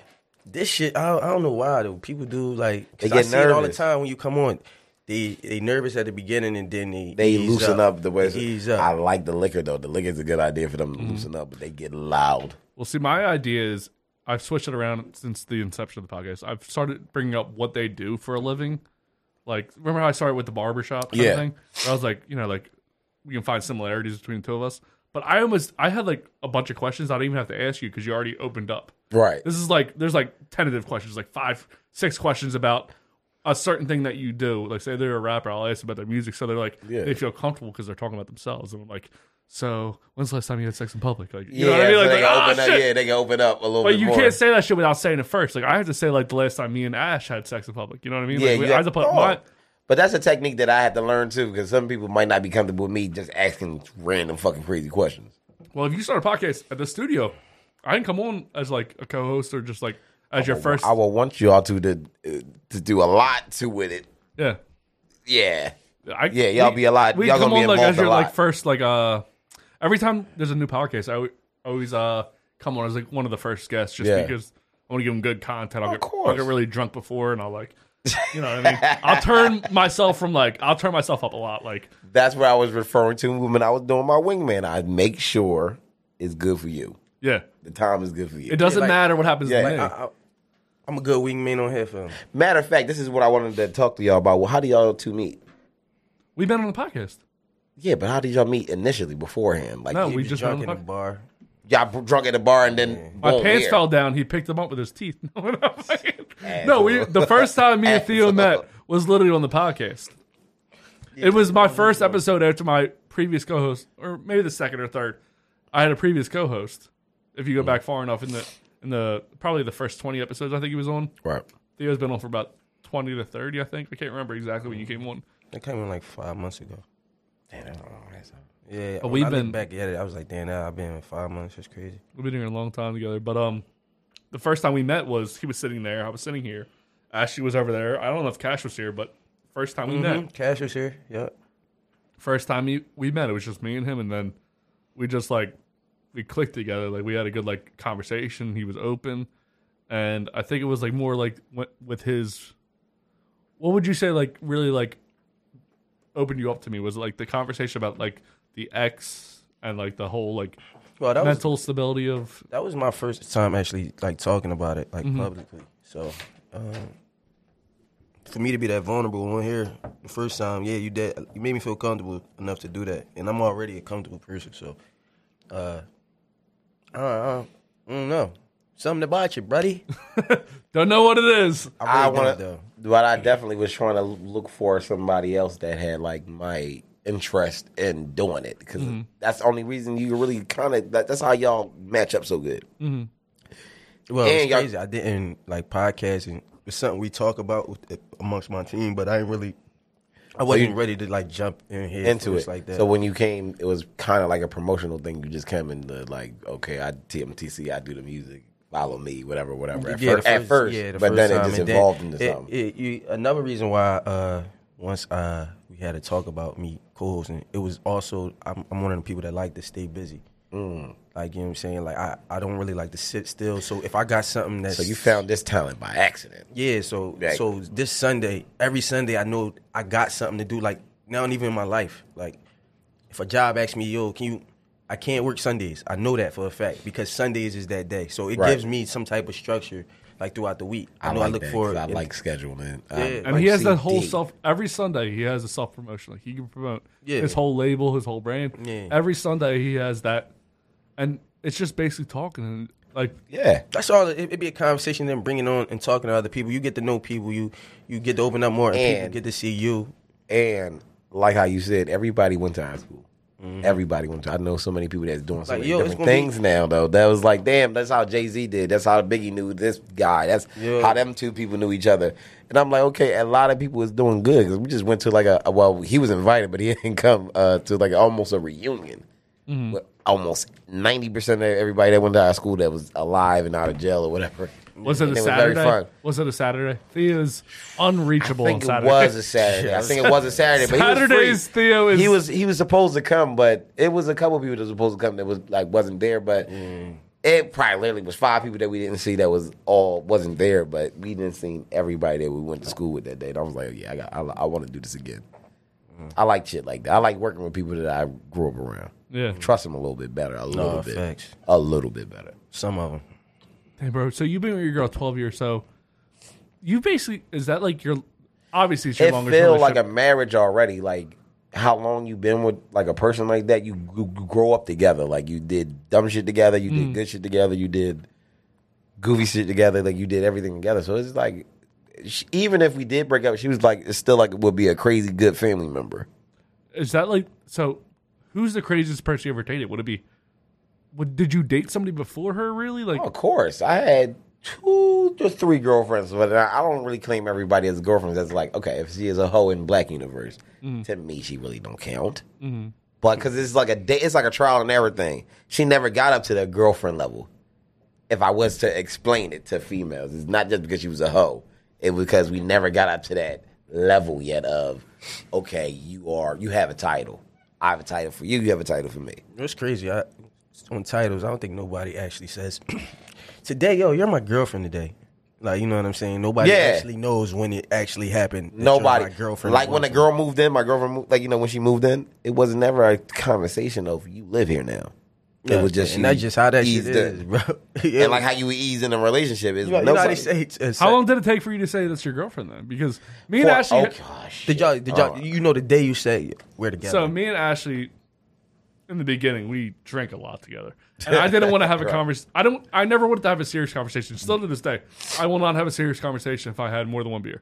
L: This shit, I, don't- I don't know why though. People do like 'cause
C: They get
L: I see it all the
C: nervous.
L: time when you come on. They they nervous at the beginning and then they
C: They
L: ease
C: loosen up, the way
L: They ease up. Mm-hmm.
C: I like the liquor though. The liquor's a good idea for them to loosen up, but they get loud.
A: Well, see, my idea is I've switched it around since the inception of the podcast. I've started bringing up what they do for a living. Like, remember how I started with the barbershop kind
C: Yeah.
A: of thing? Where I was like, you know, like we can find similarities between the two of us. But I almost, I had like a bunch of questions I don't even have to ask you because you already opened up.
C: Right.
A: This is like, there's like tentative questions, like five, six questions about a certain thing that you do. Like, say they're a rapper, I'll ask about their music. So they're like,
C: Yeah.
A: they feel comfortable because they're talking about themselves. And I'm like, so when's the last time you had sex in public? Like, you
C: yeah,
A: know what I mean?
C: so
A: Like,
C: they
A: like,
C: can
A: "Ah,
C: open up.
A: shit."
C: Yeah, they can open up a little
A: But
C: bit
A: you
C: more.
A: can't say that shit without saying it first. Like I have to say like the last time me and Ash had sex in public. You know what I mean?
C: Yeah,
A: like,
C: you
A: we- I
C: got-
A: had to put
C: oh.
A: my
C: But that's a technique that I had to learn too, because some people might not be comfortable with me just asking random fucking crazy questions.
A: well. If you start a podcast at the studio, I can come on as like a co-host or just like as your first.
C: Oh, I will want you all to to, uh, to do a lot to with it.
A: yeah,
C: Yeah,
A: I,
C: yeah, y'all
A: we-
C: be a lot.
A: We
C: Y'all
A: come
C: gonna be
A: on like
C: involved
A: as your
C: a lot.
A: like first like uh every time there's a new podcast, I alwa- always uh come on as like one of the first guests just
C: Yeah.
A: because I want to give them good content. I'll get I'll
C: course.
A: get really drunk before and I'll like. You know what I mean? I'll turn myself from like I'll turn myself up a lot. Like
C: That's what I was referring to when I was doing my wingman. I make sure it's good for you.
A: Yeah.
C: The time is good for you.
A: It doesn't
L: like-
A: matter what happens.
C: Yeah.
A: to me.
C: Like,
L: I, am a good wingman on here for him.
C: Matter of fact, this is what I wanted to talk to y'all about. Well, how do y'all two meet?
A: We've been on the podcast.
C: Yeah, but how did y'all meet initially beforehand? Like,
A: No,
C: you
A: we
C: was
A: just
C: drunk
A: met on the
C: in
A: podcast.
L: bar.
C: Y'all br- drunk at the bar and then
A: My
C: boom,
A: pants
C: here.
A: fell down. He picked them up with his teeth. no, we the first time me and Theo met was literally on the podcast. It was my first episode after my previous co-host, or maybe the second or third. I had a previous co-host. If you go back far enough in the in the probably the first twenty episodes, I think he was on.
C: Right.
A: Theo's been on for about twenty to thirty, I think. I can't remember exactly when you came on.
L: That came in like five months ago.
C: Damn, that's long.
L: Yeah,
A: But
L: when
A: we've
L: I look
A: been-
L: back at it. I was like, damn, nah, I've been in five months. It's crazy.
A: We've been here a long time together. But um, the first time we met was he was sitting there. I was sitting here. Ashley was over there. I don't know if Cash was here, but first time we
D: Mm-hmm.
A: met,
L: Mhm. Cash was here. Yep.
A: first time we, we met, it was just me and him, and then we just like we clicked together. Like we had a good like conversation. He was open, and I think it was like more like wi- with his. What would you say? Like really like opened you up to me was like the conversation about like the ex and like the whole like
L: Well, that was-
A: mental stability of
L: That was my first time actually like talking about it like
D: Mm-hmm.
A: Mhm.
L: publicly. So um, for me to be that vulnerable on here the first time, yeah, you did. You made me feel comfortable enough to do that, and I'm already a comfortable person. So uh, I, don't, I don't- I don't know something about you, buddy.
A: don't know what it is.
C: I
L: really
C: want
L: don't,
C: to, but I definitely was trying to look for somebody else that had like my interest in doing it because
D: Mm-hmm.
M: Mhm.
C: that's the only reason you really kind of that, that's how y'all match up so good.
D: Mm-hmm.
M: Mhm.
D: Well,
C: And
D: it's
C: y'all-
D: crazy. I didn't like podcasting. It's something we talk about with, amongst my team, but I ain't really. I
C: So
D: wasn't
C: you-
D: ready to like jump in here
C: into it
D: like that.
C: So when you came, it was kind of like a promotional thing. You just came in the like, okay, I TMTC, I do the music, follow me, whatever, whatever. At,
D: Yeah,
C: fir-
D: the
C: at first,
D: yeah, the
C: but
D: first
C: then it
D: time,
C: just
D: and
C: evolved
D: then
C: into
D: it-
C: something.
D: it- you- another reason why uh, once uh, we had a talk about me co-hosting, it was also I'm, I'm one of the people that like to stay busy.
C: Mm.
D: Like you know what I'm saying? Like I, I don't really like to sit still. So if I got something that's
C: So you found this talent by accident.
D: yeah, so
C: Right.
D: so this Sunday, every Sunday, I know I got something to do. Like now, and even in my life, like if a job asks me, "Yo, can you?" I can't work Sundays. I know that for a fact because Sundays is that day. So it
C: Right.
D: gives me some type of structure, like throughout the week. I, know I
C: like
D: look
C: that 'cause
D: forward.
C: I
D: and-
C: like scheduling.
D: Yeah.
A: and he has that whole self. Every Sunday, he has a self promotion. Like he can promote
D: Yeah.
A: his whole label, his whole brand.
D: Yeah.
A: Every Sunday, he has that, and it's just basically talking and like
C: Yeah,
D: that's all. It, it be a conversation, then bringing on and talking to other people. You get to know people. You you get to open up more, and,
C: And-
D: people get to see you.
C: And like how you said, everybody went to high school. Everybody went to. I know so many people that's doing so
D: Mm-hmm. Like,
C: many
D: yo, it's
C: different
D: gonna be-
C: things now. Though that was like, damn, that's how Jay Z did. That's how Biggie knew this guy. That's
D: Yeah.
C: how them two people knew each other. And I'm like, okay, a lot of people is doing good because we just went to like a, a- well, he was invited, but he didn't come uh, to like almost a reunion.
D: Mm-hmm.
M: Mhm.
C: With almost ninety percent of everybody that went to high school that was alive and out of jail or whatever.
A: was it
C: And
A: a
C: was
A: Saturday?
C: Very fun.
A: Was it a Saturday? Theo's unreachable.
C: I think
A: on Saturday.
C: it was a Saturday. I think it was a Saturday. But he was
A: Saturdays,
C: free.
A: Theo is
C: he was he was supposed to come, but it was a couple people that was supposed to come that was like wasn't there. But
A: Mm.
C: it probably literally was five people that we didn't see that was all wasn't there. But we didn't see everybody that we went to school with that day. And I was like, yeah, I got I, want to do this again.
A: Mm.
C: I like shit like that. I like working with people that I grew up around.
A: Yeah.
C: trust them a little bit better. A little bit.
D: facts.
C: A little bit better.
D: Some of them.
A: Hey, bro. So you've been with your girl twelve years. So you basically is that like your obviously it's your
C: it
A: longest
C: feel like
A: relationship.
C: a marriage already. Like how long you been with like a person like that? You, you grow up together. Like you did dumb shit together. You
A: Mm.
C: did good shit together. You did goofy shit together. Like you did everything together. So it's like she, even if we did break up, she was like it's still like would be a crazy good family member.
A: is that like so? Who's the craziest person you ever dated? Would it be? Would, did you date somebody before her? Really? Like
C: Oh, Of course, I had two to three girlfriends, but I I don't really claim everybody as girlfriends. That's like okay, if she is a hoe in black universe,
M: Mhm.
C: to me she really don't count.
M: Mhm.
C: But because it's like a day, it's like a trial and error thing. She never got up to the girlfriend level. If I was to explain it to females, it's not just because she was a hoe. It was because we never got up to that level yet of okay, you are you have a title. I have a title for you. You have a title for me.
D: It's crazy. I, on titles, I don't think nobody actually says, "Today, yo, you're my girlfriend today." Like you know what I'm saying? Nobody
C: Yeah.
D: actually knows when it actually happened. that you're
C: Nobody.
D: my girlfriend.
C: Like when
D: a
C: a girl moved in, my girlfriend moved. Like you know when she moved in, it was never a conversation of you live here now. It
D: Yeah,
C: was just
D: and
C: you
D: that's just how that shit
C: eased
D: is,
C: in.
D: bro.
C: And like how you ease in a relationship is
D: You know- uh, you
C: no
D: know how they
C: fucking-
D: say it's-
A: how long did it take for you to say that's your girlfriend then? Because me and
D: For-
A: Ashley,
D: oh, gosh, did y'all? Did
C: Uh,
D: y'all?
A: Oh.
D: You know the day you say we're together.
A: So me and Ashley, in the beginning, we drank a lot together, and I didn't want to have a
D: Right.
A: conversation. I don't. I never wanted to have a serious conversation. Still to this day, I will not have a serious conversation if I had more than one beer.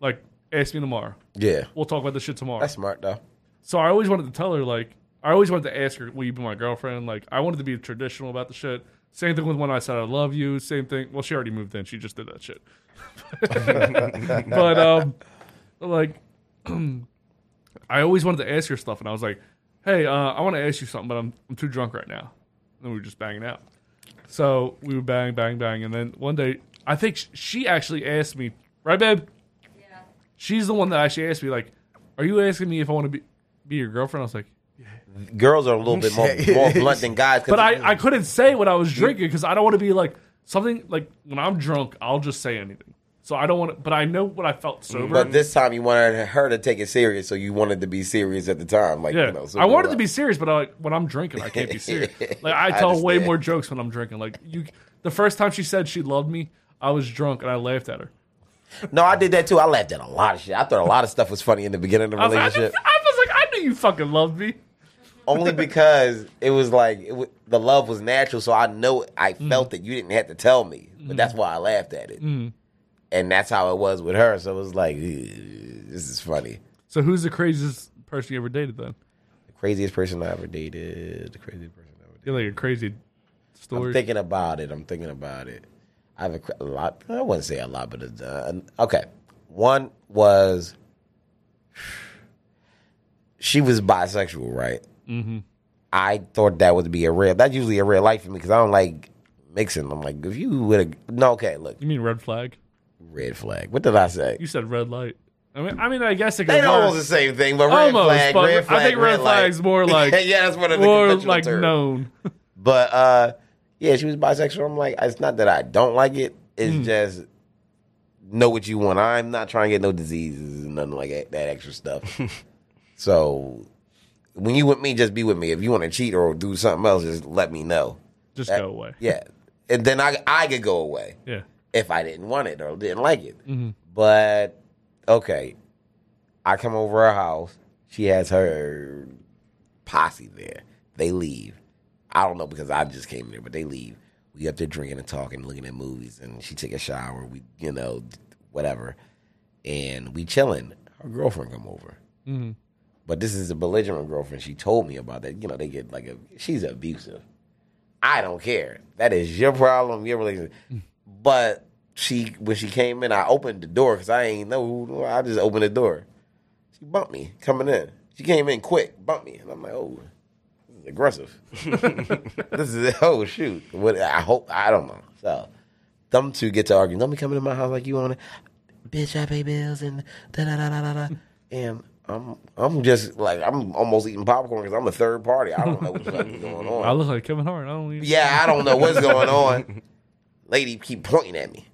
A: Like, ask me tomorrow.
C: Yeah.
A: we'll talk about this shit tomorrow.
C: That's smart though.
A: So I always wanted to tell her like I always wanted to ask her, "Will you be my girlfriend?" Like I wanted to be traditional about the shit. Same thing with when I said I love you. Same thing. Well, she already moved in. She just did that shit. but um, like I always wanted to ask her stuff, and I was like, "Hey, uh, I want to ask you something, but I'm I'm too drunk right now." And then we were just banging out. So we would bang, bang, bang, and then one day I think sh- she actually asked me, right, babe? Yeah. She's the one that actually asked me, like, "Are you asking me if I want to be be your girlfriend?" I was like,
C: Girls are a little bit more, more blunt than guys. 'cause
A: but I, I couldn't say what I was drinking because I don't want to be like something like when I'm drunk, I'll just say anything. So I don't want to, but I know what I felt sober.
C: Mm, But this time you wanted her to take it serious, so you wanted to be serious at the time. Like
A: yeah,
C: you know, so
A: I wanted to be serious, but I, like when I'm drinking, I can't be serious. Like I
C: I
A: tell way
C: understand.
A: more jokes when I'm drinking. Like you, the first time she said she loved me, I was drunk and I laughed at her.
C: No, I did that too. I laughed at a lot of shit. I thought a lot of stuff was funny in the beginning of the
A: I was, like, I,
C: relationship.
A: just- I was like, I knew you fucking loved me.
C: only because it was like it w- the love was natural, so I know I felt it. You didn't have to tell me, but that's why I laughed at it, and that's how it was with her. So it was like, "Ew, this is funny.
A: So who's the craziest person you ever dated then?
C: The craziest person I ever dated. The craziest person.
A: You're like a crazy story.
C: I'm thinking about it. I'm thinking about it. I have a, cra- a lot. I wouldn't say a lot, but it's, uh, okay. One was she was bisexual, right?
E: Mm-hmm.
C: I thought that would be a red. That's usually a red light for me because I don't like mixing. I'm like, if you would have no, okay, look,
A: You mean red flag?
C: red flag. What did I say?
A: You said red light. I mean, I mean, I guess it
C: They
A: goes
C: almost the same thing, but red flag, red
A: I think
C: flag, red
A: red flag's
C: light.
A: more like
C: Yeah, that's what I think
A: more
C: conventional
A: like
C: term.
A: known.
C: But uh, yeah, she was bisexual. I'm like, it's not that I don't like it. It's just know what you want. I'm not trying to get no diseases and nothing like that, that extra stuff. so when you with me, just be with me. If you want to cheat or do something else, just let me know.
A: Just go away.
C: Yeah, and then I I could go away
A: Yeah.
C: if I didn't want it or didn't like it.
A: Mhm.
C: But okay, I come over her house. She has her posse there. They leave. I don't know because I just came there, but they leave. We up there drinking and talking, looking at movies, and she take a shower. We, you know, whatever, and we chilling. Her girlfriend come over,
E: Mhm.
C: but this is a belligerent girlfriend. She told me about that. You know, they get like a she's abusive. I don't care. That is your problem, your relationship. But she, when she came in, I opened the door because I ain't know. Who, I just opened the door. She bumped me coming in. She came in quick, bumped me, and I'm like, oh, this is aggressive. this is oh shoot. What I hope I don't know. So them two get to arguing. Let me come into my house like you want it, bitch. I pay bills and da da da da da. da. And I'm I'm just like I'm almost eating popcorn because I'm the third party. I don't know what's fucking going on.
A: I look like Kevin Hart. I don't. Even...
C: Yeah, I don't know what's going on. Lady keep pointing at me.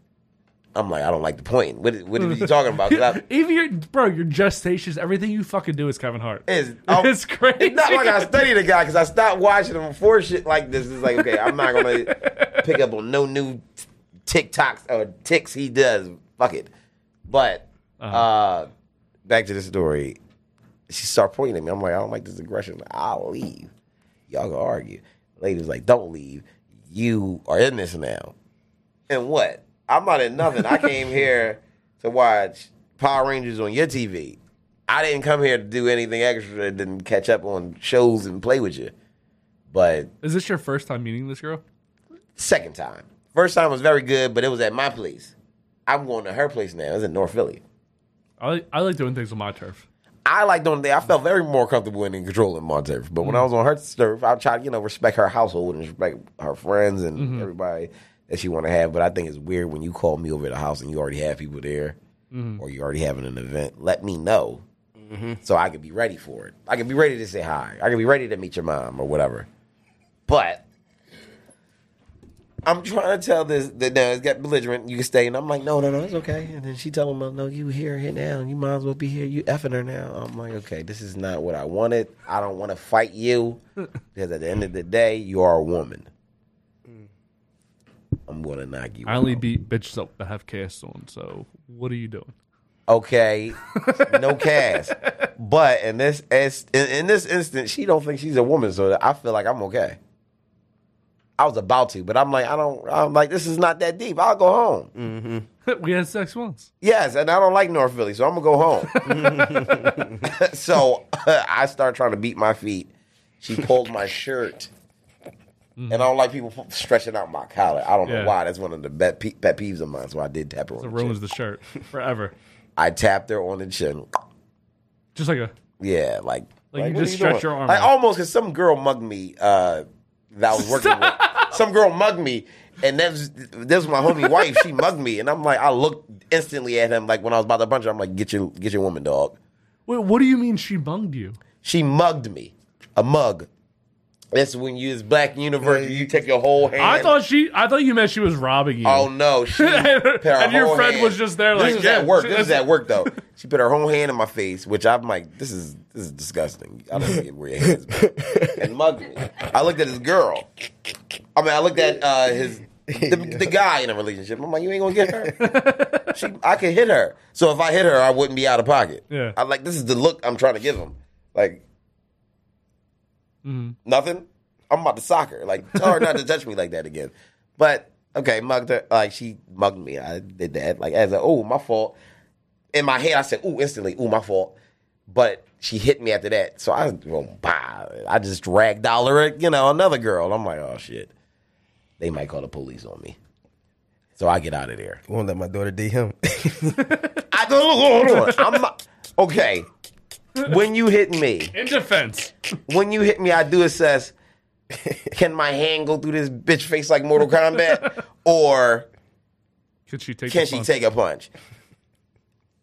C: I'm like, I don't like the point. What, what are you talking about? 'Cause I-
A: Even your bro, your gestations, everything you fucking do is Kevin Hart.
C: It's, it's
A: crazy.
C: It's not like I studied the guy because I stopped watching him for shit like this. It's like, okay, I'm not going to pick up on no new t- TikToks or ticks he does. Fuck it. But uh back to the story. She started pointing at me. I'm like, I don't like this aggression. I'll leave. Y'all gonna argue. Lady was like, don't leave. You are in this now. And what? I'm not in nothing. I came here to watch Power Rangers on your TV. I didn't come here to do anything extra than catch up on shows and play with you. But
A: Is this your first time meeting this girl?
C: second time, first time was very good, but it was at my place. I'm going to her place now. It's in North Philly.
A: I like, I like doing things on my turf.
C: I like doing that. I felt very more comfortable in and controlling my turf. But when I was on her turf, I tried, you know, respect her household and respect her friends and
E: Mhm.
C: everybody that she want to have. But I think it's weird when you call me over to the house and you already have people there,
E: Mhm.
C: or you already having an event. Let me know so I can be ready for it. I can be ready to say hi. I can be ready to meet your mom or whatever. But I'm trying to tell this that now it's got belligerent. You can stay, and I'm like, no, no, no, it's okay. And then she telling me, no, you here, here now. You might as well be here. You effing her now. I'm like, okay, this is not what I wanted. I don't want to fight you because at the end of the day, you are a woman. I'm gonna knock you.
A: I only beat bitches up that have casts on. So what are you doing?
C: okay, no cast. But in this inst- in, in this instance, she don't think she's a woman, so I feel like I'm okay. I was about to, but I'm like, I don't. I'm like, this is not that deep. I'll go home.
A: Mm. we had sex once.
C: Yes, and I don't like North Philly, so I'm gonna go home. so I start trying to beat my feet. She pulled my shirt, and I don't like people pu- stretching out my collar. I don't
A: Mm-hmm. Yeah.
C: know why. That's one of the pet, pe- pet peeves of mine. So I did tap her
A: It
C: on the
A: ruins
C: chin.
A: the shirt forever.
C: I tapped her on the chin.
A: Just like a
C: Yeah, like
A: Like, you
C: what
A: just
C: are
A: stretch your arm
C: Like
A: out.
C: almost because some girl mugged me uh, that I was working with. Some girl mugged me, and that's that's my homie wife. She mugged me, and I'm like, I looked instantly at him like when I was about to punch her. I'm like, get your get your woman, dog.
A: Wait, what do you mean she bunged you?
C: She mugged me. A mug. That's when you is black university. You take your whole hand.
A: I thought she. I thought you meant she was robbing you.
C: Oh no! She
A: and
C: put her
A: your
C: whole
A: friend
C: hand-
A: was just there
C: This
A: like
C: is
A: yeah,
C: at work.
A: she-
C: This is at work though. She put her whole hand in my face, which I'm like, this is this is disgusting. I don't get where your hands and mugged me. I looked at his girl. I mean, I looked at uh, his the, the guy in a relationship. I'm like, you ain't gonna get her. She, I could hit her. So if I hit her, I wouldn't be out of pocket.
E: Yeah.
C: I'm like, this is the look I'm trying to give him. Like
E: Mhm.
C: nothing. I'm about to sock her. Like tell her not to touch me like that again. But okay, mugged her. Like she mugged me. I did that. Like as a oh my fault. In my head, I said, "Ooh, instantly, ooh, my fault." But she hit me after that, so I well, bah, I just dragged her, you know, another girl. I'm like, oh shit, they might call the police on me. So I get out of there.
D: You won't let my daughter date him.
C: I don't hold on. I'm not- okay. When you hit me,
A: In defense.
C: when you hit me, I do assess can my hand go through this bitch face like Mortal Kombat? Or
A: Could she take
C: can
A: the
C: she
A: punch?
C: take a punch?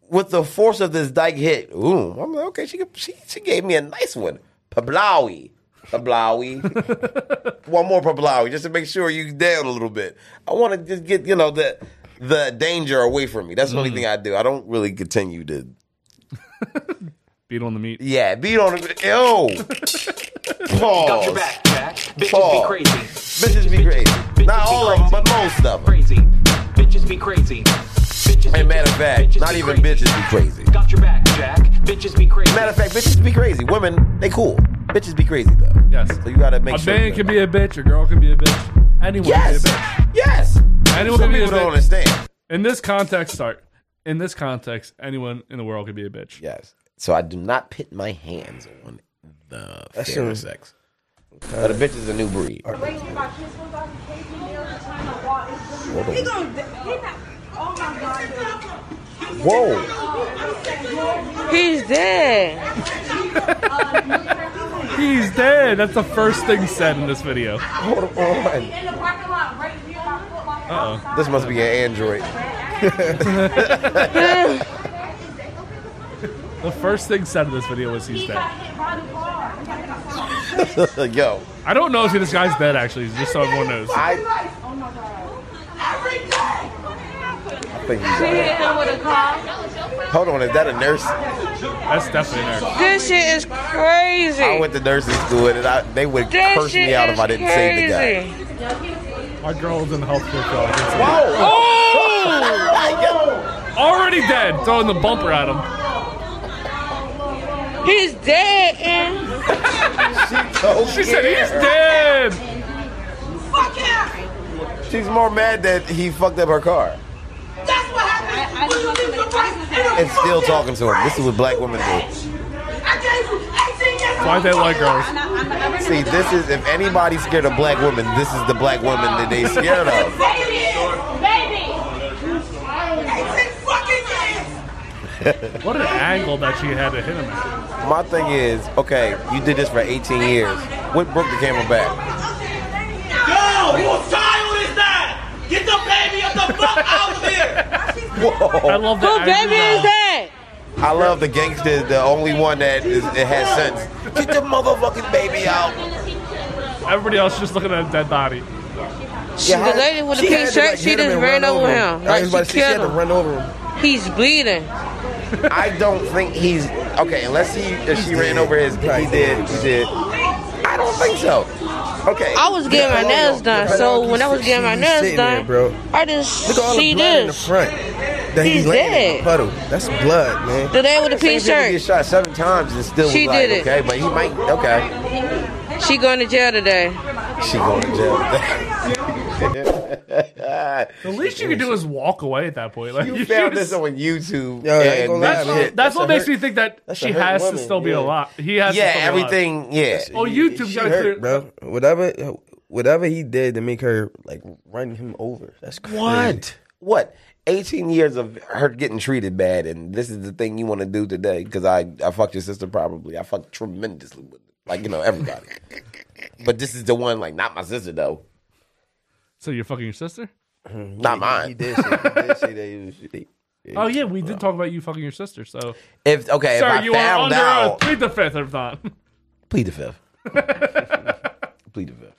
C: With the force of this dyke hit, ooh, I'm like, okay, she could- she she gave me a nice one. Pablawi. Pablawi. one more Pablawi, just to make sure you down a little bit. I want to just get, you know, the the danger away from me. That's the only
A: Mm.
C: thing I do. I don't really continue to
A: beat on the meat?
C: Yeah, beat on the ew. Pause.
E: Got your back, Jack. Bitches be
C: Pause.
E: crazy.
C: Bitches be crazy. Not all of them, but most of them.
E: Crazy. Bitches be crazy. Bitches
C: And matter of fact, not even bitches be crazy.
E: Got your back, Jack. Bitches be crazy.
C: Matter of fact, bitches be crazy. Women, they cool. Bitches be crazy though.
A: Yes.
C: So you gotta make
A: a
C: sure.
A: man
C: you-
A: can be a bitch. A girl can be a bitch. Anyone can
C: Yes.
A: be a bitch.
C: Yes.
A: Anyone
C: Some
A: can be a
C: people
A: bitch.
C: don't understand.
A: In this context, sorry. In this context, anyone in the world can be a bitch.
C: Yes. So I do not pit my hands on the
A: That's
C: fairer
A: true.
C: sex. But a bitch is a new breed.
N: He gonna, he not, oh my God.
C: Whoa.
A: He's dead. He's dead. That's the first thing said in this video.
C: Hold on.
N: In the parking lot, right here by foot locker.
A: Uh-oh.
C: This must be an android.
A: the first thing said in this video was he's dead.
C: Yo.
A: I don't know if this guy's dead actually, just so everyone knows.
N: Oh my God.
C: I think he's
N: She hit
C: alright.
N: him with a car.
C: Hold on, is that a nurse?
A: That's definitely a nurse.
N: This shit is crazy.
C: I went to nursing school and I, they would curse me out if I didn't save the guy.
A: Our girl is in the healthcare field. I can see
C: Whoa!
A: it. Oh! Already dead. Throwing the bumper at him.
N: He's dead, and
A: She said he's dead.
N: fuck him.
C: She's more mad that he fucked up her car
N: That's what happened. I, you did the right.
C: and still talking to him. This is what black women do.
N: I gave you 18 years.
C: Why they like girls?
N: girls?
C: See, this is if anybody's scared of black women, this is the black women that they scared of.
N: Baby, baby. 18 fucking years.
A: What an angle that she had to hit him at.
C: My thing is, okay, you did this for 18 years. What broke the camera back?
F: Girl, whose child is that? Get the baby of the fuck out of here!
C: Whoa! I love
N: Who baby is that?
C: I love the gangster, the only one that is, it has sense. Get the motherfucking baby out.
A: Everybody else just looking at a dead body.
N: She, the lady with the
D: She
N: pink
D: had to,
N: shirt,
D: like,
N: she
D: hit
N: just
D: and
N: ran
D: run
N: over him. Like,
D: I was about to
N: she
D: say she had
N: killed
D: to
N: him.
D: run over him.
N: He's bleeding.
C: I don't think he's okay unless he if she ran over his. He did. He did. I don't think so. Okay.
N: I was getting my nails done, so when I was getting my nails
D: sitting there,
N: done,
D: bro.
N: I just
D: Look at all
N: see
D: the blood in the
N: this.
D: front. That he's,
N: He's
D: laying in
N: dead.
D: the puddle. That's blood, man.
N: The lady with the pink
C: Same people
N: shirt,
C: Get shot seven times and still
N: She
C: was like,
N: did it.
C: okay, but he might okay.
N: she going to jail today.
C: She going to jail.
A: The least you can do is walk away at that point. Like
C: you
A: you
C: found
A: just-
C: this on YouTube.
D: Yo, I ain't gonna
C: and this
D: lie, man.
C: shit-
A: That's, what makes me think that
D: that's a
A: she
D: hurt
A: has to
D: woman,
A: still be
D: yeah.
A: alive. He has
C: Yeah,
A: to still be alive.
C: everything- yeah. That's-
A: On YouTube, you
D: She
A: gotta clear.
D: hurt, bro. Whatever, whatever he did to make her like run him over. That's crazy.
C: What? What? 18 years of her getting treated bad, and this is the thing you want to do today? Because I, I fucked your sister probably. I fucked tremendously with Like, you know, everybody. but this is the one, like, not my sister, though.
A: So you're fucking your sister?
C: Not mine.
D: He did say, he did say that he was. He,
A: Oh yeah, we did talk about you fucking your sister. So
C: If okay,
A: sir,
C: if I
A: you are
C: found
A: under
C: out,
A: oath. Plead the fifth, if not.
C: plead the fifth. plead the fifth.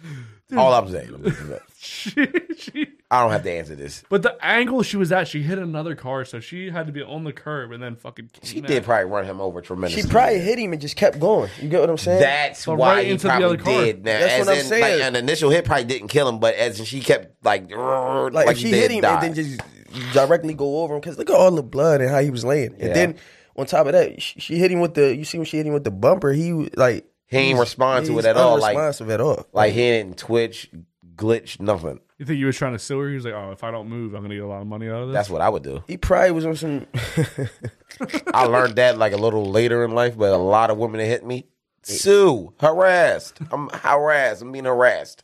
C: All I'm saying. is plead the fifth. I don't have to answer this.
A: But the angle she was at, she hit another car, so she had to be on the curb and then fucking.
C: She did probably run him over tremendously.
D: She probably hit him and just kept going. You get what I'm saying?
C: That's
A: But
C: why
A: right
C: he
A: into the other
C: probably
A: car.
C: did. Now,
D: That's
C: as
D: what I'm
C: in,
D: saying.
C: Like, an initial hit probably didn't kill him, but as in she kept like, "Rrrr,"
D: Like,
C: like
D: if
C: he
D: she
C: did
D: hit him
C: die.
D: and then just directly go over him because look at all the blood and how he was laying.
C: Yeah.
D: And then on top of that, she, she hit him with the. You see when she hit him with the bumper, he was, like
C: He ain't
D: was-
C: respond to it
D: he's
C: at all, like-
D: Unresponsive at all.
C: Like he didn't twitch, glitch, nothing.
A: You think he was trying to sue her? He was like, "Oh, if I don't move, I'm gonna get a lot of money out of this."
C: That's what I would do.
D: He probably was on some.
C: I learned that like a little later in life, but a lot of women that hit me sue, harassed. I'm harassed. I'm being harassed.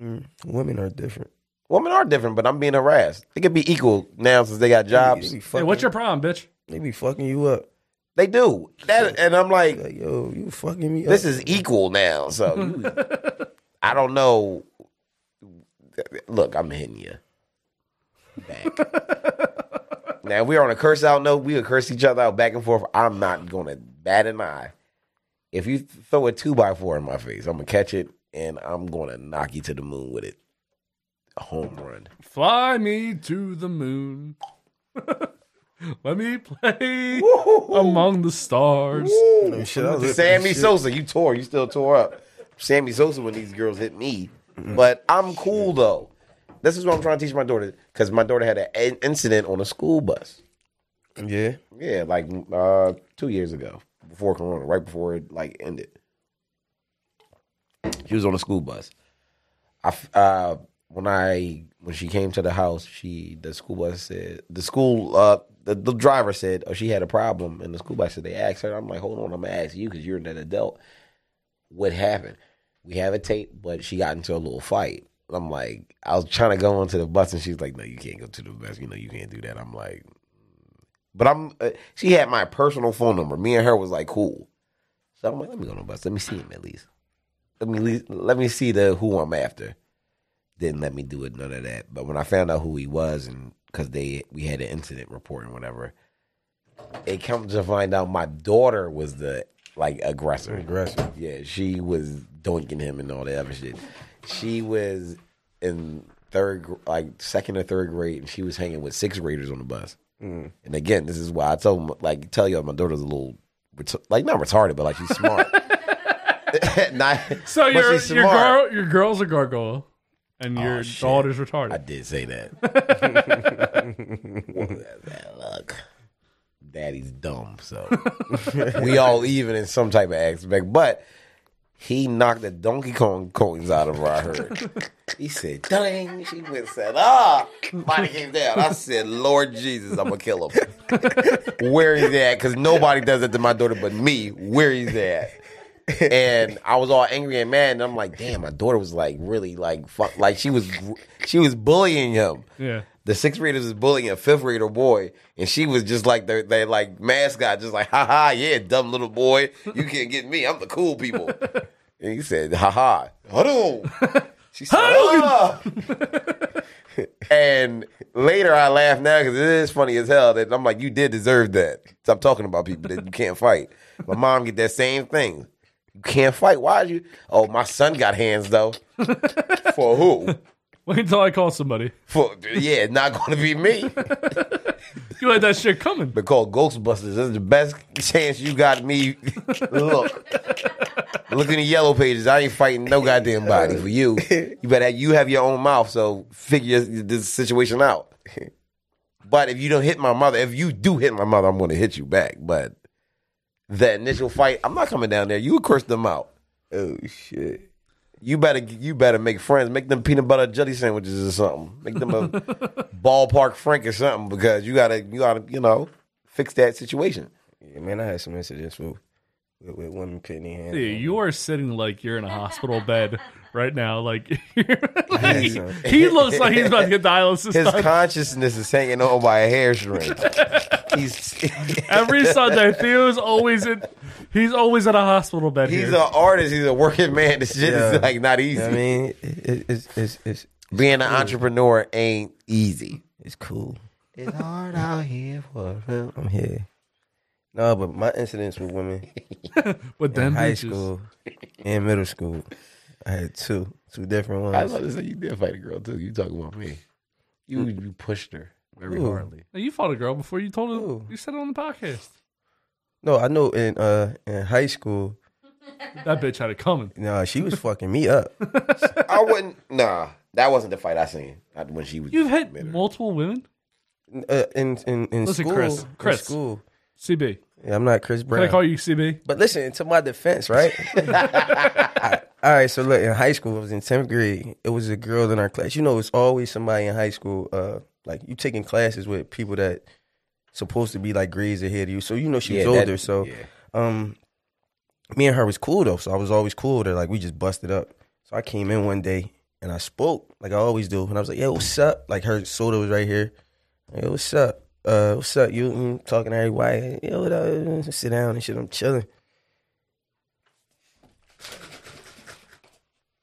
D: Mm, women are different.
C: Women are different, but I'm being harassed. They could be equal now since they got jobs.
A: Hey, what's your problem, bitch?
D: They be fucking you up.
C: They do. That, and I'm like,
D: yo, you fucking me.
C: This
D: up.
C: is equal now. So you- I don't know. Look, I'm hitting you back. now if we're on a curse out note. We would curse each other out back and forth. I'm not gonna bat an eye. If you throw a two by four in my face, I'm gonna catch it and I'm gonna knock you to the moon with it. A home run.
A: Fly me to the moon. Let me play among the stars.
C: No shit, I was with Sammy Sosa, you tore. You still tore up. Sammy Sosa when these girls hit me. But I'm cool though. This is what I'm trying to teach my daughter because my daughter had an in- incident on a school bus.
D: Yeah.
C: Yeah, like uh, two years ago, before Corona, right before it like ended. She was on a school bus. I f- uh, when I when she came to the house, she the school bus said the school uh the, the driver said oh she had a problem and the school bus said they asked her. I'm like hold on, I'm gonna ask you because you're an adult. What happened? We have a tape, but she got into a little fight. And I'm like, I was trying to go onto the bus, and she's like, "No, you can't go to the bus. You know, you can't do that." I'm like, but I'm. Uh, she had my personal phone number. Me and her was like cool. So I'm like, let me go on the bus. Let me see him at least. Let me le- let me see the who I'm after. Didn't let me do it. None of that. But when I found out who he was, and because they we had an incident report and whatever, it comes to find out my daughter was the like aggressor.
D: Aggressor.
C: Yeah, she was doinking him and all that other shit. She was in third, gr- like second or third grade, and she was hanging with sixth graders on the bus.
D: Mm.
C: And again, this is why I told my- like tell you my daughter's a little retar- like not retarded, but like she's smart. not,
A: So
C: but
A: your
C: she's
A: your
C: smart.
A: girl your girl's a gargoyle, and your daughter's retarded. I
C: did say that. Look, daddy's dumb, so we all even in some type of aspect. But he knocked the Donkey Kong coins out of her. I heard. He said, "Dang!" She went said, "Ah!" Body came down. I said, "Lord Jesus, I'm gonna kill him." Where is he at? Because nobody does that to my daughter but me. Where is he at? and I was all angry and mad, and I'm like, "Damn!" My daughter was like really like fuck, like she was she was bullying him.
A: Yeah.
C: The sixth graders was bullying a fifth grader boy, and she was just like their, their like mascot, just like, ha ha, yeah, dumb little boy, you can't get me. I'm the cool people. and he said, ha ha, huddle. She said, "Ah." and later I laugh now because it is funny as hell that I'm like, you did deserve that. Stop talking about people that you can't fight. My mom get that same thing. You can't fight. Why you? Oh, my son got hands though. For who?
A: Wait until I call somebody.
C: For yeah, not going to be me.
A: you let that shit coming.
C: But called Ghostbusters. This is the best chance you got me. Look, look in the yellow pages. I ain't fighting no goddamn body for you. You better have, you have your own mouth. So figure this situation out. But if you don't hit my mother, if you do hit my mother, I'm going to hit you back. But the initial fight, I'm not coming down there. You curse them out.
D: Oh shit.
C: You better you better make friends. Make them peanut butter jelly sandwiches or something. Make them a ballpark frank or something because you gotta you gotta you know fix that situation.
D: Yeah, man, I had some incidents with with, with women putting their hands.
A: Dude, you are sitting like you're in a hospital bed right now. Like, like,
C: son.
A: he looks like he's about to get dialysis.
C: His
A: done.
C: consciousness is hanging on by a hair string.
A: Every Sunday, Theo's always in. He's always in a hospital bed.
C: He's
A: here.
C: an artist. He's a working man. This shit
A: Yeah.
C: is like not easy.
A: You know what I
D: mean, it's, it's, it's
C: being an entrepreneur ain't easy.
D: It's cool.
C: It's hard out here for real.
D: I'm here. No, but my incidents with women
A: With them
D: in high
A: bitches.
D: school and middle school, I had two, two different ones.
C: I was about to say you did fight a girl too. You talking about me? You you pushed her very
D: Ooh.
C: hardly.
A: Hey, You fought a girl before you told her. You said it on the podcast.
D: No, I know in uh in high school,
A: That bitch had it coming.
D: no, she was fucking me up.
C: I wouldn't. Nah, that wasn't the fight I seen. Not when she was.
A: You've hit multiple women.
D: Uh, in in in
A: Listen,
D: school,
A: Chris.
D: in
A: Chris.
D: school.
A: CB.
D: Yeah, I'm not Chris Brown.
A: Can I call you CB?
D: But listen, to my defense, right? I, All right, so look, in high school, I was in 10th grade. It was a girl in our class. You know, it's always somebody in high school, uh, like you taking classes with people that supposed to be like grades ahead of you. So you know she was
L: Yeah, that-
D: older. so um me and her was cool though. So I was always cool with her. Like we just busted up. So I came in one day and I spoke, like I always do. And I was like, Yeah, what's up? Like her soda was right here. Hey, what's up? Uh, what's up? You mm, talking to everybody? Yeah, what up? Sit down and shit. I'm chilling.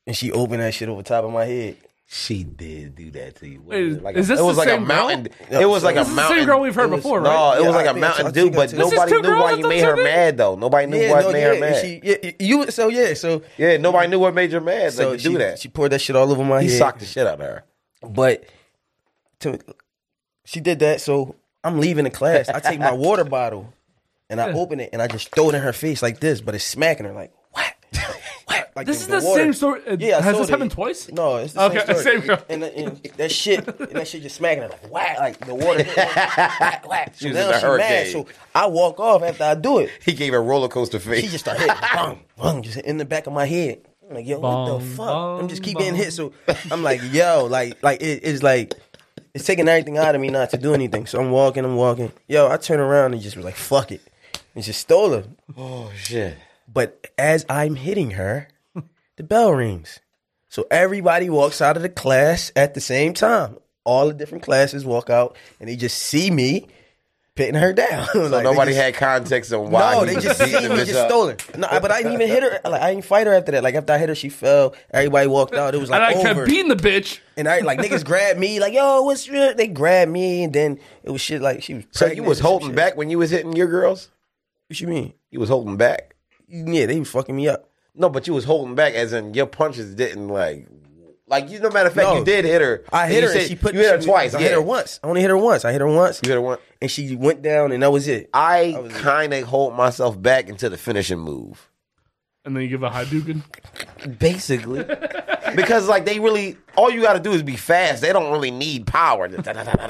D: And she opened that shit over top of my head.
C: She did do that to you.
D: Wait,
C: Like a- is this it was the like a same girl? mountain- it was like a This is the same mountain- girl we've heard it was- before, right? no, it was like a mountain dew, but nobody knew why you made her mad, though. Nobody knew why it made her mad.
D: yeah, you so yeah, so
C: yeah, nobody knew what made you mad.
D: So
C: So you
D: she,
C: do that.
D: She poured that shit all over my
C: He
D: head.
C: socked the shit out of her.
D: But to, she did that, so I'm leaving the class. I take my water bottle and I open it and I just throw it in her face like this, but it's smacking her like what? What? Like
A: This is the
D: water.
A: same story-
D: Yeah, I
A: has
D: saw
A: this
D: that.
A: happened twice?
D: No, it's the
A: Okay,
D: same story.
A: same girl.
D: And, and that shit, and that shit just smacking her like whack, like the water. whack, whack. So
C: She was
D: now
C: in the
D: she mad.
C: hurricane.
D: So I walk off after I do it.
C: He gave her roller coaster face.
D: She just started hitting, boom, boom, just in the back of my head. I'm like, yo, what the
C: Bong,
D: fuck? I'm just keep getting
C: bong.
D: hit. So I'm like, yo, like, like it, it's like it's taking everything out of me not to do anything. So I'm walking, I'm walking. Yo, I turn around and just was like, fuck it, and just stole her.
C: Oh shit!
D: But as I'm hitting her, the bell rings. So everybody walks out of the class at the same time. All the different classes walk out, and they just see me pitting her down.
C: So
D: Like, they
C: nobody
D: just-
C: had context on why.
D: no,
C: he
D: they
C: was
D: just
C: beating
D: seen me
C: the bitch
D: just
C: up.
D: stolen. No, I- but I didn't even hit her. Like I didn't fight her after that. Like after I hit her, she fell. Everybody walked out. It was
A: And
D: like
A: I kept
D: over.
A: beating the bitch.
D: And I like niggas grabbed me. Like yo, what's your? They grabbed me, and then it was shit. Like she was.
C: So you was holding back when you was hitting your girls?
D: What you mean?
C: You was holding back?
D: Yeah, they was fucking me up.
C: No, but you was holding back as in your punches didn't like, like you. No matter of fact,
D: No.
C: you did hit her.
D: I hit
C: You
D: her.
C: said
D: and she put.
C: you hit her
D: she-
C: twice.
D: I hit her once. I only hit her once. I hit her once. You
C: hit her once,
D: and she went down, and that was it.
C: I kind of hold myself back until the finishing move,
A: and then you give a Hadouken.
C: basically, because like they really all you got to do is be fast. They don't really need power.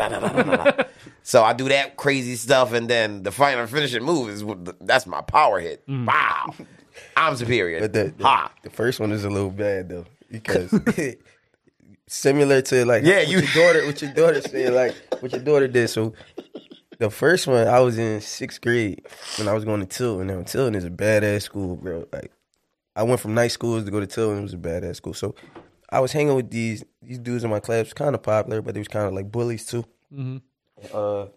C: so I do that crazy stuff, and then the final finishing move is what- that's my power hit. Wow, I'm superior.
D: Mm. But the, the,
C: ha.
D: the first one is a little bad though because similar to like
C: Yeah,
D: what
C: you-
D: your daughter what your daughter said like what your daughter did. So the first one I was in sixth grade when I was going to Tilton. Now Tilton is a badass school, bro. Like I went from night schools to go to Tilton. It was a badass school. So I was hanging with these these dudes in my class, kind of popular, but they was kind of like bullies too.
A: Mhm.
D: Uh,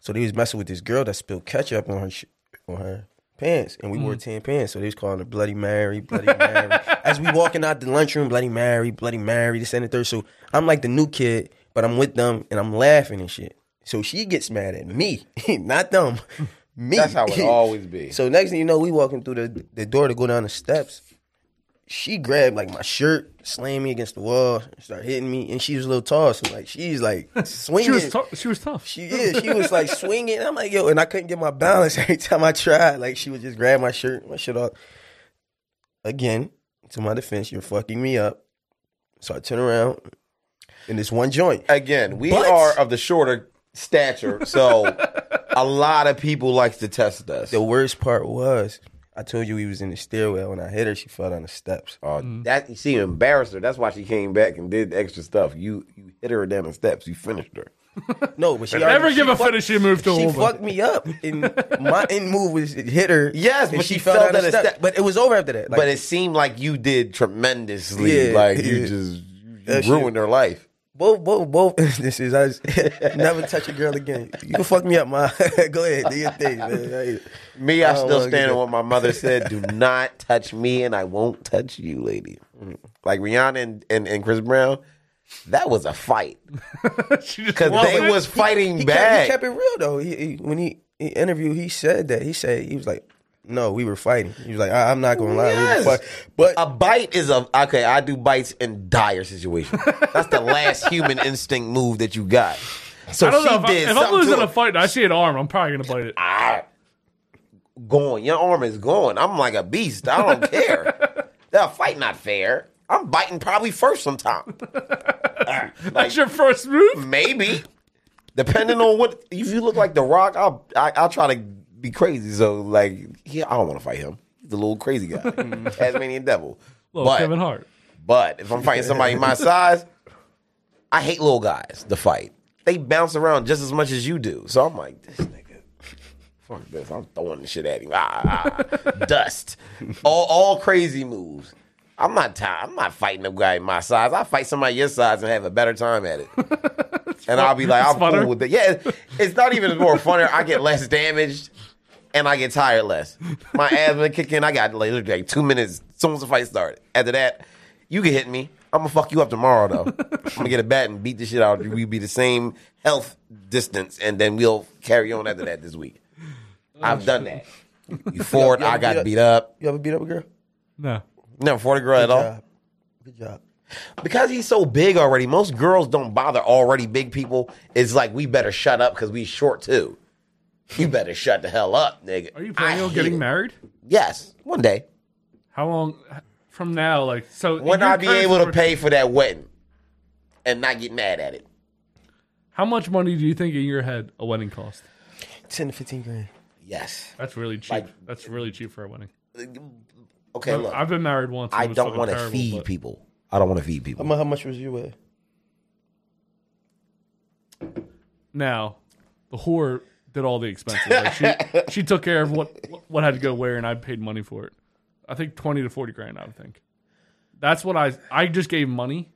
D: so they was messing with this girl that spilled ketchup on her sh- on her pants, and we wore
C: Mm.
L: Mhm.
D: tan pants. So they was calling her Bloody Mary, Bloody Mary. As we walking out the lunchroom, Bloody Mary, Bloody Mary, this and the third. So I'm like the new kid, but I'm with them and I'm laughing and shit. So she gets mad at me, not them. Me.
C: That's how it always be.
D: So next thing you know, we walking through the the door to go down the steps. She grabbed like my shirt, slammed me against the wall, started hitting me, and she was a little tall, so like she's like swinging.
A: She was, tou- she was tough.
D: She yeah, she was like swinging. I'm like, yo, and I couldn't get my balance every time I tried. Like she would just grab my shirt, my shit off. Again, to my defense, you're fucking me up. So I turn around, and it's one joint.
C: Again, we
D: But-
C: are of the shorter stature, so a lot of people like to test us.
D: The worst part was, I told you we was in the stairwell. When I hit her, she fell down the steps.
C: Oh, that you see, embarrassed her. That's why she came back and did the extra stuff. You you hit her down the steps. You finished her.
D: No, but she
A: Never
D: already-
A: give
D: she
A: a
D: fuck-
A: finishing move to a
D: She
A: woman.
D: fucked me up, and my end move was it hit her.
C: Yes,
D: and
C: but she fell down
D: the
C: a
D: steps.
C: step.
D: But it was over after that. Like,
C: but it seemed like you did tremendously.
D: Yeah,
C: like you
D: yeah.
C: just you
D: That shit-
C: ruined her life.
D: both, both, both instances, I just, never touch a girl again. You can fuck me up, ma. Go ahead, do your thing, man.
C: Me, I
D: don't
C: still
D: wanna get
C: stand
D: that.
C: on what my mother said. Do not touch me, and I won't touch you, lady.
D: Mm.
C: Like Rihanna and, and, and Chris Brown, that was a fight because they was fighting
D: He
C: back.
D: kept, he kept it real though. He, he, when he, he interviewed, he said that he said he was like, "No, we were fighting." He was like, I, "I'm not gonna lie, we were
C: Yes.
D: fighting."
C: But
L: Uh,
C: a bite is a okay. I do bites in dire situations. That's the last human instinct move that you got. So
A: I don't
C: she
A: know if,
C: did
A: I, if I'm
C: something
A: losing
C: to
A: a fight and I see an arm, I'm probably gonna bite it.
C: Ah, going. Your arm is going. I'm like a beast. I don't care. that fight not fair. I'm biting probably first Ah, sometime. That's
A: your first move.
C: Maybe, depending on what. If you look like The Rock, I'll I, I'll try to be crazy. So like, yeah, I don't want to fight him. He's a little crazy guy, Tasmanian devil.
A: Mm-hmm. Little
C: but,
A: Oh, Kevin Hart.
C: But if I'm fighting somebody my size, I hate little guys to fight. They bounce around just as much as you do. So I'm like, this nigga, fuck this. I'm throwing the shit at him. Ah, ah, dust. All, all crazy moves. I'm not tired. I'm not fighting a guy my size. I fight somebody your size and have a better time at it. and I'll be like, I'm
A: funner.
C: cool with it. Yeah, it- it's not even more funner. I get less damaged and I get tired less. My asthma kick in. I got like, literally, like two minutes as soon as the fight started. After that, you can hit me. I'm gonna fuck you up tomorrow though. I'm gonna get a bat and beat the shit out of you. We'll be the same health distance, and then we'll carry on after that this week. I've done that. Oh, You Ford,
L: You ever
C: I got
L: beat up-
C: beat up.
L: You ever beat up a girl?
A: No.
C: Never Ford a girl at all.
L: Good job.
C: Because he's so big already, most girls don't bother already big people. It's like we better shut up because we short too. You better shut the hell up, nigga.
A: Are you planning
C: I
A: on
C: hate
A: getting
C: it.
A: married?
C: Yes, one day.
A: How long from now? Like so,
C: When
A: your
C: I be
A: current-
C: able to pay for that wedding and not get mad at it.
A: How much money do you think in your head a wedding cost?
L: Ten to fifteen grand.
C: Yes.
A: That's really cheap. That's really cheap for a wedding.
C: Okay,
A: I've,
C: look.
A: I've been married once. and
C: I
A: it was
C: don't
A: fucking
C: want to
A: terrible,
C: feed
A: but-
C: people. I don't want to feed
L: How
C: people.
L: mu- how much was your wedding?
A: Now, the whore did all the expenses. Like she she took care of what what had to go where, and I paid money for it. I think twenty to forty grand. I would think. That's what I I just gave money.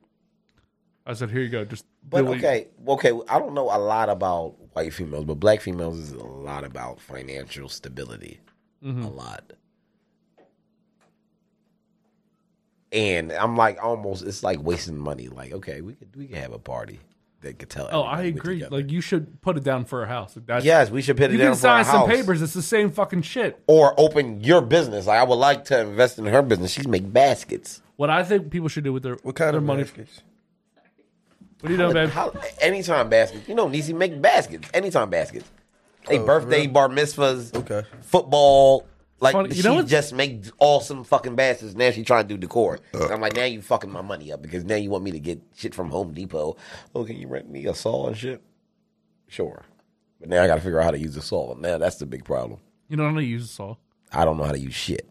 A: I said, "Here you go." Just
C: But
A: do what you-
C: okay, okay. I don't know a lot about white females, but black females is a lot about financial stability.
A: Mm-hmm.
C: A lot. And I'm like almost it's like wasting money. Like, okay, we could we could have a party that could tell
A: Oh, I
C: everybody we're
A: agree.
C: together.
A: Like you should put it down for a house. Like, that's,
C: Yes, we should put it
A: You
C: down
A: can
C: for our
A: sign some
C: house.
A: papers. It's the same fucking shit.
C: Or open your business. Like I would like to invest in her business. She's make baskets.
A: What I think people should do with their what kind their of money. What do you know,
C: How-
A: babe?
C: how- anytime baskets. You know, Niecy make baskets. Anytime baskets. They
A: Oh, for
C: birthday
A: real?
C: bar mitzvahs. Okay. Football. Like
A: Funny- you
C: she
A: know what-
C: just make awesome fucking baskets. Now she trying to do decor.
A: Uh.
C: And I'm like, now you fucking my money up because now you want me to get shit from Home Depot. Oh, can you rent me a saw and shit? Sure. But now I got to figure out how to use a saw. Now that's the big problem.
A: You don't know how to use a saw.
C: I don't know how to use shit.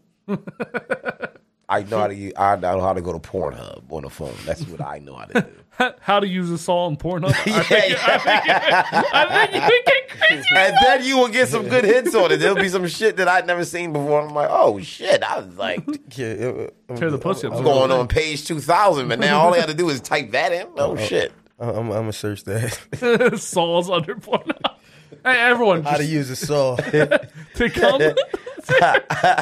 C: I know how to use, I know how to go to Pornhub on the phone. That's what I know how to do.
A: How to use a saw on Pornhub? I think, I think, I think you can
C: and then you will get some good hits on it. There'll be some shit that I'd never seen before. I'm like, oh shit! I was like,
A: Tear the pussy up.
C: I'm going on page two thousand, but now all I had to do is type that in. Oh shit!
L: I'm, I'm, gonna search that.
A: Saws under Pornhub. Hey, everyone.
L: How to
A: just
L: use a saw?
A: Pick up.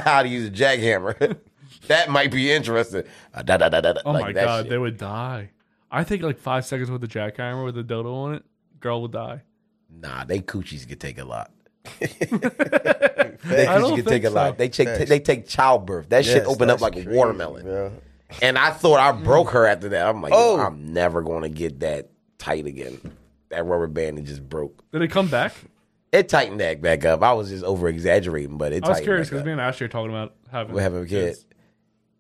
C: How to use a jackhammer? that might be interesting. Uh, da, da, da, da, da,
A: Oh
C: like
A: my
C: that
A: god,
C: shit.
A: they would die. I think like five seconds with the jackhammer with the dodo on it, girl would die.
C: Nah, they coochies could take a lot.
A: I
C: They
A: don't
C: coochies could take a
A: think
C: lot.
A: so.
C: They take
A: Thanks.
C: they take childbirth. That shit
L: Yes,
C: opened up
L: that's
C: like a
L: crazy,
C: watermelon.
L: bro.
C: And I thought I
A: Mm.
C: broke her after that. I'm like,
L: Oh.
C: I'm never going to get that tight again. That rubber band it just broke.
A: Did it come back?
C: It tightened that back up. I was just over exaggerating, but it
A: I was
C: tightened
A: curious
C: back
A: because me and Ashley are talking about
C: up.
A: having
C: We're having a kid.
A: kids.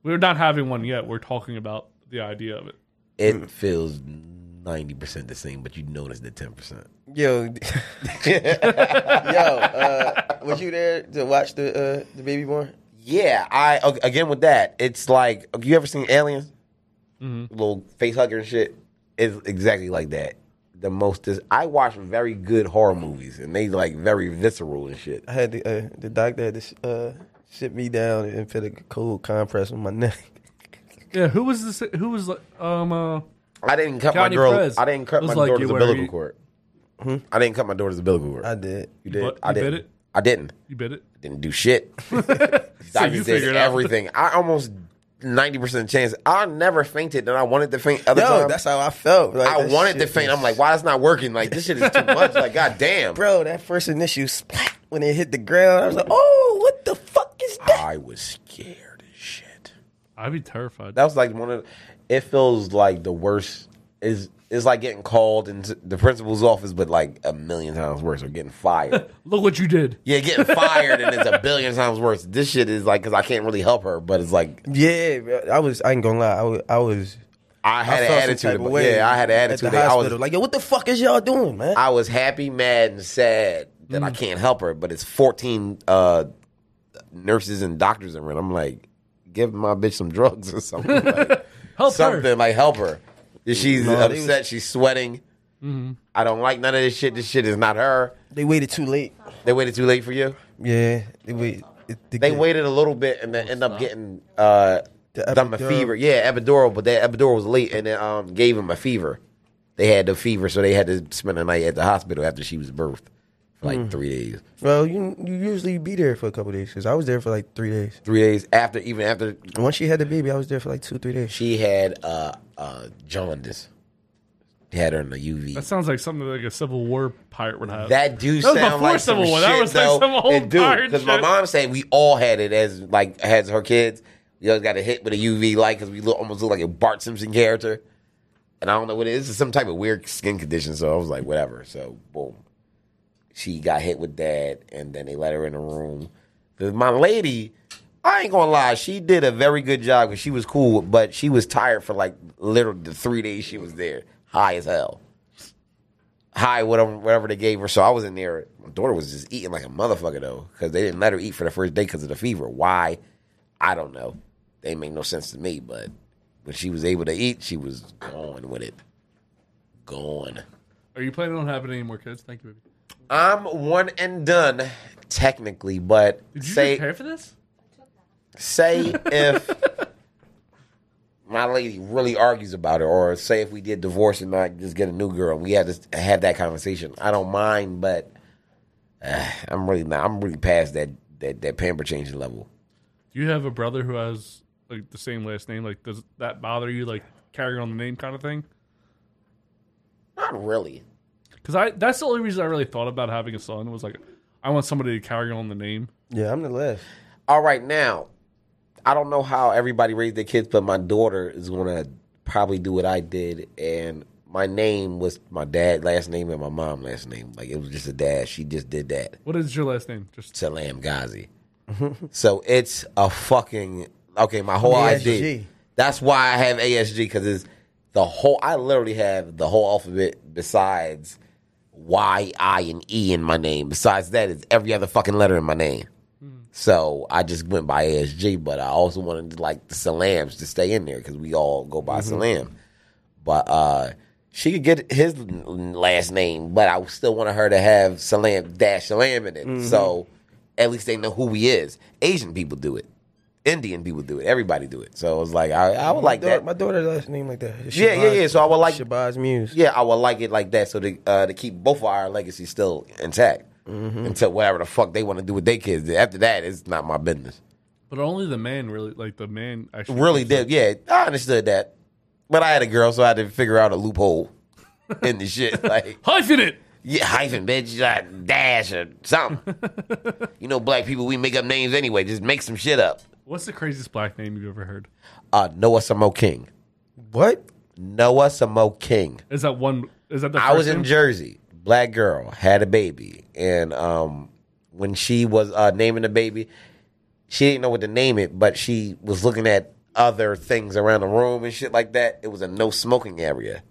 A: We're not having one yet. We're talking about the idea of it.
C: It feels ninety percent the same, but you notice the ten percent.
L: Yo, yo, uh, was you there to watch the uh, the baby born?
C: Yeah, I o- again with that, it's like have you ever seen Aliens?
L: Mhm.
A: Mm-hmm.
C: Little face hugger and shit is exactly like that. The most dis- I watch very good horror movies, and they like very visceral and shit.
L: I had the uh, the doctor had to uh, sit me down and put a cold compress on my neck.
A: Yeah, who was this? Who was like, um, uh,
C: I didn't cut my
A: Johnny
C: girl.
A: Perez
C: I didn't cut
A: was
C: my
A: like,
C: daughter's
A: "You- where are
C: umbilical
A: you?"
C: cord. I didn't cut my daughter's umbilical cord. I
L: did.
C: You did.
A: You bu-
C: I
A: you bit
C: didn't.
A: it?
C: I didn't.
A: You bit it?
C: Didn't do shit.
A: So
C: I
A: you
C: did
A: figured it out.
C: everything. I almost ninety percent chance. I never fainted, and I wanted to faint. Other
L: Yo,
C: time,
L: that's how I felt. Like,
C: I
L: that
C: wanted to
L: shit
C: faint.
L: was-
C: I'm like, why it's not working? Like this shit is too much. Like goddamn,
L: Bro, that first initial splat when it hit the ground, I was like, oh, what the fuck is that?
C: I was scared as shit.
A: I'd be terrified.
C: That was like one of. It feels like the worst. Is it's like getting called into the principal's office, but like a million times worse, or getting fired.
A: Look what you did.
C: Yeah, getting fired and it's a billion times worse. This shit is like because I can't really help her, but it's like
L: Yeah, bro, I was. I ain't gonna lie. I was. I, was,
C: I had an
L: felt some
C: attitude
L: type of
C: about-
L: way
C: yeah, I had an
L: at
C: attitude
L: The
C: that I was-
L: hospital. like, yo, what the fuck is y'all doing, man?
C: I was happy, mad, and sad that
L: Mm.
C: I can't help her, but it's fourteen uh, nurses and doctors around. I'm like, give my bitch some drugs or something. Like, help something her. like help her. If she's
L: No, they
C: upset, she's sweating.
L: Mhm.
C: I don't like none of this shit. This shit is not her. They waited too late. They waited too late for you.
L: Yeah, they wait.
C: They, waited a little bit and then end up getting uh, them a
L: epidural.
C: fever. Yeah, epidural, but that epidural was late and then um, gave him a fever. They had the fever, so they had to spend the night at the hospital after she was birthed for like
L: Hmm.
C: three days.
L: Well, you you usually be there for a couple days because I was there for like three days.
C: Three days after, even after
L: Once she had the baby, I was there for like two, three days.
C: She had uh uh jaundice. They had her in the UV.
A: That sounds like something like a Civil War pirate would have.
C: That do
A: that was
C: sound
A: before
C: like some
A: Civil War.
C: shit,
A: that was
C: though.
A: like some old
C: It do,
A: pirate shit.
C: my mom saying we all had it as like as her kids. We always got a hit with a UV light because we look, almost look like a Bart Simpson character. And I don't know what it is. It's some type of weird skin condition. So I was like, whatever. So boom, she got hit with that, and then they let her in the room. The- My lady, I ain't gonna lie, she did a very good job because she was cool, but she was tired for like literally the three days she was there, high as hell high whatever whatever they gave her. So I was in there. My daughter was just eating like a motherfucker though, because they didn't let her eat for the first day because of the fever. Why? I don't know. They make no sense to me. But when she was able to eat, she was gone with it. Gone.
A: Are you planning on having any more kids? Thank you, baby.
C: I'm one and done technically, but
A: Did you
C: say
A: prepare for this?
C: say if my lady really argues about it, or say if we did divorce and I just get a new girl, we had to have that conversation. I don't mind, but uh, I'm really not. I'm really past that that that pamper changing level.
A: Do you have a brother who has like the same last name? Like, does that bother you? Like carrying on the name kind of thing?
C: Not really.
A: Because I that's the only reason I really thought about having a son was like I want somebody to carry on the name.
L: Yeah, I'm the last.
C: All right, now I don't know how everybody raised their kids, but my daughter is gonna probably do what I did, and my name was my dad last name and my mom last name. Like it was just a dad. She just did that.
A: What is your last name? Just
C: Salam Ghazi. so it's a fucking okay. My whole
L: ASG.
C: ID. That's why I have ASG because it's the whole. I literally have the whole alphabet besides Y, I, and E in my name. Besides that, it's every other fucking letter in my name. So I just went by ASG, but I also wanted like the Salams to stay in there because we all go by
L: Mhm.
C: Salam. But uh, she could get his n- last name, but I still wanted her to have Salam dash Salam in it.
L: Mhm.
C: So at least they know who he is. Asian people do it. Indian people do it. Everybody do it. So it was like I, I would
L: My
C: like
L: daughter-
C: that.
L: My daughter's last name like that. It's
C: yeah, yeah,
L: Shabazz-
C: yeah. So I would like
L: Shabazz Muse.
C: Yeah, I would like it like that. So to uh, to keep both of our legacies still intact
L: Mhm.
C: until whatever the fuck they want to do with their kids. After that, it's not my business.
A: But only the man really like the man actually
C: Really did. Yeah, I understood that, but I had a girl, so I had to figure out a loophole in the shit. Like
A: hyphen it.
C: Yeah, hyphen, bitch. Like, dash or something. you know, black people, we make up names anyway. Just make some shit up.
A: What's the craziest black name you've ever heard?
C: Uh, Noah Samo King.
L: What?
C: Noah Samo King.
A: Is that one? Is that the?
C: I
A: first
C: was in
A: name?
C: Jersey. Black girl had a baby, and um, when she was uh, naming the baby, she didn't know what to name it, but she was looking at other things around the room and shit like that. It was a no smoking area.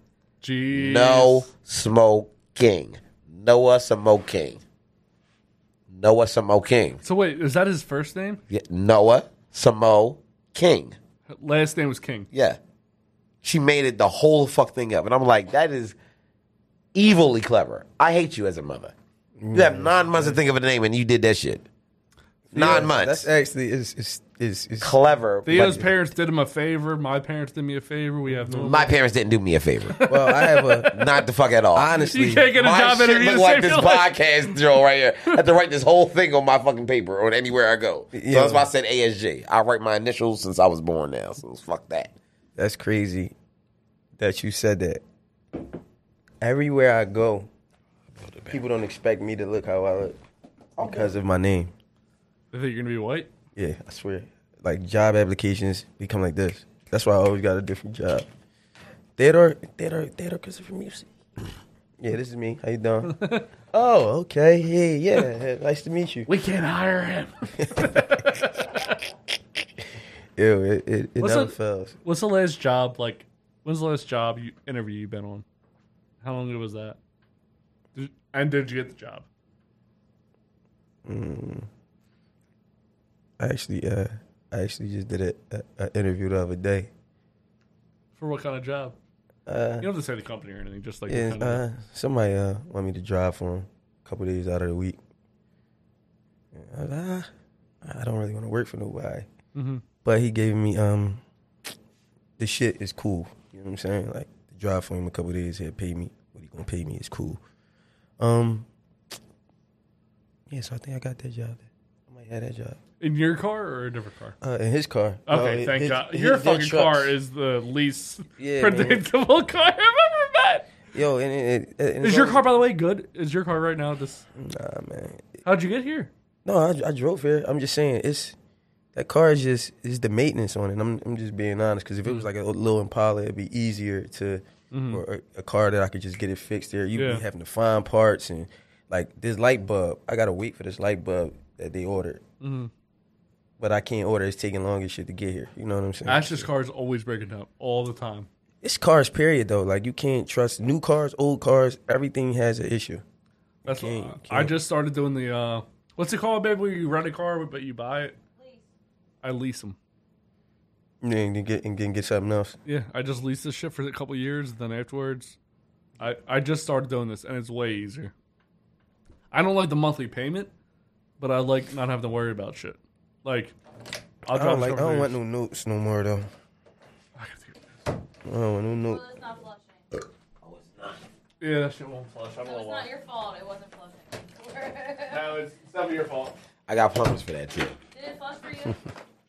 A: Jeez.
C: No smoking. Noah Samo King. Noah Samo King.
A: So wait, is that his first name?
C: Yeah, Noah Samo King.
A: Last name was King.
C: Yeah. She made it the whole fuck thing up. And I'm like, that is evilly clever. I hate you as a mother. You have
L: Mm.
C: nine months to think of a name and you did that shit. Nine
L: Yeah,
C: months.
L: That's actually is is is, is
C: clever.
A: Theo's
C: but
A: parents did him a favor. My parents did me a favor. We have no.
C: my parents didn't do me a favor.
L: Well, I have a
C: Not the fuck at all.
L: Honestly,
A: You can't get a
C: my
A: job
C: shit
A: interview
C: look
A: to
C: like
A: save
C: this
A: your life.
C: podcast drill right here. I have to write this whole thing on my fucking paper or anywhere I go. So
L: Yeah.
C: that's why I said ASG. I write my initials since I was born now. So fuck that.
L: That's crazy that you said that. Everywhere I go, people don't expect me to look how I look because of my name.
A: They think you're gonna be white.
L: Yeah, I swear. Like job applications become like this. That's why I always got a different job. Theodore, Theodore, Theodore Christopher Music. Yeah, this is me. How you doing? oh, okay. Hey, yeah. Nice to meet you.
A: We can't hire him.
L: Ew, it, it, it
A: What's
L: never
A: the-
L: fails.
A: What's the last job like? When's the last job you interview you been on? How long ago was that? Did, and did you get the job?
L: Mm. I actually uh,
D: I actually just did a, a, a interview the other day.
A: For what kind of job?
D: Uh,
A: you don't have to say the company or anything. Just like
D: yeah,
A: what kind
D: uh, somebody uh, want me to drive for him a couple days out of the week. I, was like, "Ah, I don't really want to work for nobody.
A: Mhm.
D: But he gave me um, the shit is cool. You know what I'm saying? Like the drive for him a couple days here, pay me what he gonna pay me is cool. Um, yeah, so I think I got that job. I might have that job.
A: in your car or a different car?
D: Uh, in his car.
A: Okay,
D: No,
A: thank
D: his-
A: God.
D: his-
A: Your
D: their
A: fucking
D: trucks.
A: car is the least
D: Yeah, man.
A: predictable car I've ever met.
D: Yo, and, it- it- and
A: Is
D: it's
A: your
D: all-
A: car, by the way, good? Is your car right now this?
D: Nah, man.
A: How'd you get here?
D: No, I, I drove here. I'm just saying it's that car is just is the maintenance on it. I'm I'm just being honest because if it was like a little Impala, it'd be easier to
O: Mhm.
D: or a, a car that I could just get it fixed there. You'd
O: Yeah.
D: be having to find parts and like this light bulb. I gotta wait for this light bulb that they ordered,
A: Mhm.
D: but I can't order. It's taking long as shit to get here. You know what I'm saying?
A: Ash's car is always breaking down all the time.
D: it's cars, period. Though, like you can't trust new cars, old cars. Everything has an issue.
A: That's
D: Can't-
A: what, I
D: can't.
A: just started doing the uh, what's it called, babe? Where you rent a car but you buy it? I lease them.
D: Yeah, and you get and get, get something else.
A: Yeah, I just leased this shit for a couple years. Then afterwards, I I just started doing this, and it's way easier. I don't like the monthly payment, but I like not having to worry about shit. Like, I'll drive
D: I don't
A: this
D: like.
A: car
D: I
A: for
D: don't want
A: years.
D: no notes no more though. I don't want no notes.
A: Yeah, that shit won't flush. I don't know why.
P: your fault. It wasn't flushing.
A: No, it's, it's never your fault.
C: I got plumbers for that too.
P: Did it flush for you?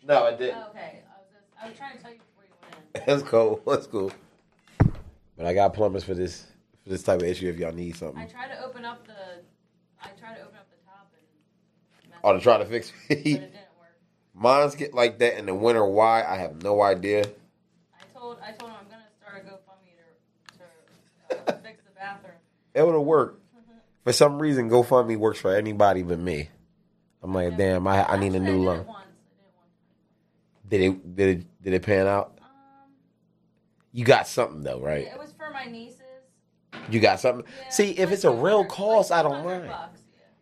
C: No, I didn't.
P: Okay. I was, just, I was trying to tell you before you went in.
C: That's cool. That's cool. But I got plumbers for this for this type of issue. If y'all need
P: I
C: something,
P: tried to open up the. I tried to open up the top and.
C: oh, to try to fix me. Mine's get like that in the winter. Why? I have no idea.
P: I told I told him I'm gonna start a GoFundMe to, to uh, fix the bathroom.
C: It would have worked. For some reason, GoFundMe works for anybody but me. I'm like, damn, I I need a new loan. Did it did it did it pan out? You got something though, right?
P: It was for my nieces.
C: You got something. See, if it's a real cost, I don't mind.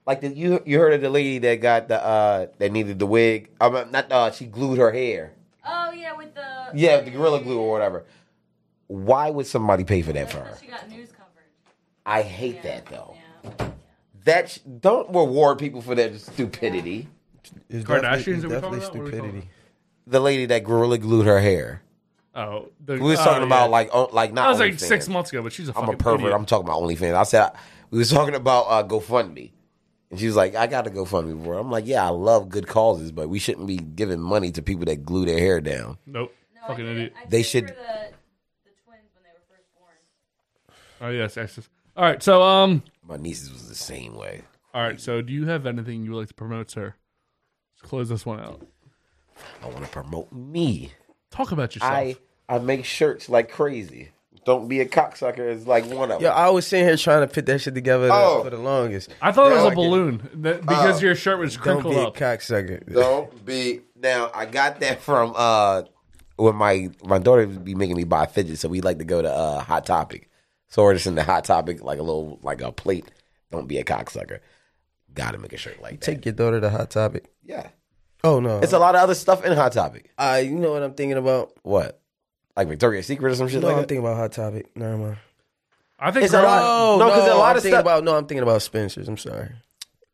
C: Like the, you, you heard of the lady that got the uh that needed the wig. Um, not uh, she glued her hair.
P: Oh yeah, with the
C: Yeah, the gorilla glue or whatever. Why would somebody pay for that for her?
P: She got news coverage.
C: I hate that though. That sh- don't reward people for their stupidity.
D: It's
A: Kardashians that we talking about? What are we talking
D: stupidity.
C: The lady that gorilla glued her hair.
A: Oh, the,
C: We was
A: oh,
C: talking about
A: yeah.
C: like oh, like not.
A: That was like
C: OnlyFans.
A: six months ago, but she's a
C: I'm a
A: fucking
C: pervert.
A: idiot.
C: I'm talking about OnlyFans. I said I, we was talking about uh, GoFundMe, and she was like, "I got a GoFundMe for." it." I'm like, "Yeah, I love good causes, but we shouldn't be giving money to people that glue their hair down."
A: Nope. Fucking idiot.
C: They should.
A: Oh yes, yes. All right, so um,
C: my nieces was the same way.
A: All right, so do you have anything you would like to promote, sir? Let's close this one out.
C: I want to promote me.
A: Talk about yourself.
C: I I make shirts like crazy. Don't be a cocksucker is like one of
D: Yo,
C: them.
D: I was sitting here trying to fit that shit together the-
C: Oh.
D: for the longest.
A: I thought it was
D: Now
A: a
D: I get it.
A: balloon that, because
C: Oh.
A: your shirt was
D: Don't
A: crinkled
D: be a
A: up.
D: cocksucker.
C: Don't be now. I got that from uh when my my daughter would be making me buy fidgets, so we like to go to uh Hot Topic. So we're just in the Hot Topic like a little like a plate. Don't be a cocksucker. Gotta make a shirt like that.
D: Take your daughter to Hot Topic.
C: Yeah.
D: Oh no,
C: It's a lot of other stuff in Hot Topic.
D: Uh, you know what I'm thinking about?
C: What? Like Victoria's Secret or some shit
D: no,
C: like
D: I'm
C: that?
D: thinking about Hot Topic. Never mind.
A: I
C: It's a lot-
D: Oh,
C: no,
D: no,
C: 'cause a lot
D: I'm
C: of
D: thinking
C: stuff-
D: About, no, I'm thinking about Spencer's. I'm sorry.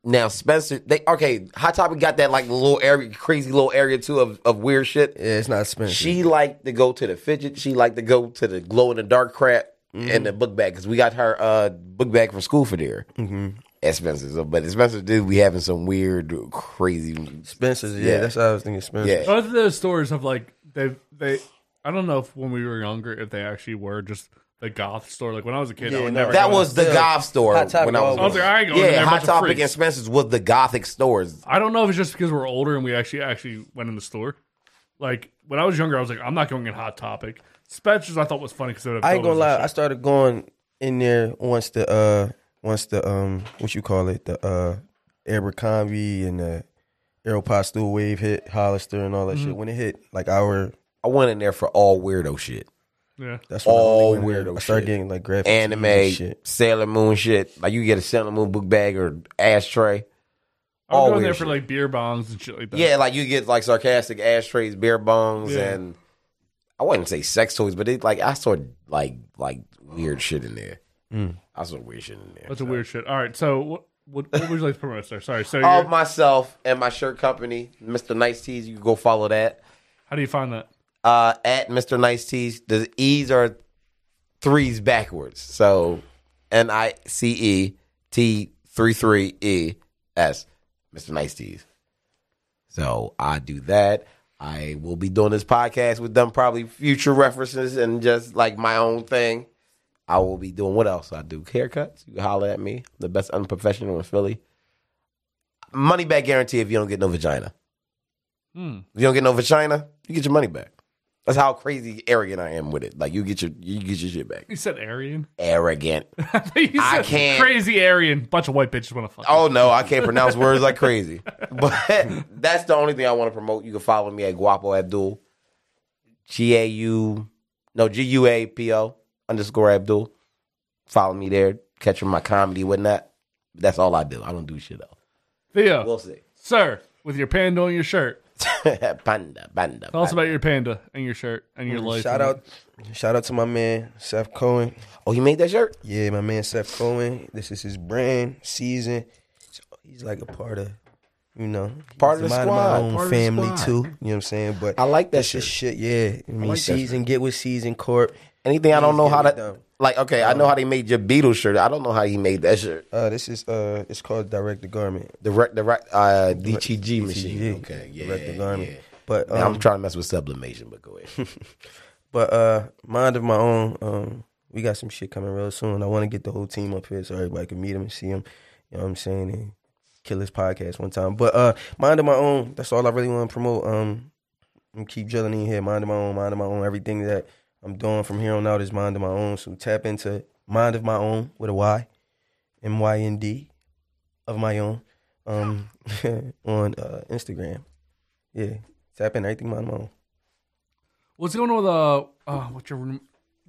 C: Now Spencer, they okay. Hot Topic got that like little area, crazy little area too of, of weird shit.
D: Yeah, it's not Spencer.
C: She
A: Mm-hmm.
C: liked to go to the fidget. She liked to go to the glow in the dark crap
A: Mm-hmm.
C: and the book bag because we got her uh book bag from school for there
A: Mm-hmm.
D: Mhm.
C: at Spencer's. So, But at Spencer's, dude, we having some weird, crazy
D: Spencer's. Yeah, that's what I was thinking. Spencer's.
C: Yeah.
A: Both of those stores have like they they. I don't know if when we were younger if they actually were just the goth store. Like when I was a kid, I
C: Yeah,
A: would
C: no,
A: never
C: that
A: go
C: was
A: there.
C: the goth store when I was.
A: I was like, I ain't going
C: yeah,
A: in there, bunch
C: Hot
A: of
C: Topic and
A: freaks.
C: Spencer's was the gothic stores.
A: I don't know if it's just because we're older and we actually actually went in the store. Like when I was younger, I was like, I'm not going in Hot Topic. Spencer's I thought was funny because
D: I ain't gonna lie. I started going in there once the uh once the um what you call it the uh Abercrombie and the Aeropostale wave hit Hollister and all that shit.
C: Mhm.
D: When it hit, like our
C: I went in there for all weirdo shit.
A: Yeah.
D: that's when I only
C: all
D: went in there.
C: weirdo.
D: I started
C: shit.
D: getting like graphic tees
C: anime,
D: and shit.
C: Sailor Moon shit. Like you get a Sailor Moon book bag or ashtray.
A: I would
C: All
A: go in
C: weird
A: there for
C: shit.
A: like beer bongs and shit like that.
C: Yeah, like you get like sarcastic ashtrays, beer bongs,
A: Yeah.
C: and I wouldn't say sex toys, but it like I saw like like weird shit in there. I saw weird shit in there.
A: Mm. That's a weird shit. All right, so what what, what would you like to promote, sir? Sorry, so
C: All
D: Um,
A: you're-
C: myself and my shirt company, Mr. Nice Tees. You can go follow that.
A: How do you find that?
C: Uh, at Mr. Nice Tees. The E's are threes backwards. So N I C E T 3 3 E S. Mr. Nice Tees. So I do that. I will be doing this podcast with them, probably future references and just like my own thing. I will be doing what else? I do haircuts. You can holler at me. The best unprofessional in Philly. Money back guarantee if you don't get no vagina.
A: Hmm.
C: If you don't get no vagina, you get your money back. That's how crazy arrogant I am with it. Like you get your you get your shit back.
A: You said Aryan.
C: Arrogant.
A: You said
C: I can't-
A: Crazy Aryan. Bunch of white bitches want to fuck.
C: Oh no, I can't pronounce words like crazy. But that's the only thing I want to promote. You can follow me at Guapo Abdul. G A U no G U A P O underscore Abdul. Follow me there. Catch my comedy, whatnot. That's all I do. I don't do shit else.
A: Theo.
C: We'll see.
A: Sir, with your panda on your shirt.
C: panda, panda.
A: Tell us about your panda and your shirt and your life.
D: Shout out, shout out to my man Seth Cohen.
C: Oh, he made that shirt.
D: Yeah, my man Seth Cohen. This is his brand, season. So He's like a part of, you know,
C: Part of
D: he's
C: the
D: a
C: squad,
D: of my own
C: part of the
D: family
C: squad.
D: too. You know what I'm saying? But
C: I like that
D: that's the shit. Yeah, I
C: I
D: mean,
C: like that
D: season. Get with season corp.
C: Anything I don't know how
D: Things
C: to
D: get done.
C: like. Okay, I know how they made your Beatles shirt. I don't know how he made that shirt.
D: Uh, this is uh, it's called direct the garment.
C: The re- the re- uh, DTG machine. Okay, yeah,
D: direct the garment.
C: yeah.
D: But
C: Now, I'm
D: um,
C: trying to mess with sublimation, but go ahead.
D: But uh mind of my own, um, we got some shit coming real soon. I want to get the whole team up here so everybody can meet them and see them. You know what I'm saying? And kill this podcast one time. But uh mind of my own, that's all I really want to promote. Um I'm keep drilling in here, mind of my own, mind of my own. Everything that I'm doing from here on out is mind of my own. So tap into mind of my own with a Y. M Y N D of my own. Um on uh Instagram. Yeah. Tap in everything mind of my own.
A: What's going on with uh, uh what's your room,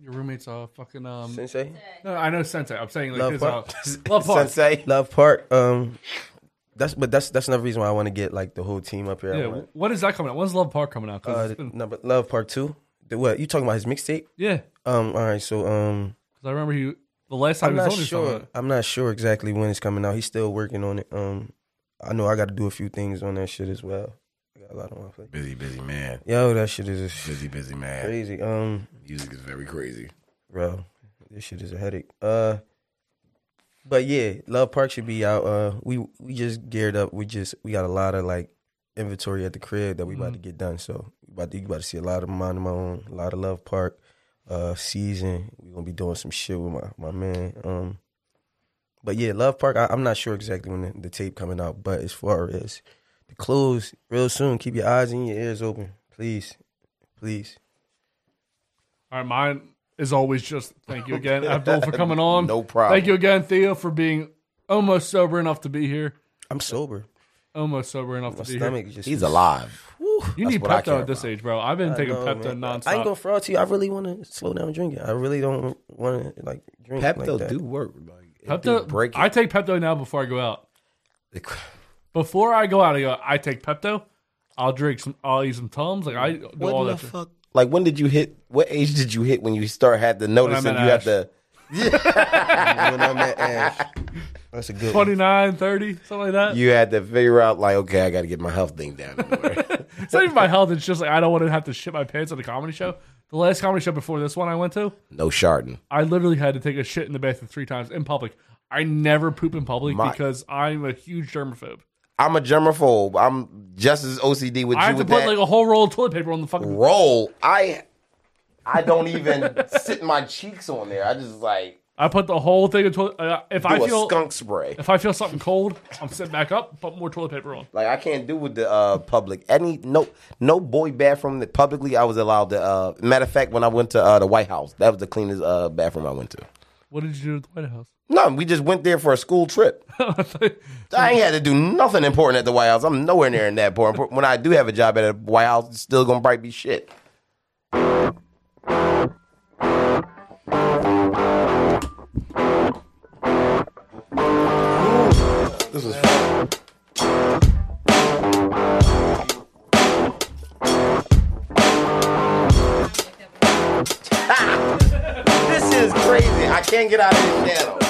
A: your roommate's uh fucking um
D: Sensei?
A: No, I know Sensei. I'm saying like
D: Love
A: his
D: Park.
A: uh, Love Park.
D: Love Park. Um, that's but that's that's another reason why I want to get like the whole team up here. I
A: Yeah,
D: want-
A: when is that coming out? When's Love Park coming out? 'Cause
D: uh,
A: it's been-
D: no, but Love Park Two. The, what you talking about his mixtape?
A: Yeah.
D: Um. All right. So um.
A: 'cause I remember he the last time
D: I'm
A: he
D: not
A: was on his
D: sure. I'm not sure exactly when it's coming out. He's still working on it. Um. I know I got to do a few things on that shit as well. I got a lot on my plate.
C: busy, busy man.
D: Yo, that shit is
C: Busy, busy man.
D: crazy. Um.
C: Music is very crazy.
D: bro. This shit is a headache. Uh, but yeah, Love Park should be out. Uh, we we just geared up. We just we got a lot of like inventory at the crib that we about to get done. So you about to, you about to see a lot of mine of my own, a lot of Love Park. Uh, season we gonna be doing some shit with my my man. Um, but yeah, Love Park. I, I'm not sure exactly when the, the tape coming out, but as far as the clothes, real soon. Keep your eyes and your ears open, please, please.
A: All right, mine is always just thank you again, Abdul, for coming on.
C: No problem.
A: Thank you again, Theo, for being almost sober enough to be here.
D: I'm sober.
A: Almost sober enough
D: My
A: to be
D: stomach
A: here.
D: just
C: He's alive.
A: You
C: That's
A: need
C: what I care
A: Pepto at this age, bro. I've been
D: I
A: taking
D: know,
A: Pepto
D: man.
A: nonstop.
D: I ain't gonna fraud to you. I really want to slow down drinking. I really don't want to like drink.
C: Pepto
D: like that.
C: do work. Like, it do
A: Pepto.
C: break.
A: I take Pepto now before I go out. Before I go out, I go. I take Pepto. I'll drink some. I'll eat some tums. Like I do
C: What
A: all
C: the
A: that. shit.
C: fuck? Like when did you hit? What age did you hit when you start had to notice
A: I'm
C: and
A: at
C: you have
A: Ash.
C: to?
D: When I'm at Ash. That's a good. one.
A: 29, 30, something like that.
C: You had to figure out like, okay, I got to get my health thing down.
A: It's not even my health. It's just like I don't want to have to shit my pants at a comedy show. The last comedy show before this one I went to,
C: No sharding.
A: I literally had to take a shit in the bathroom three times in public. I never poop in public
C: My-
A: because I'm a huge germaphobe.
C: I'm a germaphobe. I'm just as OCD with
A: I have
C: you
A: to
C: with
A: put
C: that
A: like a whole roll of toilet paper on the fucking
C: roll. I I don't even sit my cheeks on there. I just like
A: I put the whole thing of toilet. Uh, if
C: do
A: I
C: a
A: feel
C: skunk spray.
A: if I feel something cold, I'm sitting back up, put more toilet paper on.
C: Like I can't do with the uh, public. Any no no boy bathroom that publicly I was allowed to. Uh, matter of fact, when I went to uh, the White House, that was the cleanest uh, bathroom I went to.
A: What did you do at the White House?
C: No, we just went there for a school trip. I ain't had to do nothing important at the White House. I'm nowhere near in that important. When I do have a job at the White House, it's still gonna probably be shit. This was fun. can't get out of this channel.